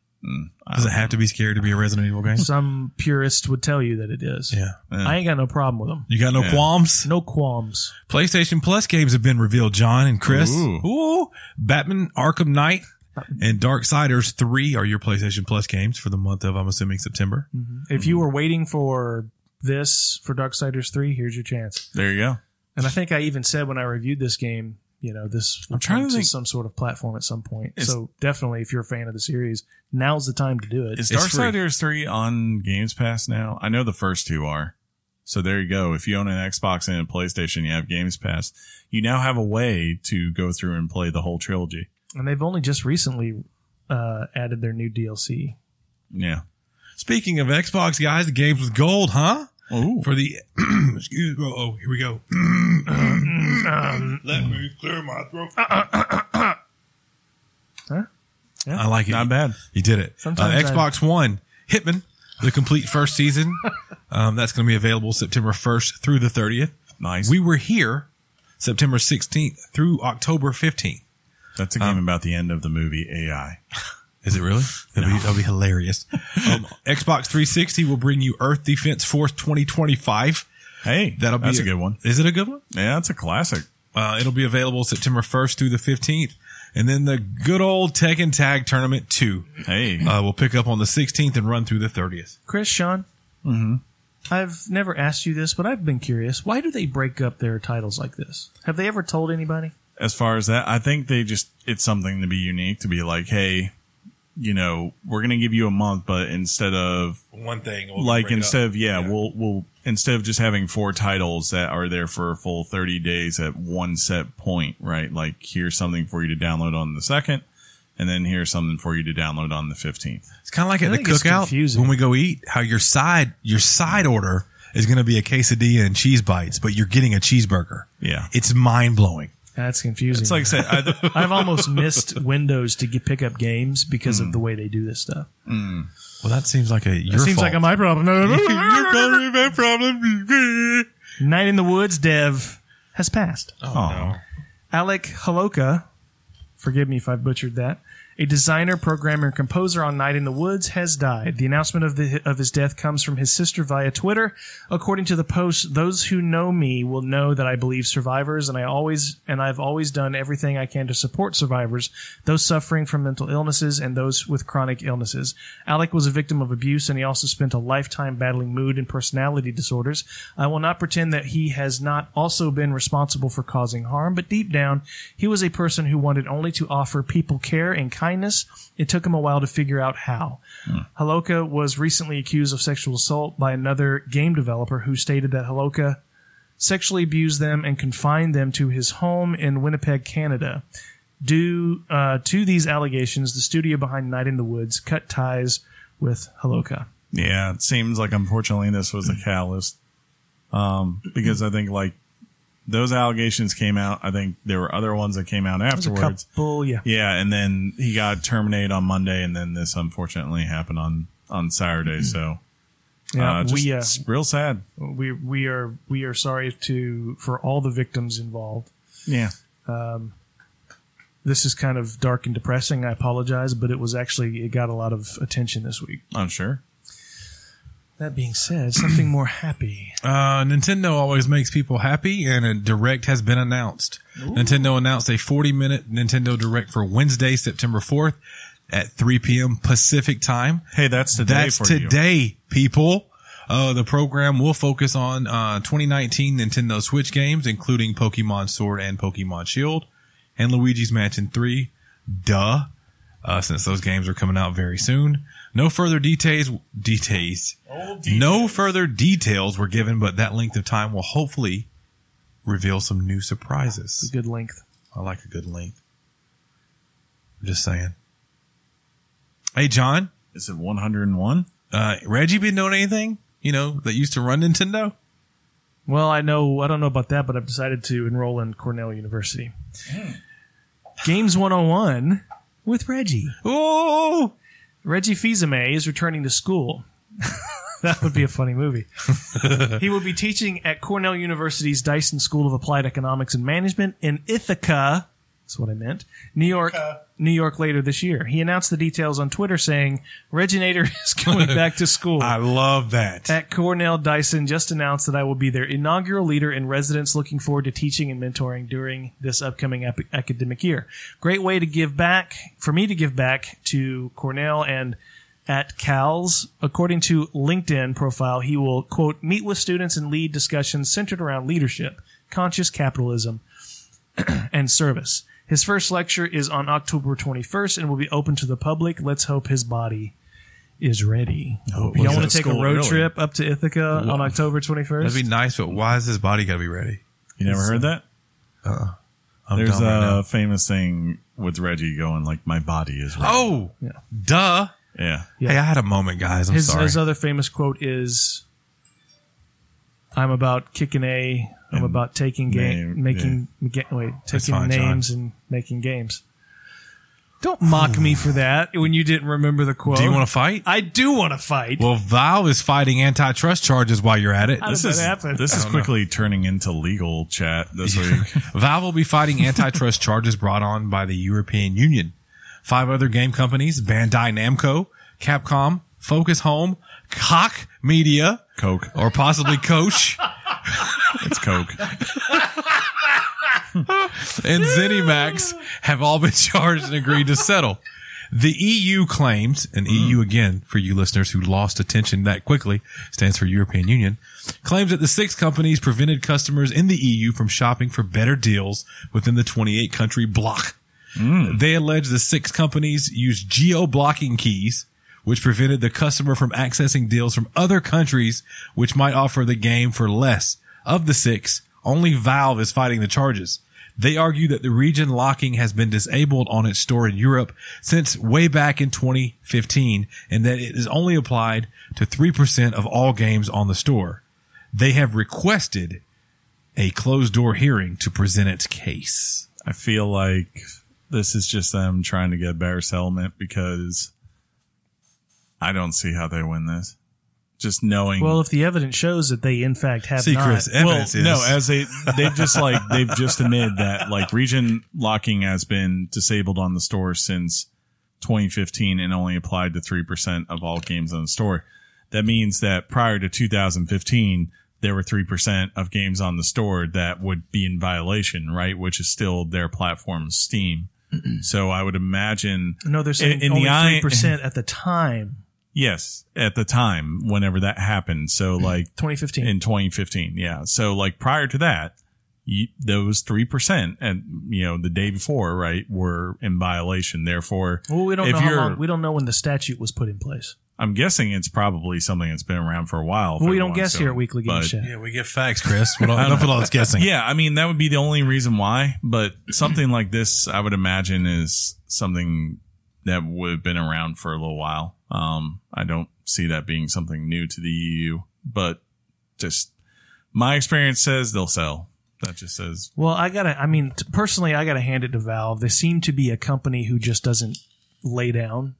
S2: Does it have to be scary to be a Resident Evil game?
S3: Some purists would tell you that it is.
S2: Yeah.
S3: I ain't got no problem with them.
S2: You got no
S4: Yeah.
S2: qualms?
S3: No qualms.
S2: PlayStation Plus games have been revealed, John and Chris.
S4: Ooh.
S2: Ooh. Batman Arkham Knight and Darksiders 3 are your PlayStation Plus games for the month of, I'm assuming, September.
S3: If
S4: Mm.
S3: you were waiting for this for Darksiders three, here's your chance.
S4: There you go.
S3: And I think I even said when I reviewed this game, you know, this will
S4: I'm trying
S3: come
S4: to think-
S3: some sort of platform at some point.
S4: It's-
S3: So definitely, if you're a fan of the series, now's the time to do it.
S4: Is
S2: It's
S4: Darksiders 3 on Games Pass now? I know the first two are. So there you go. If you own an Xbox and a PlayStation, you have Games Pass. You now have a way to go through and play the whole trilogy.
S3: and they've only just recently uh, added their new DLC.
S4: Yeah.
S2: Speaking of Xbox, guys, the games with gold, huh?
S4: Oh,
S2: For the, excuse me, oh, here we go. Let me clear my throat. uh, I like it.
S4: not bad.
S2: You did it. Uh,
S3: Sometimes I-
S2: Xbox One, Hitman, the complete first season. um, that's going to be available September 1st through the 30th.
S4: Nice.
S2: We were here September 16th through October 15th.
S4: That's a game
S3: Um,
S4: about the end of the movie AI.
S2: Is it really? That'd, be, that'd be hilarious. um, Xbox 360 will bring you Earth Defense Force 2025.
S4: Hey,
S2: That'll be
S4: that's a good one.
S2: Is it a good one?
S4: Yeah, that's a classic.
S2: Uh, it'll be available September 1st through the 15th. And then the good old Tekken Tag Tournament 2
S4: Hey,
S2: uh, will pick up on the 16th and run through the 30th.
S3: Chris, Sean, I've never asked you this, but I've been curious. Why do they break up their titles like this? Have they ever told anybody?
S4: as far as that, I think they just, it's something to be unique to be like, hey, you know, we're going to give you a month, but instead of
S2: One thing.
S4: like instead of yeah, we'll we'll instead of just having four titles that are there for a full 30 days at one set point right like here's something for you to download on the second and then here's something for you to download on the 15th
S2: It's kind of like at the
S3: think it's
S2: cookout
S3: confusing.
S2: when we go eat. How your side your side order is going to be a quesadilla and cheese bites, but you're getting a cheeseburger.
S4: yeah
S2: It's mind blowing.
S3: That's confusing.
S4: it's like i said
S2: uh,
S4: I,
S3: I've almost missed windows to get, pick up games because
S4: Hmm.
S3: of the way they do this stuff.
S2: Well, that seems like a your
S3: Seems
S2: fault.
S3: like a my problem. No, no, no.
S2: You're calling me my problem.
S3: Night in the Woods dev has passed.
S4: oh,
S3: Alec Holoka, forgive me if I butchered that, a designer, programmer, and composer on Night in the Woods, has died. The announcement of, the, of his death comes from his sister via Twitter. According to the post, those who know me will know that I believe survivors, and I always and I've always done everything I can to support survivors, those suffering from mental illnesses and those with chronic illnesses. Alec was a victim of abuse, and he also spent a lifetime battling mood and personality disorders. I will not pretend that he has not also been responsible for causing harm, but deep down, he was a person who wanted only to offer people care and kindness. It took him a while to figure out how. Haloka was recently accused of sexual assault by another game developer who stated that Haloka sexually abused them and confined them to his home in Winnipeg, Canada. Due uh, to these allegations, the studio behind Night in the Woods cut ties with Haloka.
S4: yeah it seems like unfortunately this was a catalyst um because i think like those allegations came out i think there were other ones that came out
S3: There's a
S4: afterwards
S3: couple, yeah.
S4: Yeah, and then he got terminated on Monday, and then this unfortunately happened on on Saturday. So
S3: Yeah,
S4: uh, just,
S3: we uh,
S4: it's real sad.
S3: we we are we are sorry to for all the victims involved.
S4: Yeah,
S3: This is kind of dark and depressing. I apologize, but it was actually it got a lot of attention this week.
S4: I'm sure.
S3: That being said, something more happy.
S2: Uh, Nintendo always makes people happy, and a direct has been announced. Nintendo announced a 40 minute Nintendo Direct for Wednesday, September 4th at 3 p.m. Pacific time.
S4: Hey, that's today.
S2: That's
S4: for
S2: today, people. Uh, the program will focus on uh, 2019 Nintendo Switch games, including Pokemon Sword and Pokemon Shield, and Luigi's Mansion 3. Duh, uh, since those games are coming out very soon. No further details. Details. No further details were given, but that length of time will hopefully reveal some new surprises.
S3: Good length.
S2: I like a good length. Just saying. Hey, John.
S4: You. Is it 101?
S2: Uh, Reggie been doing anything, you know, that used to run Nintendo?
S3: Well, I know I don't know about that, but I've decided to enroll in Cornell University. Games 101 with Reggie.
S2: Oh,
S3: Reggie Fizame is returning to school. that would be a funny movie. he will be teaching at Cornell University's Dyson School of Applied Economics and Management in Ithaca. That's what I meant. New York, New York later this year. He announced the details on Twitter saying Reginator is going back to school.
S2: I love that.
S3: at Cornell Dyson just announced that I will be their inaugural leader in residence, looking forward to teaching and mentoring during this upcoming ap- academic year. Great way to give back, for me to give back to Cornell and at Cal's. According to LinkedIn profile, he will, quote, meet with students and lead discussions centered around leadership, conscious capitalism, and service. His first lecture is on October 21st and will be open to the public. Let's hope his body is ready. If y'all want to take a road trip up to Ithaca on October 21st?
S2: That'd be nice, but why is his body got to be ready?
S4: You never heard that?
S2: I'm
S4: There's
S2: dumb right
S3: uh,
S2: now.
S4: a famous thing with Reggie going like, "My body is right."
S2: oh, duh.
S4: yeah.
S3: Yeah.
S2: Hey, I had a moment, guys. I'm
S3: his,
S2: sorry.
S3: his uh, other famous quote is I'm about kicking a I'm about taking game
S4: name-
S3: making ga- wait, taking
S2: fine, John.
S3: names and making games. Don't mock me for that when you didn't remember the quote.
S2: Do you want to fight?
S3: I do want to fight.
S2: well, Valve is fighting antitrust charges while you're at it.
S3: How
S4: This
S3: did
S4: is
S3: that happen?
S4: this is quickly turning into legal chat this week.
S2: Valve will be fighting antitrust charges brought on by the European Union. Five other game companies, Bandai Namco, Capcom, Focus Home, Cock Media,
S4: Coke.
S2: or possibly Coach,
S4: It's Coke.
S2: and ZeniMax have all been charged and agreed to settle. The EU claims, and EU again, for you listeners who lost attention that quickly, stands for European Union, claims that the six companies prevented customers in the EU from shopping for better deals within the 28 country bloc. They allege the six companies used geo blocking keys, which prevented the customer from accessing deals from other countries, which might offer the game for less. Of the six, only Valve is fighting the charges. They argue that the region locking has been disabled on its store in Europe since way back in 2015 and that it is only applied to 3% of all games on the store. They have requested a closed door hearing to present its case.
S4: I feel like this is just them trying to get a better settlement because I don't see how they win this. Just knowing.
S3: well, if the evidence shows that they in fact have
S2: See,
S3: not,
S2: Chris,
S4: Well,
S2: evidence is
S4: no, as they they've just like they've just admitted that like region locking has been disabled on the store since 2015 and only applied to three percent of all games on the store. That means that prior to 2015, there were three percent of games on the store that would be in violation, right? Which is still their platform, Steam. so I would imagine,
S3: no, they're saying
S4: in- in the
S3: only
S4: eye-
S3: three percent at the time,
S4: yes, at the time whenever that happened. So like
S3: 2015.
S4: in 2015 yeah so like prior to that you, those 3% and you know the day before right were in violation therefore
S3: well, we don't
S4: if
S3: know how
S4: you're-
S3: long, we don't know when the statute was put in place.
S4: i'm guessing it's probably something that's been around for a while if
S3: Well, we don't
S4: everyone's
S3: guess
S4: doing
S3: here
S4: it,
S3: at Weekly Game
S4: but-
S3: Chat.
S2: Yeah, we get facts, Chris. We don't, enough with all this guessing.
S4: yeah i mean that would be the only reason why but something like this i would imagine is something that would have been around for a little while um i don't see that being something new to the eu but just my experience says they'll sell that just says
S3: Well, I gotta. I mean, t- personally, I gotta hand it to Valve. They seem to be a company who just doesn't lay down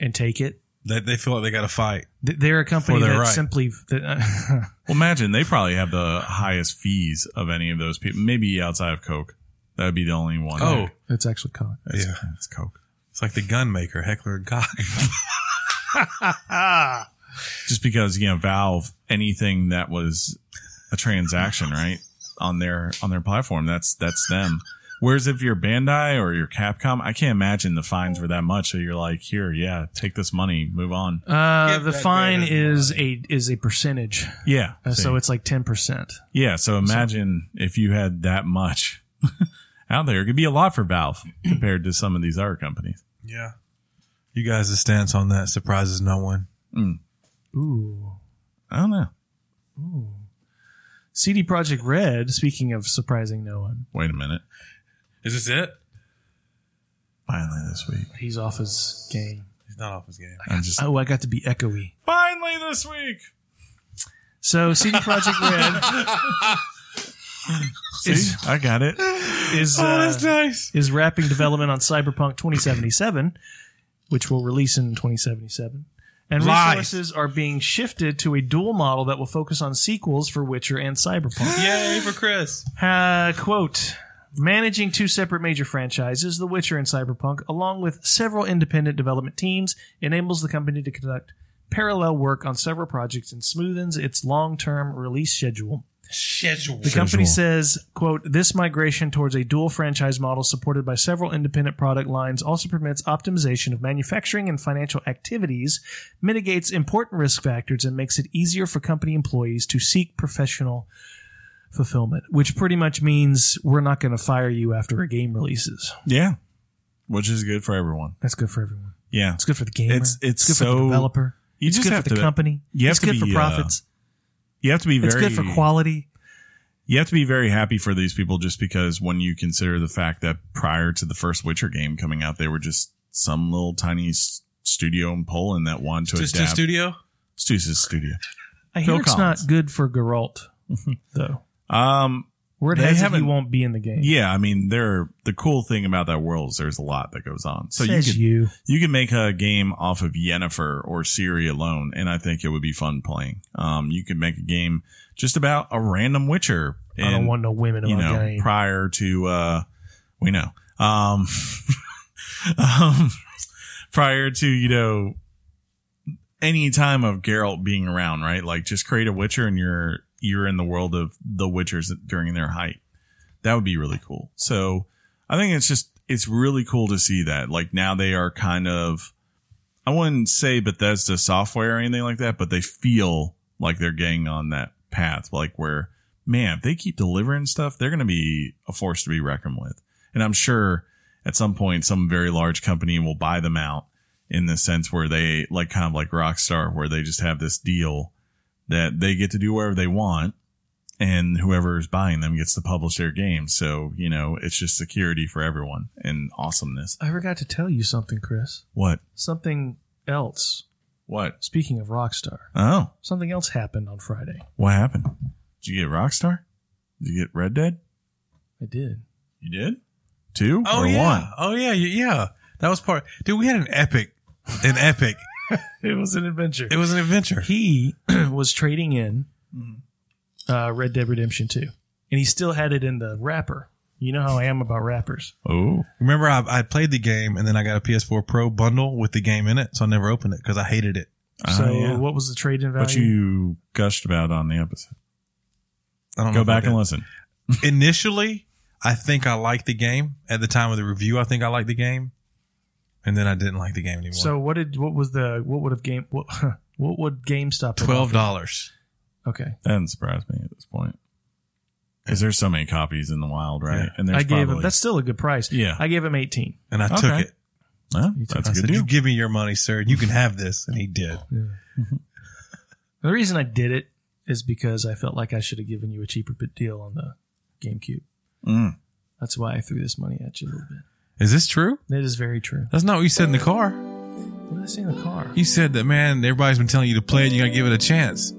S3: and take it.
S2: They, they feel like they got to fight.
S3: Th- They're a company
S2: For
S3: that
S2: their right.
S3: simply. That,
S4: Well, imagine they probably have the highest fees of any of those people. Maybe outside of Coke, that would be the only one.
S2: Oh,
S3: it's actually cock.
S4: it's,
S2: yeah.
S4: it's Coke.
S2: It's like the gun maker, Heckler and Koch.
S4: Just because you know Valve, anything that was a transaction, right on their on their platform, that's that's them. Whereas if you're Bandai or you're Capcom, I can't imagine the fines were that much. So you're like, here, yeah, take this money, move on.
S3: Uh,
S2: Give
S3: the
S2: that
S3: fine
S2: man
S3: is a is a percentage,
S4: Yeah,
S3: Uh,
S4: see.
S3: so it's like ten percent.
S4: yeah. So imagine if you had that much out there, it could be a lot for Valve compared to some of these other companies.
S2: Yeah. You guys' stance on that surprises no one.
S3: Ooh.
S4: I don't know.
S3: CD Project Red. Speaking of surprising no one,
S4: Wait a minute.
S2: Is this it?
S4: Finally this week.
S3: he's off his game.
S2: He's not off his game.
S4: I'm just
S3: Oh, I got to be echoey.
S4: finally this week.
S3: So CD Project Red
S4: See, I got it.
S3: is. Uh,
S2: nice.
S3: is wrapping development on Cyberpunk 2077, which will release in 2077. And
S2: Lies.
S3: resources are being shifted to a dual model that will focus on sequels for Witcher and Cyberpunk.
S7: Yay for Chris.
S3: Uh, quote Managing two separate major franchises, The Witcher and Cyberpunk, along with several independent development teams, enables the company to conduct parallel work on several projects and smoothens its long term release schedule.
S7: Schedule.
S3: The company says, quote, this migration towards a dual franchise model supported by several independent product lines also permits optimization of manufacturing and financial activities, mitigates important risk factors, and makes it easier for company employees to seek professional fulfillment, which pretty much means we're not going to fire you after a game releases.
S4: Yeah. Which is good for everyone.
S3: That's good for everyone.
S4: Yeah.
S3: It's good for the gamer.
S4: It's- it's
S3: good for
S4: so-
S3: the developer.
S4: You
S3: it's
S4: just
S3: good
S4: have
S3: for
S4: to
S3: the company.
S4: you have
S3: it's
S4: to
S3: good
S4: be,
S3: for
S4: uh,
S3: profits.
S4: You have to be very
S3: it's good for quality.
S4: You have to be very happy for these people just because when you consider the fact that prior to the first Witcher game coming out, they were just some little tiny s- studio in Poland that wanted to
S7: Just a
S4: adapt.
S7: studio.
S4: Stu's studio.
S3: I
S4: Phil
S3: hear it's
S4: Collins.
S3: not good for Geralt, though.
S4: Um,
S3: Word
S4: They
S3: has it he
S4: haven't-
S3: won't be in the game.
S4: yeah, I mean, there. The cool thing about that world is there's a lot that goes on. So you
S3: Says
S4: can
S3: you.
S4: you can make a game off of Yennefer or Siri alone, and I think it would be fun playing. Um, you could make a game just about a random Witcher.
S3: I don't
S4: and-
S3: want no women
S4: you
S3: in
S4: know,
S3: my game.
S4: prior to uh, we know, um, um, prior to you know any time of Geralt being around, right? Like just create a Witcher and you're you're in the world of the Witchers during their height. That would be really cool. So I think it's just it's really cool to see that. Like now they are kind of I wouldn't say Bethesda software or anything like that, but they feel like they're getting on that path, like where man, if they keep delivering stuff, they're going to be a force to be reckoned with. And I'm sure at some point, some very large company will buy them out in the sense where they like kind of like Rockstar, where they just have this deal that they get to do whatever they want. And whoever is buying them gets to publish their game. So, you know, it's just security for everyone and awesomeness.
S3: I forgot to tell you something, Chris.
S4: What?
S3: Something else.
S4: What?
S3: Speaking of Rockstar,
S4: Oh,
S3: something else happened on Friday.
S4: what happened? Did you get Rockstar? Did you get Red Dead?
S3: I did.
S4: You did? Two
S2: Oh
S4: or
S2: yeah.
S4: one?
S2: Oh yeah. y- Yeah. That was part. Dude, we had an epic, an epic.
S3: It was an adventure.
S2: It was an adventure.
S3: He was trading in
S4: Mm-hmm.
S3: uh, Red Dead Redemption 2, and he still had it in the wrapper. You know how I am about wrappers.
S4: Oh,
S2: Remember, I, I played the game and then I got a PS4 Pro bundle with the game in it, so I never opened it because I hated it.
S4: Ah,
S3: So,
S4: yeah.
S3: what was the trade in value?
S4: But you gushed about on the episode.
S2: I don't know
S4: Go
S2: if I
S4: back
S2: did.
S4: and listen.
S2: Initially, I think I liked the game at the time of the review. I think I liked the game, and then I didn't like the game anymore.
S3: so, what did what was the what would have game what, what would GameStop have
S2: twelve
S3: offered?
S2: dollars.
S3: Okay,
S4: That doesn't surprise me at this point. Because there's so many copies in the wild, right? And there's
S3: I gave him
S4: probably,
S3: that's still a good price.
S4: Yeah.
S3: I gave him eighteen.
S2: And I took
S4: Okay.
S2: it.
S4: Well,
S2: I
S4: that's a
S2: said,
S4: good deal.
S2: "You give me your money, sir. and You can have this." And he did.
S3: The reason I did it is because I felt like I should have given you a cheaper bit deal on the GameCube.
S4: Mm.
S3: That's why I threw this money at you a little bit.
S2: Is this true?
S3: That is very true.
S2: That's not what you said in the car.
S3: What did I say in the car?
S2: You said that, man. Everybody's been telling you to play it. You gotta give it a chance.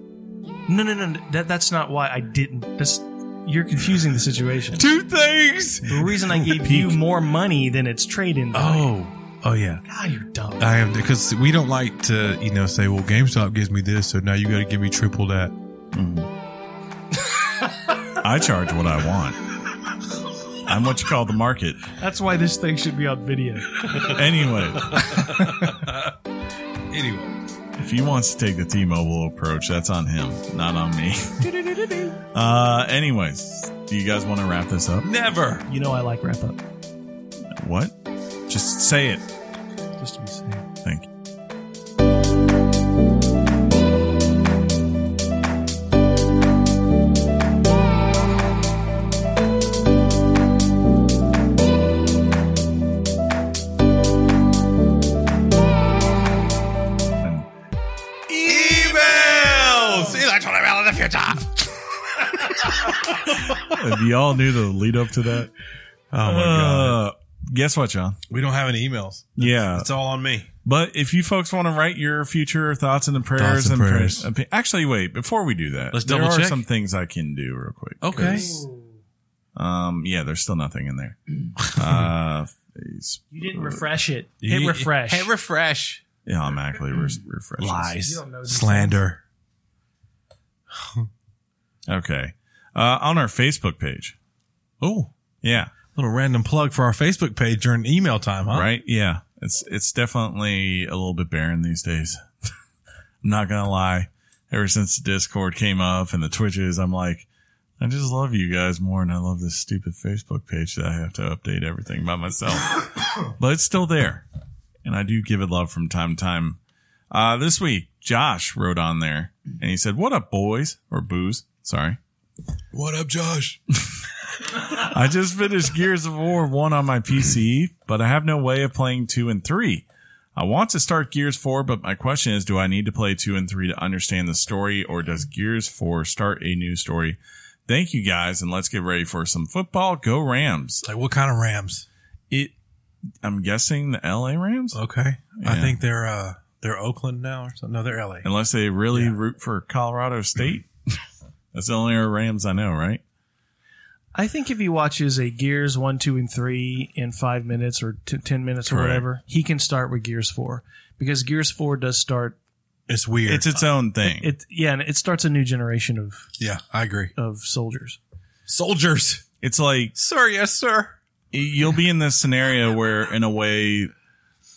S3: No, no, no. That, that's not why I didn't. That's, you're confusing the situation.
S2: Two things.
S3: The reason I gave you more money than its trade-in value.
S2: Oh, Uh. oh yeah.
S3: God, you're dumb.
S2: I am because we don't like to, you know, say, "Well, GameStop gives me this, so now you got to give me triple that."
S4: I charge what I want. I'm what you call the market.
S3: that's why this thing should be on video.
S4: Anyway,
S2: Anyway,
S4: if he wants to take the T-Mobile approach, that's on him, not on me. uh, anyways, do you guys want to wrap this up?
S2: never.
S3: You know I like wrap-up.
S4: What? Just say it.
S3: Just to be safe.
S4: Thank you. And
S2: Emails, electronic mail in the future.
S4: If uh, y'all knew the lead up to that,
S2: Oh my god,
S4: Uh, guess what, John?
S2: we don't have any emails.
S4: Yeah,
S2: It's all on me.
S4: But if you folks want to write your future thoughts and prayers
S2: Thoughts and
S4: and
S2: prayers.
S4: prayers, opi- actually, wait before we do that,
S2: Let's
S4: there
S2: double
S4: are
S2: check.
S4: some things I can do real quick.
S2: Okay.
S4: 'cause, Um. Yeah, there's still nothing in there. uh, it's-
S3: You didn't refresh it.
S2: You-
S3: Hit refresh.
S2: Hit refresh.
S4: It automatically re- refreshes.
S2: Lies,
S3: don't know these
S2: slander.
S4: Okay. Uh, on our Facebook page.
S2: Oh,
S4: Yeah.
S2: little random plug for our Facebook page during email time, huh?
S4: Right? Yeah. It's it's definitely a little bit barren these days. I'm not gonna lie. Ever since the Discord came up and the Twitches, I'm like, I just love you guys more and I love this stupid Facebook page that I have to update everything by myself. but it's still there. And I do give it love from time to time. Uh, this week, Josh wrote on there and he said, What up, boys? Or booze. Sorry.
S2: What up, Josh?
S4: I just finished Gears of War 1 on my PC, but I have no way of playing 2 and 3. I want to start Gears 4, but my question is do I need to play 2 and 3 to understand the story, or does Gears 4 start a new story? Thank you guys, and let's get ready for some football. Go Rams.
S2: Like what kind of Rams?
S4: It, I'm guessing the LA Rams?
S2: Okay, I
S4: Yeah.
S2: think they're uh they're Oakland now or something. No, they're LA.
S4: Unless they really root for Colorado State. That's the only Rams I know, right?
S3: I think if he watches a Gears one, two, and three in five minutes or t- ten minutes or
S4: Correct.
S3: whatever, he can start with Gears four because Gears four does start.
S2: It's weird.
S4: It's its own thing.
S3: It yeah, and it starts a new generation of
S2: yeah, I agree.
S3: of soldiers.
S2: Soldiers,
S4: it's like
S2: sir, yes, sir.
S4: you'll be in this scenario where in a way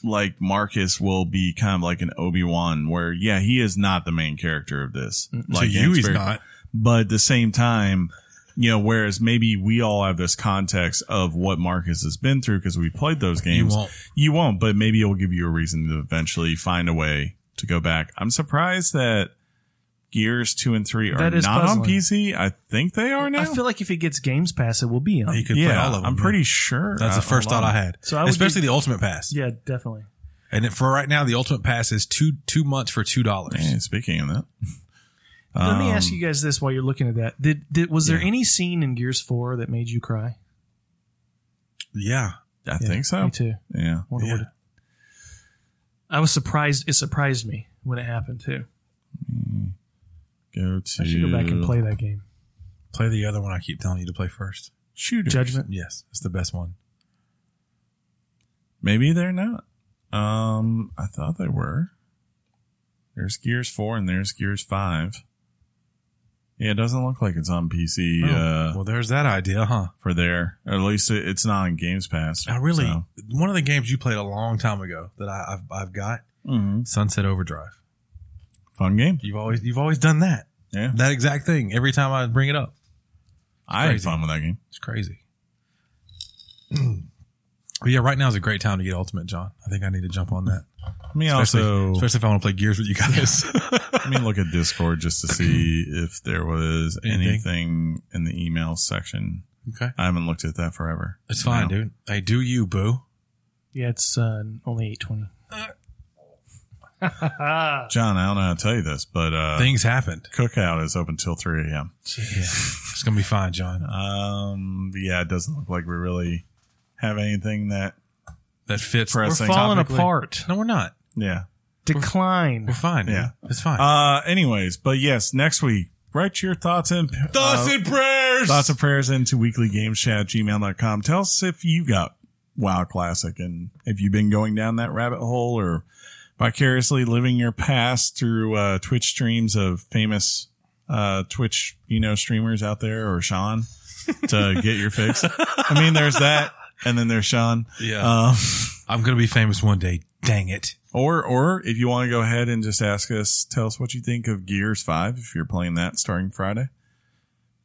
S4: like Marcus will be kind of like an Obi-Wan where yeah, he is not the main character of this. Like
S2: to you, he's
S4: Ansbary.
S2: not.
S4: But at the same time, you know, whereas maybe we all have this context of what Marcus has been through because we played those games.
S2: won't.
S4: You won't, but maybe it'll give you a reason to eventually find a way to go back. I'm surprised that Gears 2 and 3 are
S3: That
S4: not
S3: is
S4: on
S3: puzzling.
S4: PC. I think they are now.
S3: I feel like if he gets Games Pass, it will be on.
S2: He could play
S4: yeah,
S2: all of them.
S4: I'm
S2: yeah.
S4: pretty sure.
S2: That's the first thought I had.
S3: So I would
S2: especially
S3: be-
S2: the Ultimate Pass.
S3: yeah, definitely.
S2: And it- for right now, the Ultimate Pass is two two months for two dollars.
S4: Hey, speaking of that,
S3: Let me
S4: Um,
S3: ask you guys this while you're looking at that. Did, did was there any scene in Gears four that made you cry?
S2: Yeah,
S4: I think so.
S3: Me too.
S4: Yeah.
S3: Wonder what it- I was surprised. It surprised me when it happened too.
S4: Go to.
S3: I should go back and play that game.
S2: play the other one. I keep telling you to play first.
S4: Shooters.
S3: Judgment.
S2: Yes, it's the best one.
S4: Maybe they're not. Um, I thought they were. There's Gears Four and there's Gears Five. Yeah, it doesn't look like it's on PC
S2: Oh,
S4: uh,
S2: well, there's that idea, huh?
S4: for there. Or at least it, it's not on Games Pass.
S3: Oh,
S2: I really
S4: so.
S2: one of the games you played a long time ago that I, I've I've got
S4: Mhm.
S2: Sunset Overdrive.
S4: fun game.
S2: You've always you've always done that
S4: Yeah,
S2: that exact thing every time I bring it up.
S4: I had
S2: crazy.
S4: fun with that game.
S2: It's crazy. but yeah, right now is a great time to get Ultimate, John. I think I need to jump on that,
S4: Let me
S2: especially,
S4: also
S2: especially if I want to play Gears with you guys.
S4: let me look at Discord just to see if there was
S2: Anything?
S4: anything in the email section.
S2: okay,
S4: I haven't looked at that forever.
S2: it's fine,
S4: No.
S2: dude. Hey, do you boo?
S3: Yeah, it's uh, only eight twenty.
S4: John, I don't know how to tell you this, but uh,
S2: Things happened.
S4: cookout is open till 3 a.m.
S2: It's gonna be fine, John.
S4: Um, but yeah, it doesn't look like we really have anything that.
S2: That fits.
S4: We're
S3: We're
S4: Saying
S3: falling
S4: topically.
S3: apart.
S2: No, we're not.
S4: Yeah.
S3: Decline.
S2: We're fine.
S4: Yeah.
S2: Yeah, it's fine.
S4: Uh, anyways, but yes, next week, write your thoughts and
S2: Thoughts
S4: uh,
S2: and prayers.
S4: thoughts and prayers into weeklygameschat@gmail.com. Tell us if you got WoW Classic and if you've been going down that rabbit hole or vicariously living your past through uh, Twitch streams of famous uh, Twitch, you know, streamers out there or Sean to get your fix. I mean, there's that, and then there's Sean.
S2: yeah,
S4: Um,
S2: I'm gonna be famous one day. Dang it.
S4: Or, or if you want to go ahead and just ask us, tell us what you think of Gears Five if you're playing that starting Friday.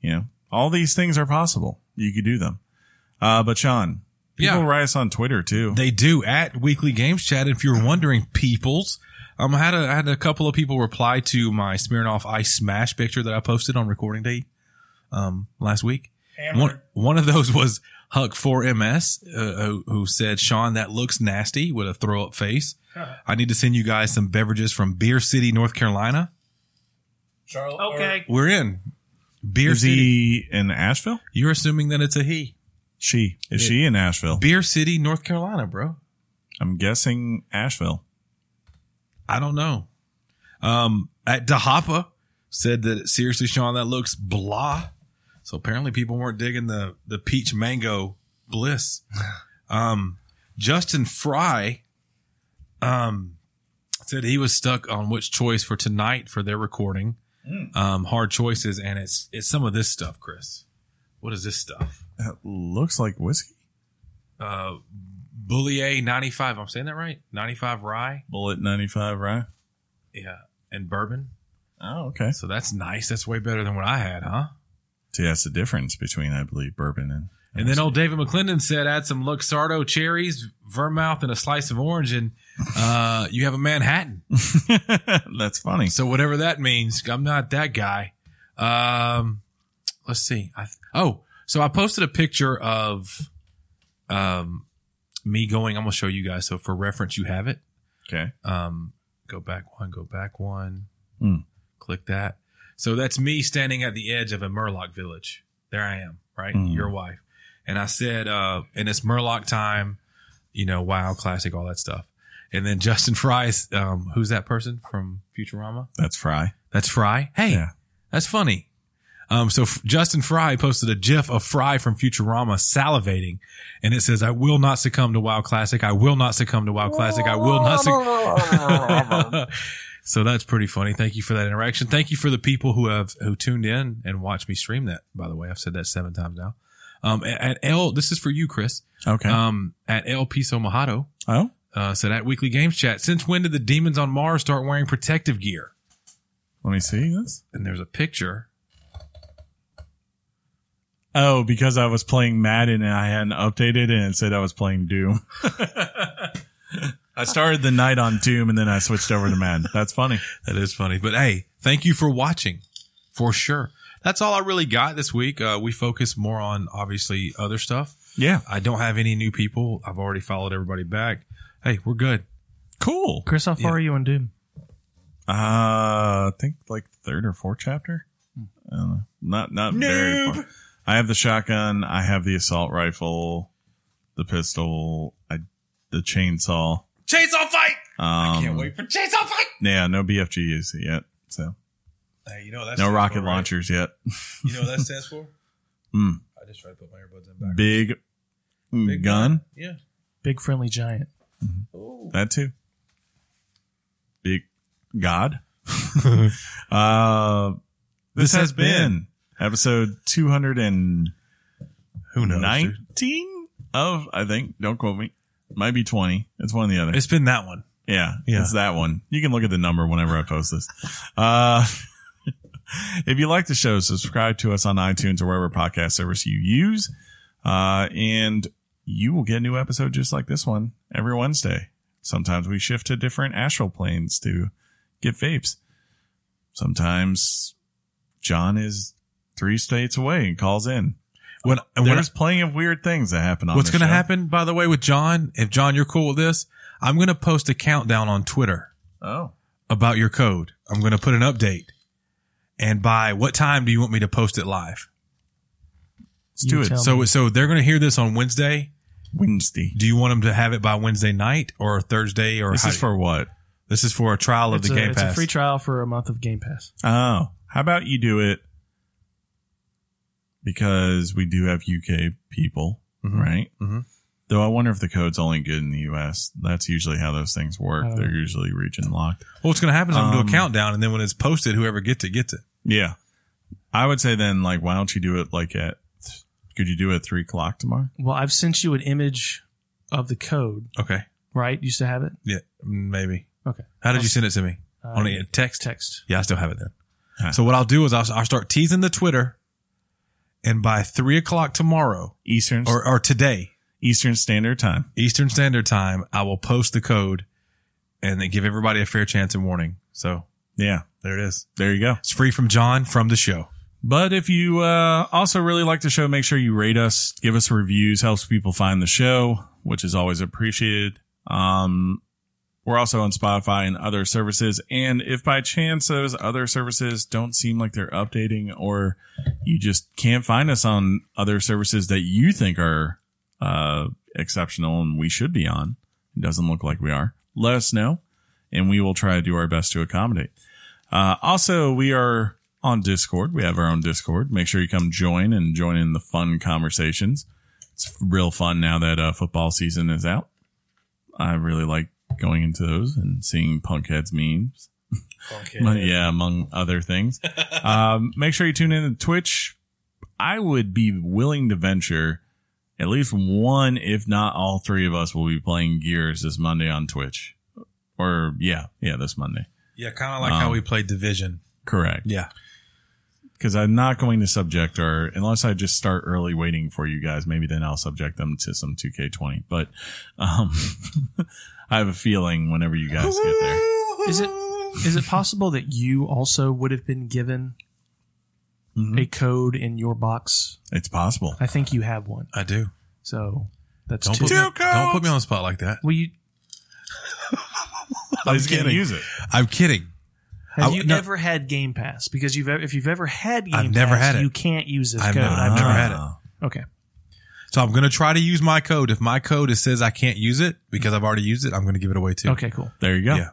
S4: You know, all these things are possible. You could do them. Uh, but Sean, people
S2: Yeah.
S4: write us on Twitter too.
S2: They do at Weekly Games Chat. If you're wondering, peoples, um, I had a, I had a couple of people reply to my Smirnoff Ice Smash picture that I posted on recording day, um, last week. One, one of those was Huck 4MS, uh, who- who said, Sean, that looks nasty with a throw up face. I need to send you guys some beverages from Beer City, North Carolina.
S3: Okay.
S2: We're in. Beer
S4: Is
S2: City.
S4: he in Asheville?
S2: You're assuming that it's a he.
S4: She is she in Asheville?
S2: Beer City, North Carolina, bro.
S4: I'm guessing Asheville.
S2: I don't know. Um, at Dahapa said that seriously, Sean, that looks blah. So apparently people weren't digging the the peach mango bliss. Um, Justin Fry, um, said he was stuck on which choice for tonight for their recording. Um, hard choices, and it's it's some of this stuff, Chris. What is this stuff?
S4: That looks like whiskey.
S2: Uh, Bullier ninety five. I'm saying that right? Ninety five rye.
S4: Bullet 95, right?
S2: Yeah, and bourbon.
S4: Oh, okay.
S2: So that's nice. That's way better than what I had, huh?
S4: See, that's the difference between, I believe, bourbon and.
S2: And then old David McClendon said, add some Luxardo cherries, vermouth, and a slice of orange, and uh, you have a Manhattan.
S4: that's funny.
S2: So whatever that means, I'm not that guy. Um, let's see. I, oh, so I posted a picture of um, me going. I'm going to show you guys. So for reference, you have it.
S4: Okay.
S2: Um, go back one, go back one.
S4: Hmm.
S2: Click that. So that's me standing at the edge of a Murloc village. There I am, right?
S4: Hmm.
S2: Your wife. And I said, uh, and it's Murloc time, you know, wow, classic, all that stuff. And then Justin Fry's, um, who's that person from Futurama?
S4: That's Fry.
S2: That's Fry. Hey,
S4: Yeah.
S2: that's funny. Um, so F- Justin Fry posted a GIF of Fry from Futurama salivating, and it says, "I will not succumb to WoW Classic. I will not succumb to WoW Classic. I will not." Succ- so that's pretty funny. Thank you for that interaction. Thank you for the people who have who tuned in and watched me stream that. By the way, I've said that seven times now. Um, at, at L, this is for you, Chris.
S4: Okay.
S2: Um, at El Piso Mojado
S4: oh,
S2: uh, said at Weekly Games Chat. Since when did the demons on Mars start wearing protective gear?
S4: let me see this.
S2: and there's a picture.
S4: Oh, because I was playing Madden and I hadn't updated it and it said I was playing Doom. I started the night on Doom and then I switched over to Madden. That's funny.
S2: That is funny. But hey, thank you for watching for sure. That's all I really got this week. Uh, we focus more on obviously other stuff.
S4: Yeah.
S2: I don't have any new people. I've already followed everybody back. Hey, we're good.
S4: Cool.
S3: Chris, how far
S2: Yeah.
S3: are you on Doom?
S4: Uh, I think like third or fourth chapter. I don't know. Not not very far. I have the shotgun. I have the assault rifle, the pistol, I the chainsaw.
S7: Chainsaw fight!
S4: Um,
S7: I can't wait for chainsaw fight!
S4: Yeah, no BFGs yet. So
S2: Hey, you know that's
S4: no rocket launchers yet.
S2: You know what that stands for?
S4: Hmm.
S2: I just tried to put my earbuds in back.
S4: Big, gun.
S2: Yeah.
S3: Big friendly giant.
S4: That too. Big God. uh, this, has been, episode 219
S2: Who knows? dude?
S4: of, I think, don't quote me. Might be 20. It's one or the other.
S2: It's been that one.
S4: Yeah,
S2: Yeah.
S4: it's that one. You can look at the number whenever I post this. Uh, if you like the show, subscribe to us on iTunes or wherever podcast service you use, uh, and you will get a new episode just like this one every Wednesday. Sometimes we shift to different astral planes to get vapes. Sometimes John is three states away and calls in.
S2: When and when
S4: There's plenty of weird things that happen on
S2: What's
S4: this
S2: going to
S4: show.
S2: happen, by the way, with John? If John, you're cool with this, I'm going to post a countdown on Twitter
S4: Oh,
S2: about your code. I'm going to put an update. And by what time do you want me to post it live?
S4: let's
S3: You
S4: do it.
S3: tell
S2: So, so they're going to hear this on Wednesday.
S4: Wednesday.
S2: Do you want them to have it by Wednesday night or Thursday? Or
S4: This
S2: how
S4: is
S2: do-
S4: for what?
S2: this is for a trial of
S3: It's,
S2: the
S3: a,
S2: Game
S3: it's a
S2: Pass.
S3: free trial for a month of Game Pass.
S4: Oh, how about you do it? Because we do have UK people,
S2: Mhm.
S4: right?
S2: Mhm.
S4: Though I wonder if the code's only good in the US. That's usually how those things work.
S3: Oh.
S4: They're usually region locked.
S2: well, what's going to happen is I'm going to
S4: Um,
S2: do a countdown, and then when it's posted, whoever gets it gets it.
S4: Yeah. I would say then, like, why don't you do it like at, could you do it at three o'clock tomorrow?
S3: Well, I've sent you an image of the code,
S2: Okay,
S3: right? You still have it?
S2: yeah, maybe.
S3: Okay.
S2: How did you send it to me?
S3: Uh,
S2: On a text?
S3: Text.
S2: Yeah, I still have it then.
S4: Huh.
S2: So what I'll do is I'll, I'll start teasing the Twitter, and by three o'clock tomorrow
S4: Eastern,
S2: or, or today
S4: Eastern Standard Time.
S2: Eastern Standard Time, I will post the code, and then give everybody a fair chance and warning. So
S4: Yeah.
S2: there it is.
S4: There you go.
S2: It's free from John from the show.
S4: But if you uh, also really like the show, make sure you rate us, give us reviews, helps people find the show, which is always appreciated. Um, we're also on Spotify and other services. And if by chance those other services don't seem like they're updating or you just can't find us on other services that you think are uh, exceptional and we should be on, it doesn't look like we are, let us know and we will try to do our best to accommodate. Uh, also, we are on Discord. We have our own Discord. Make sure you come join and join in the fun conversations. It's real fun now that uh, football season is out. I really like going into those and seeing Punkhead's memes. Mon- yeah, among other things. um, make sure you tune in to Twitch. I would be willing to venture at least one, if not all three of us will be playing Gears this Monday on Twitch. Or yeah, yeah, this Monday.
S2: Yeah, kind of like
S4: Um,
S2: how we played Division.
S4: Correct.
S2: Yeah.
S4: Because I'm not going to subject or unless I just start early waiting for you guys, maybe then I'll subject them to some 2K20. But um, I have a feeling whenever you guys get there.
S3: Is it is it possible that you also would have been given
S4: Mhm.
S3: a code in your box?
S4: It's possible.
S3: I think you have one.
S2: I do.
S3: So that's
S2: Don't
S3: two.
S2: put, me, don't put me on the spot like that.
S3: Well, you,
S4: I'm
S2: just kidding.
S4: Use it.
S2: I'm kidding.
S3: have
S2: I-
S3: you
S2: no.
S3: ever had Game Pass? Because you've ever, if you've ever had Game
S2: I've never
S3: Pass,
S2: had it.
S3: you can't use this
S2: I've
S3: code.
S2: never- I've never had it.
S4: Ah,
S3: Okay.
S2: So I'm going to try to use my code. If my code is, says I can't use it because I've already used it, I'm going to give it away too.
S3: Okay. Cool.
S4: There you go.
S2: Yeah.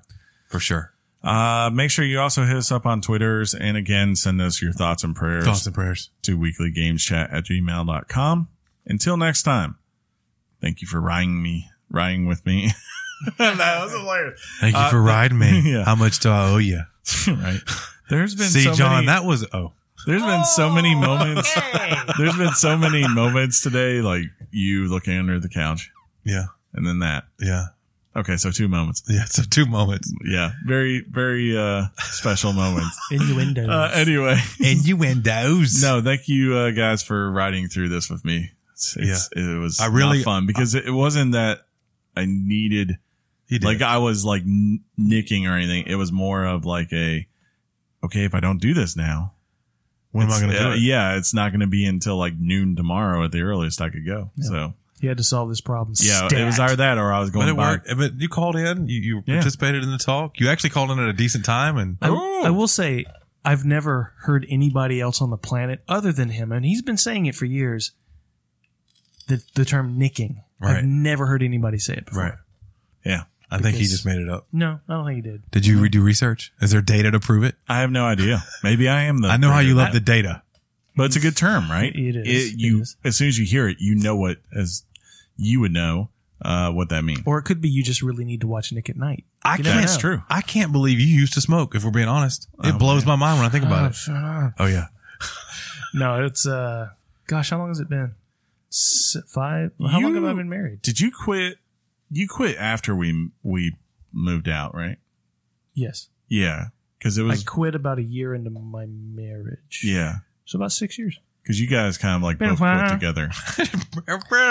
S2: For sure.
S4: Uh, make sure you also hit us up on Twitters and again, send us your thoughts and prayers
S2: Thoughts and prayers.
S4: to weeklygameschat at gmail.com. Until next time, thank you for riding me, riding with me. that was hilarious.
S2: Thank you
S4: Uh,
S2: for riding me.
S4: yeah.
S2: How much do I owe you?
S4: right. There's been
S2: See,
S4: so
S2: John,
S4: many,
S2: that was oh.
S4: there's been so many moments. There's been so many moments today, like you looking under the couch
S2: Yeah.
S4: and then that.
S2: Yeah.
S4: Okay. So two moments.
S2: Yeah. So two moments.
S4: Yeah. Very, very, uh, special moments.
S3: Innuendos.
S4: Uh, anyway.
S2: And you win those.
S4: No, thank you uh, guys for riding through this with me. It's, it's, It was
S2: I really-
S4: not fun because it wasn't that I needed,
S2: He did.
S4: like I was like n- nicking or anything. It was more of like a, okay, if I don't do this now,
S2: when am I going to
S4: it's-
S2: do
S4: uh,
S2: it?
S4: Yeah, it's not going to be until like noon tomorrow at the earliest I could go. So
S3: you had to solve this problem.
S4: yeah, it
S3: Stat.
S4: was either that or I was
S2: But
S4: going
S2: it
S4: back.
S2: worked. But you called in. You, you
S4: Yeah.
S2: participated in the talk. You actually called in at a decent time. And
S3: I, I will say I've never heard anybody else on the planet other than him, and he's been saying it for years. The the term nicking.
S2: Right.
S3: I've never heard anybody say it before.
S2: right.
S4: Yeah.
S2: I think he
S3: Because-
S2: just made it up.
S3: No, I don't think he did.
S2: Did you redo research? Is there data to prove it?
S4: I have no idea. Maybe I am the.
S2: I know how you
S4: creator.
S2: love the data.
S4: but it's a good term, right?
S3: It is.
S4: It, you
S3: It is.
S4: as soon as you hear it, you know what as you would know uh, what that means.
S3: Or it could be you just really need to watch Nick at Night.
S2: I
S3: You
S2: can't.
S3: never
S4: That's
S3: know.
S4: true.
S2: I can't believe you used to smoke. If we're being honest, it blows my mind when I think about it. Oh yeah,
S3: Ah, No, it's uh, gosh, how long has it been? S- five. How long have I
S4: You-
S3: been married?
S4: Did you quit? You quit after we we moved out, right?
S3: Yes,
S4: Yeah, because it
S3: I
S4: was
S3: quit about a year into my marriage.
S4: yeah,
S3: so about six years.
S4: because you guys kind of like
S3: Been a
S4: both quit
S3: while.
S4: together.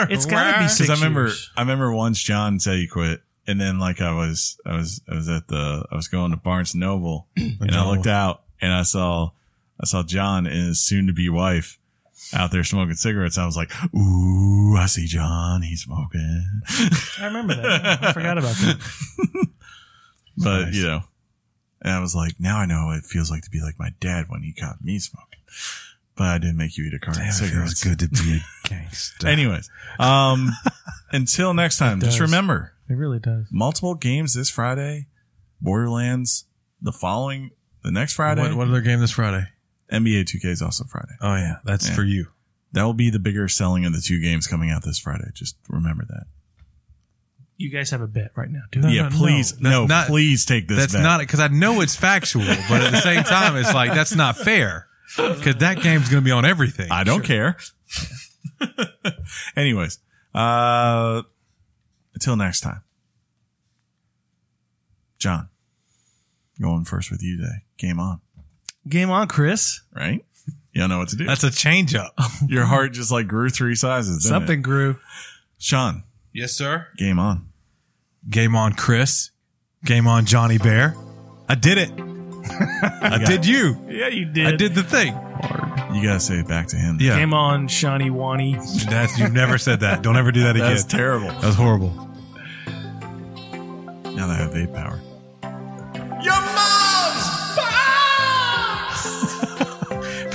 S3: It's gotta be six
S4: Because I remember
S3: years.
S4: I remember once John said he quit, and then like I was I was I was at the I was going to Barnes and Noble, and I looked out and I saw I saw John and his soon to be wife. Out there smoking cigarettes, I was like, "Ooh, I see John. He's smoking."
S3: I remember that. I forgot about that.
S4: But you know, and I was like, now I know what it feels like to be like my dad when he caught me smoking. But I didn't make you eat a carton of cigarettes.
S2: good to be a gangster.
S4: Anyways, um, until next time, just
S3: does.
S4: remember
S3: It really does.
S4: multiple games this Friday, Borderlands the following, the next Friday,
S2: what, what other game this Friday?
S4: NBA 2K is also Friday.
S2: Oh yeah, that's
S4: Yeah.
S2: for you.
S4: That will be the bigger selling of the two games coming out this Friday. Just remember that.
S3: You guys have a bet right now, do
S4: yeah,
S2: no, no.
S4: please,
S2: That's
S4: no,
S2: not-
S4: please take this.
S2: that's
S4: bet.
S2: not because I know it's factual, but at the same time, it's like that's not fair because that game's going to be on everything.
S4: I don't care. Anyways, uh, until next time, John, going first with you today. Game on,
S3: Game on, Chris.
S4: right? You don't know what to do.
S2: That's a change up.
S4: Your heart just like grew three sizes. didn't it?
S3: Something grew.
S4: Sean,
S2: Yes, sir.
S4: game on.
S2: Game on, Chris. Game on, Johnny Bear. I did it. I did you.
S3: Yeah, you
S2: I did the thing.
S4: You gotta say it back to him.
S2: Yeah,
S3: Game on, Shawnee Wani.
S2: that's you've never said that. Don't ever do that again.
S4: that's terrible.
S2: that was horrible.
S4: Now that I have vape power.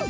S3: you.